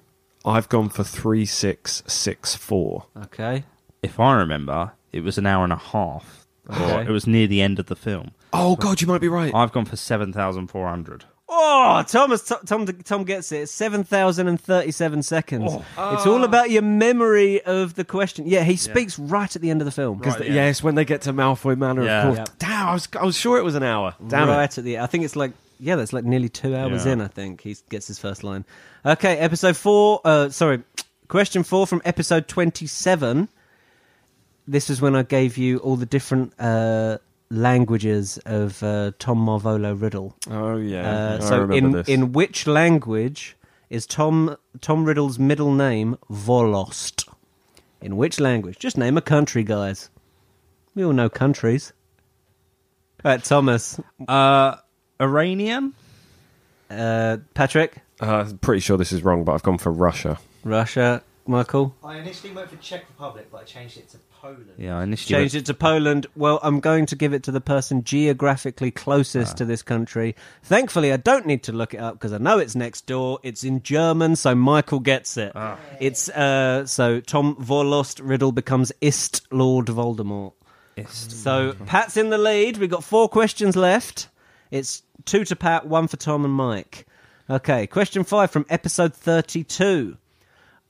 [SPEAKER 2] I've gone for 3664.
[SPEAKER 3] Okay.
[SPEAKER 1] If I remember, it was an hour and a half. Or
[SPEAKER 3] Okay.
[SPEAKER 1] it was near the end of the film.
[SPEAKER 2] Oh, God, you might be right.
[SPEAKER 1] I've gone for 7,400.
[SPEAKER 3] Oh, Thomas, Tom, Tom, Tom gets it. It's 7,037 seconds. It's all about your memory of the question. Yeah, he speaks right at the end of the film.
[SPEAKER 1] Right. yeah.
[SPEAKER 2] Yes, when they get to Malfoy Manor,
[SPEAKER 1] Yeah.
[SPEAKER 2] of course.
[SPEAKER 1] Yeah.
[SPEAKER 2] Damn, I was, I was sure it was an hour. Damn
[SPEAKER 3] right
[SPEAKER 2] it.
[SPEAKER 3] at the I think it's like yeah, that's like nearly two hours
[SPEAKER 1] Yeah.
[SPEAKER 3] in, I think. He gets his first line. Okay, episode four uh sorry, question four from episode twenty seven. This is when I gave you all the different uh languages of uh, Tom Marvolo Riddle.
[SPEAKER 2] Oh, yeah.
[SPEAKER 3] Uh,
[SPEAKER 2] I
[SPEAKER 3] so
[SPEAKER 2] remember
[SPEAKER 3] in
[SPEAKER 2] this.
[SPEAKER 3] in which language is Tom Tom Riddle's middle name Volost? In which language? Just name a country, guys. We all know countries. All right, Thomas,
[SPEAKER 1] Uh, Iranian?
[SPEAKER 3] uh, Patrick,
[SPEAKER 2] Uh, I'm pretty sure this is wrong, but I've gone for Russia.
[SPEAKER 3] Russia, Michael.
[SPEAKER 4] I initially went for Czech Republic, but I changed it to Poland.
[SPEAKER 1] Yeah, I initially.
[SPEAKER 3] Changed it to Poland. Well, I'm going to give it to the person geographically closest to this country. Thankfully, I don't need to look it up because I know it's next door. It's in German, so Michael gets it. It's uh, so Tom Vorlost Riddle becomes Ist Lord Voldemort.
[SPEAKER 1] Ist.
[SPEAKER 3] So Pat's in the lead. We've got four questions left. It's two to Pat, one for Tom and Mike. Okay, question five from episode 32.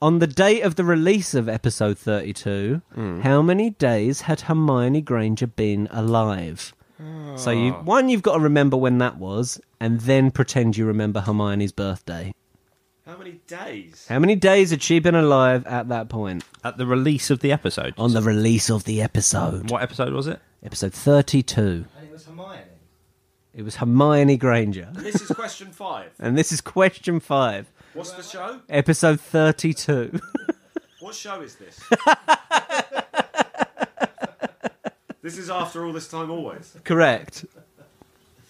[SPEAKER 3] On the day of the release of episode 32,
[SPEAKER 2] Hmm.
[SPEAKER 3] how many days had Hermione Granger been alive? So you
[SPEAKER 2] Ah.
[SPEAKER 3] one you've got to remember when that was and then pretend you remember Hermione's birthday.
[SPEAKER 2] How many days?
[SPEAKER 3] How many days had she been alive at that point
[SPEAKER 1] At the release of the episode.
[SPEAKER 3] on the release of the episode?
[SPEAKER 1] What episode was it?
[SPEAKER 3] Episode 32.
[SPEAKER 4] And it was Hermione.
[SPEAKER 3] It was Hermione Granger.
[SPEAKER 2] This is question five.
[SPEAKER 3] And this is question five,
[SPEAKER 2] What's the show?
[SPEAKER 3] episode 32.
[SPEAKER 2] What show is this? this is after all this time, always.
[SPEAKER 3] Correct.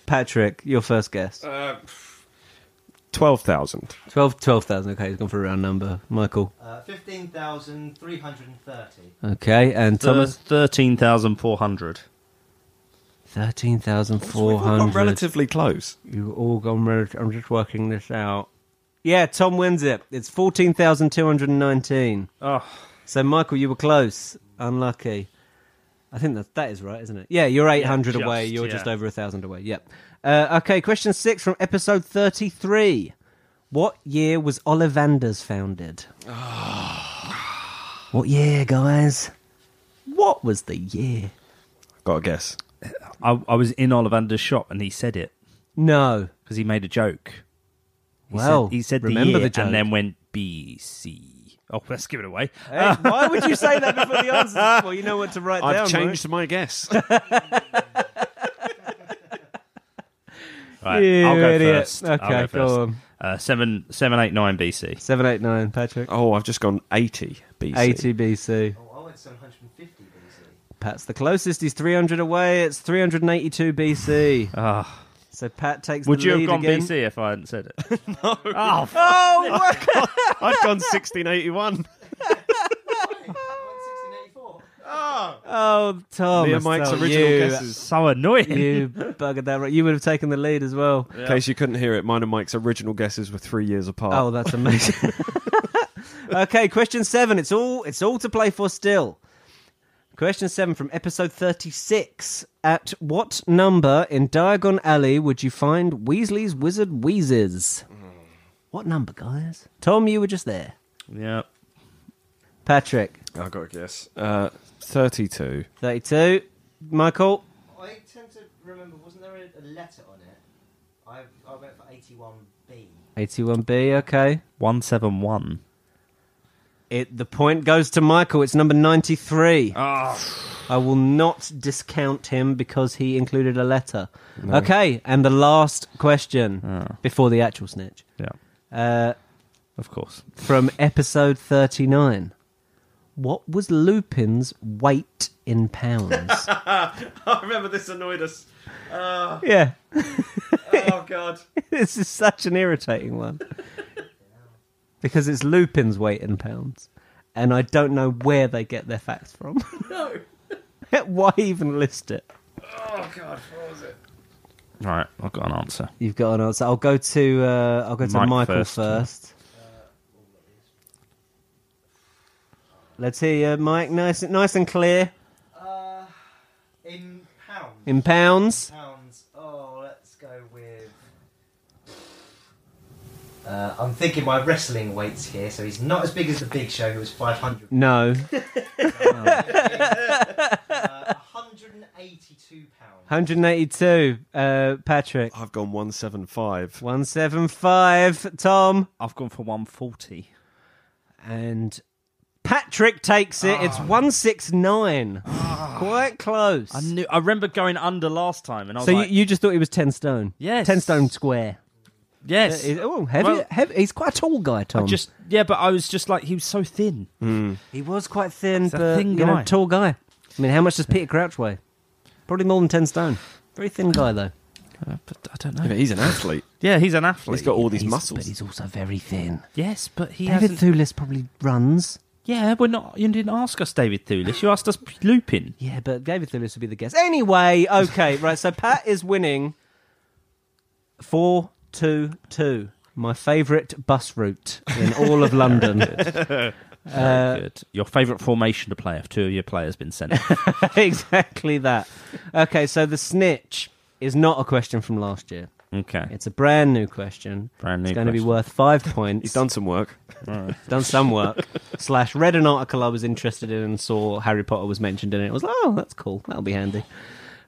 [SPEAKER 3] Patrick, your first guess.
[SPEAKER 2] Uh, Twelve thousand.
[SPEAKER 3] 12 12,000. okay, he's gone for a round number. Michael.
[SPEAKER 4] Uh, Fifteen thousand three hundred and thirty.
[SPEAKER 3] Okay, and
[SPEAKER 1] Thomas?
[SPEAKER 3] Thomas.
[SPEAKER 1] 13,400.
[SPEAKER 3] 13,400.
[SPEAKER 2] relatively close.
[SPEAKER 3] You've all gone relative. I'm just working this out. Yeah, Tom wins it. It's 14,219.
[SPEAKER 1] Oh,
[SPEAKER 3] So, Michael, you were close. Unlucky. I think that that is right, isn't it? Yeah, you're 800
[SPEAKER 1] Yeah,
[SPEAKER 3] away.
[SPEAKER 1] just,
[SPEAKER 3] You're just
[SPEAKER 1] yeah.
[SPEAKER 3] over 1,000 away. Yep. Uh, okay, question six from episode 33. What year was Ollivanders founded? what year, guys? What was the year?
[SPEAKER 2] Got a guess.
[SPEAKER 1] I, I was in Ollivander's shop and he said it
[SPEAKER 3] No.
[SPEAKER 1] because he made a joke. He
[SPEAKER 3] well,
[SPEAKER 1] said, he said the
[SPEAKER 3] remember
[SPEAKER 1] year
[SPEAKER 3] the joke.
[SPEAKER 1] and then went BC. Oh, let's give it away.
[SPEAKER 3] Hey, why would you say that before the answers? Well, you know what to write down. right?
[SPEAKER 2] my guess.
[SPEAKER 1] Right,
[SPEAKER 3] You
[SPEAKER 1] I'll go
[SPEAKER 3] idiot.
[SPEAKER 1] first. I'll
[SPEAKER 3] Okay,
[SPEAKER 1] go first.
[SPEAKER 3] go on.
[SPEAKER 1] Uh, seven, seven, eight, nine BC.
[SPEAKER 3] Seven, eight, nine, Patrick.
[SPEAKER 2] Oh, I've just gone 80 BC.
[SPEAKER 3] Eighty BC.
[SPEAKER 4] Oh, I went 750 BC.
[SPEAKER 3] Pat's the closest. He's 300 away. It's 382 BC.
[SPEAKER 1] Ah,
[SPEAKER 3] So Pat takes
[SPEAKER 1] would
[SPEAKER 3] the
[SPEAKER 1] you have
[SPEAKER 3] lead
[SPEAKER 1] gone
[SPEAKER 3] again.
[SPEAKER 1] BC if I hadn't said it? no. Oh, f-
[SPEAKER 2] I've gone 1681.
[SPEAKER 4] I went 1684.
[SPEAKER 3] Oh, Tom.
[SPEAKER 2] Me and Mike's
[SPEAKER 3] so
[SPEAKER 2] original
[SPEAKER 3] you,
[SPEAKER 2] guesses.
[SPEAKER 1] so annoying.
[SPEAKER 3] You buggered that right. You would have taken the lead as well.
[SPEAKER 2] In case you couldn't hear it, mine and Mike's original guesses were three years apart.
[SPEAKER 3] Oh, that's amazing. okay, question seven. It's all it's all to play for still. Question seven from episode thirty-six. At what number in Diagon Alley would you find Weasley's Wizard Wheezes? Mm. What number, guys? Tom, you were just there.
[SPEAKER 1] Yep.
[SPEAKER 3] Patrick,
[SPEAKER 2] I got a guess. Uh, 32.
[SPEAKER 3] thirty-two. Michael,
[SPEAKER 4] I tend to remember, wasn't there a, a letter on it? I, I went for 81B.
[SPEAKER 3] eighty-one B. Okay.
[SPEAKER 1] One seven one.
[SPEAKER 3] It the point goes to Michael. It's number ninety-three.
[SPEAKER 1] Ah,
[SPEAKER 3] I will not discount him because he included a letter. Okay, and the last question before the actual snitch
[SPEAKER 1] yeah.
[SPEAKER 3] uh,
[SPEAKER 1] Of course.
[SPEAKER 3] from episode 39. What was Lupin's weight in pounds?
[SPEAKER 2] I remember this annoyed us.
[SPEAKER 3] yeah,
[SPEAKER 2] Oh, God.
[SPEAKER 3] this is such an irritating one because it's Lupin's weight in pounds, and I don't know where they get their facts from. No. Why even list it?
[SPEAKER 1] Right, I've got an answer.
[SPEAKER 3] You've got an answer. I'll go to uh, I'll go to
[SPEAKER 1] Mike
[SPEAKER 3] Michael
[SPEAKER 1] first.
[SPEAKER 3] first. Let's hear you, Mike. Nice, nice and clear
[SPEAKER 4] Uh, in pounds.
[SPEAKER 3] in pounds.
[SPEAKER 4] pounds. Oh, let's go with. Uh, I'm thinking my wrestling weights here, so he's not as big as the Big Show, who was 500.
[SPEAKER 3] No,
[SPEAKER 4] 182 pounds.
[SPEAKER 3] 182. Uh, Patrick,
[SPEAKER 2] I've gone 175.
[SPEAKER 3] 175. Tom
[SPEAKER 1] I've gone for one forty.
[SPEAKER 3] and Patrick takes it. It's 169. Quite close.
[SPEAKER 1] Ah. I knew. I remember going under last time, and I was
[SPEAKER 3] So
[SPEAKER 1] like,
[SPEAKER 3] you, you just thought he was 10 stone?
[SPEAKER 1] Yes.
[SPEAKER 3] 10 stone square.
[SPEAKER 1] "Yes."
[SPEAKER 3] Oh, heavy,
[SPEAKER 1] Well-
[SPEAKER 3] heavy. He's quite a tall guy, Tom.
[SPEAKER 1] Just yeah, but I was just like, he was so thin.
[SPEAKER 3] He was quite thin,
[SPEAKER 1] a
[SPEAKER 3] but
[SPEAKER 1] thin
[SPEAKER 3] you know,
[SPEAKER 1] guy.
[SPEAKER 3] tall guy. I mean, how much does Peter Crouch weigh? Probably more than ten stone. Very thin guy though.
[SPEAKER 1] Uh, but I don't know.
[SPEAKER 2] he's an athlete.
[SPEAKER 1] Yeah, he's an athlete.
[SPEAKER 2] He's got all these
[SPEAKER 3] He's-
[SPEAKER 2] muscles.
[SPEAKER 3] but he's also very thin.
[SPEAKER 1] Yes, but he
[SPEAKER 3] David
[SPEAKER 1] hasn't.
[SPEAKER 3] Thewlis probably runs.
[SPEAKER 1] yeah, we're not. You didn't ask us David Thewlis. You asked us Lupin.
[SPEAKER 3] Yeah, but David Thewlis would be the guess. Anyway, okay, right. So Pat is winning four two two. My favourite bus route in all of London. Uh,
[SPEAKER 1] Good. Your favourite formation to play if two of your players been sent. off.
[SPEAKER 3] exactly that. Okay, so the snitch is not a question from last year.
[SPEAKER 1] okay.
[SPEAKER 3] It's a brand new question.
[SPEAKER 1] Brand new
[SPEAKER 3] It's going to be
[SPEAKER 1] question.
[SPEAKER 3] worth five points.
[SPEAKER 2] He's done some work.
[SPEAKER 3] done some work. slash read an article I was interested in and saw Harry Potter was mentioned in it. I was like, oh, that's cool. That'll be handy.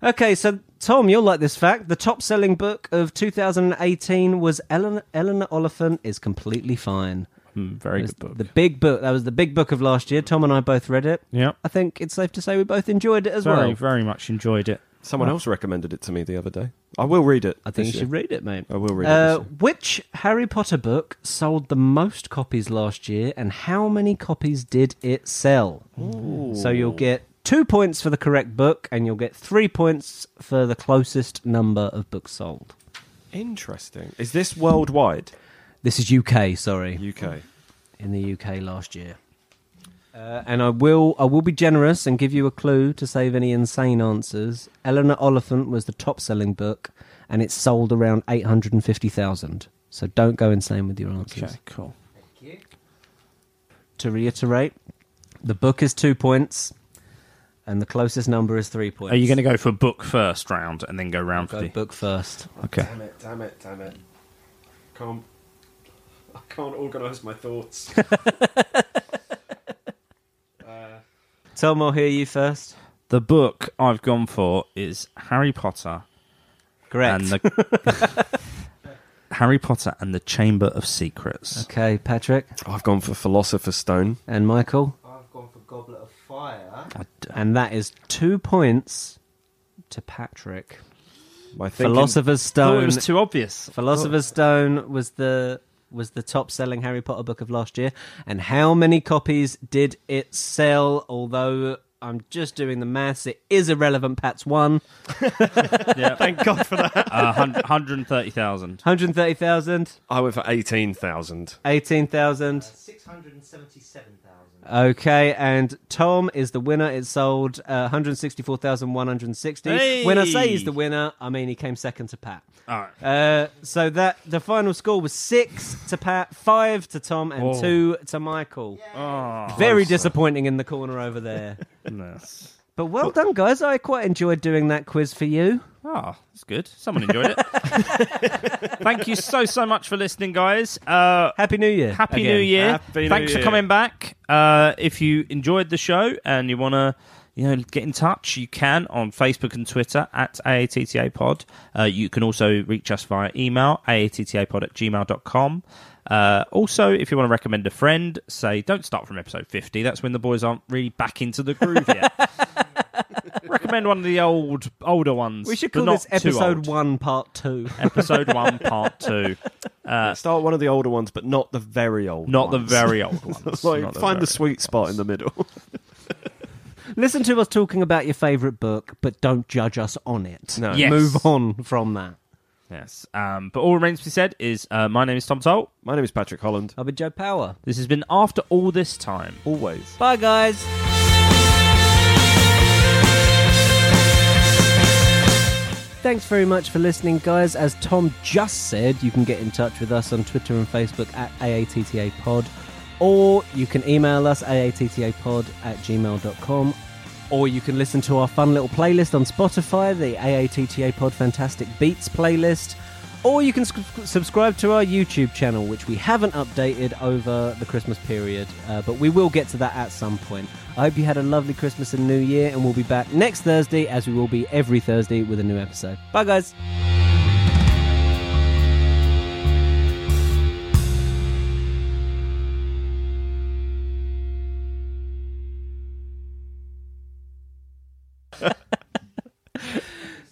[SPEAKER 3] Okay, so Tom, you'll like this fact. The top-selling book of 2018 was Ellen, Eleanor Oliphant is completely fine.
[SPEAKER 1] Mm, very
[SPEAKER 3] It was
[SPEAKER 1] good book.
[SPEAKER 3] The big book. That was the big book of last year. Tom and I both read it.
[SPEAKER 1] yeah.
[SPEAKER 3] I think it's safe to say we both enjoyed it as
[SPEAKER 1] Very,
[SPEAKER 3] well.
[SPEAKER 1] very much enjoyed it.
[SPEAKER 2] Someone else recommended it to me the other day. I will read it.
[SPEAKER 3] I think
[SPEAKER 2] this
[SPEAKER 3] you
[SPEAKER 2] year.
[SPEAKER 3] should read it, mate.
[SPEAKER 2] I will read it this
[SPEAKER 3] Uh,
[SPEAKER 2] year.
[SPEAKER 3] which Harry Potter book sold the most copies last year, and how many copies did it sell? So you'll get two points for the correct book, and you'll get three points for the closest number of books sold.
[SPEAKER 2] Interesting. Is this worldwide?
[SPEAKER 3] This is UK, sorry,
[SPEAKER 2] UK.
[SPEAKER 3] in the UK last year. Uh, and I will, I will be generous and give you a clue to save any insane answers. Eleanor Oliphant was the top-selling book, and it sold around eight hundred and fifty thousand. So don't go insane with your answers.
[SPEAKER 1] Okay. Cool.
[SPEAKER 4] Thank you.
[SPEAKER 3] to reiterate, the book is two points, and the closest number is three points.
[SPEAKER 1] Are you going to go for book first round and then go round for
[SPEAKER 3] go
[SPEAKER 1] the
[SPEAKER 3] book first?
[SPEAKER 1] okay?
[SPEAKER 2] Damn it, damn it, damn it. Can't, I can't organise my thoughts.
[SPEAKER 3] Tom, I'll hear you first.
[SPEAKER 1] The book I've gone for is Harry Potter
[SPEAKER 3] Correct.
[SPEAKER 1] and the Harry Potter and the Chamber of Secrets.
[SPEAKER 3] okay, Patrick
[SPEAKER 2] I've gone for Philosopher's Stone.
[SPEAKER 3] and Michael,
[SPEAKER 4] I've gone for Goblet of Fire.
[SPEAKER 1] I d-
[SPEAKER 3] and that is two points to Patrick.
[SPEAKER 2] My thinking-
[SPEAKER 3] Philosopher's
[SPEAKER 1] Thought it
[SPEAKER 3] Stone.
[SPEAKER 1] was too obvious.
[SPEAKER 3] Philosopher's Stone was the was the top selling Harry Potter book of last year, and how many copies did it sell? Although I'm just doing the maths, it is irrelevant. Pat's one
[SPEAKER 1] Yeah. Thank God for that. Uh, hun- 130,000.
[SPEAKER 3] hundred thirty thousand,
[SPEAKER 2] I went for eighteen thousand.
[SPEAKER 3] eighteen thousand.
[SPEAKER 4] 677,000.
[SPEAKER 3] Okay, and Tom is the winner. It sold uh, 164,160.
[SPEAKER 1] Hey!
[SPEAKER 3] When I say he's the winner, I mean he came second to Pat.
[SPEAKER 1] All right.
[SPEAKER 3] Uh, so that the final score was six to Pat, five to Tom, and
[SPEAKER 1] Whoa.
[SPEAKER 3] two to Michael.
[SPEAKER 1] Oh,
[SPEAKER 3] Very disappointing in the corner over there.
[SPEAKER 1] goodness.
[SPEAKER 3] But well done, guys. I quite enjoyed doing that quiz for you.
[SPEAKER 1] Oh, that's good. Someone enjoyed it. Thank you so, so much for listening, guys. Uh,
[SPEAKER 3] Happy New Year.
[SPEAKER 1] Happy
[SPEAKER 3] again.
[SPEAKER 1] New Year.
[SPEAKER 2] Happy New
[SPEAKER 1] Thanks
[SPEAKER 2] Year.
[SPEAKER 1] for coming back. Uh, if you enjoyed the show and you want to you know, get in touch, you can on Facebook and Twitter at AATTA Pod. Uh, you can also reach us via email, aattapod at gmail.com. Uh, also, if you want to recommend a friend, say don't start from episode 50. That's when the boys aren't really back into the groove yet. recommend one of the old older ones.
[SPEAKER 3] We should
[SPEAKER 1] but
[SPEAKER 3] call this
[SPEAKER 1] not too
[SPEAKER 3] episode
[SPEAKER 1] old.
[SPEAKER 3] one, part two.
[SPEAKER 1] Episode 1, Part 2.
[SPEAKER 2] Start one of the older ones, but not the very old.
[SPEAKER 1] Not the
[SPEAKER 2] ones.
[SPEAKER 1] very old ones.
[SPEAKER 2] like,
[SPEAKER 1] Not
[SPEAKER 2] find
[SPEAKER 1] very
[SPEAKER 2] the sweet spot in the middle.
[SPEAKER 3] Listen to us talking about your favourite book, but don't judge us on it.
[SPEAKER 2] No.
[SPEAKER 1] Yes.
[SPEAKER 3] Move on from that.
[SPEAKER 1] Yes. Um, but all remains to be said is uh, my name is Tom Toll.
[SPEAKER 2] My name is Patrick Holland.
[SPEAKER 3] I'll be Joe Power.
[SPEAKER 1] This has been After All This Time.
[SPEAKER 2] Always.
[SPEAKER 3] Bye, guys. Thanks very much for listening, guys. As Tom just said, you can get in touch with us on Twitter and Facebook at AATTA Pod, or you can email us aattapod at gmail.com, or you can listen to our fun little playlist on Spotify, the AATTA Pod Fantastic Beats playlist, or you can sc- subscribe to our YouTube channel, which we haven't updated over the Christmas period, uh, but we will get to that at some point. I hope you had a lovely Christmas and New Year, and we'll be back next Thursday, as we will be every Thursday with a new episode. Bye, guys.
[SPEAKER 4] say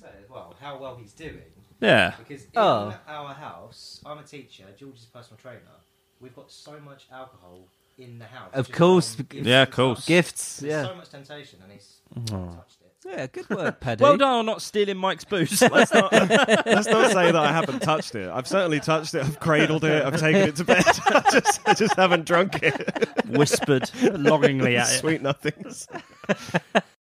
[SPEAKER 4] as well how well he's doing
[SPEAKER 1] Yeah.
[SPEAKER 4] because in
[SPEAKER 3] Oh.
[SPEAKER 4] our house, I'm a teacher. George is a personal trainer. We've got so much alcohol in the house.
[SPEAKER 3] Of
[SPEAKER 4] just
[SPEAKER 3] course.
[SPEAKER 4] from gifts
[SPEAKER 1] Yeah,
[SPEAKER 4] and
[SPEAKER 1] of course.
[SPEAKER 4] stuff.
[SPEAKER 3] Gifts.
[SPEAKER 4] There's
[SPEAKER 3] Yeah. Oh.
[SPEAKER 4] so much temptation, and he's touched it.
[SPEAKER 3] Yeah, good work, Paddy.
[SPEAKER 1] Well done on not stealing Mike's booze.
[SPEAKER 2] Let's not, let's not say that I haven't touched it. I've certainly touched it. I've cradled it. I've taken it to bed. I just, I just haven't drunk it.
[SPEAKER 1] Whispered longingly at it.
[SPEAKER 2] Sweet nothings.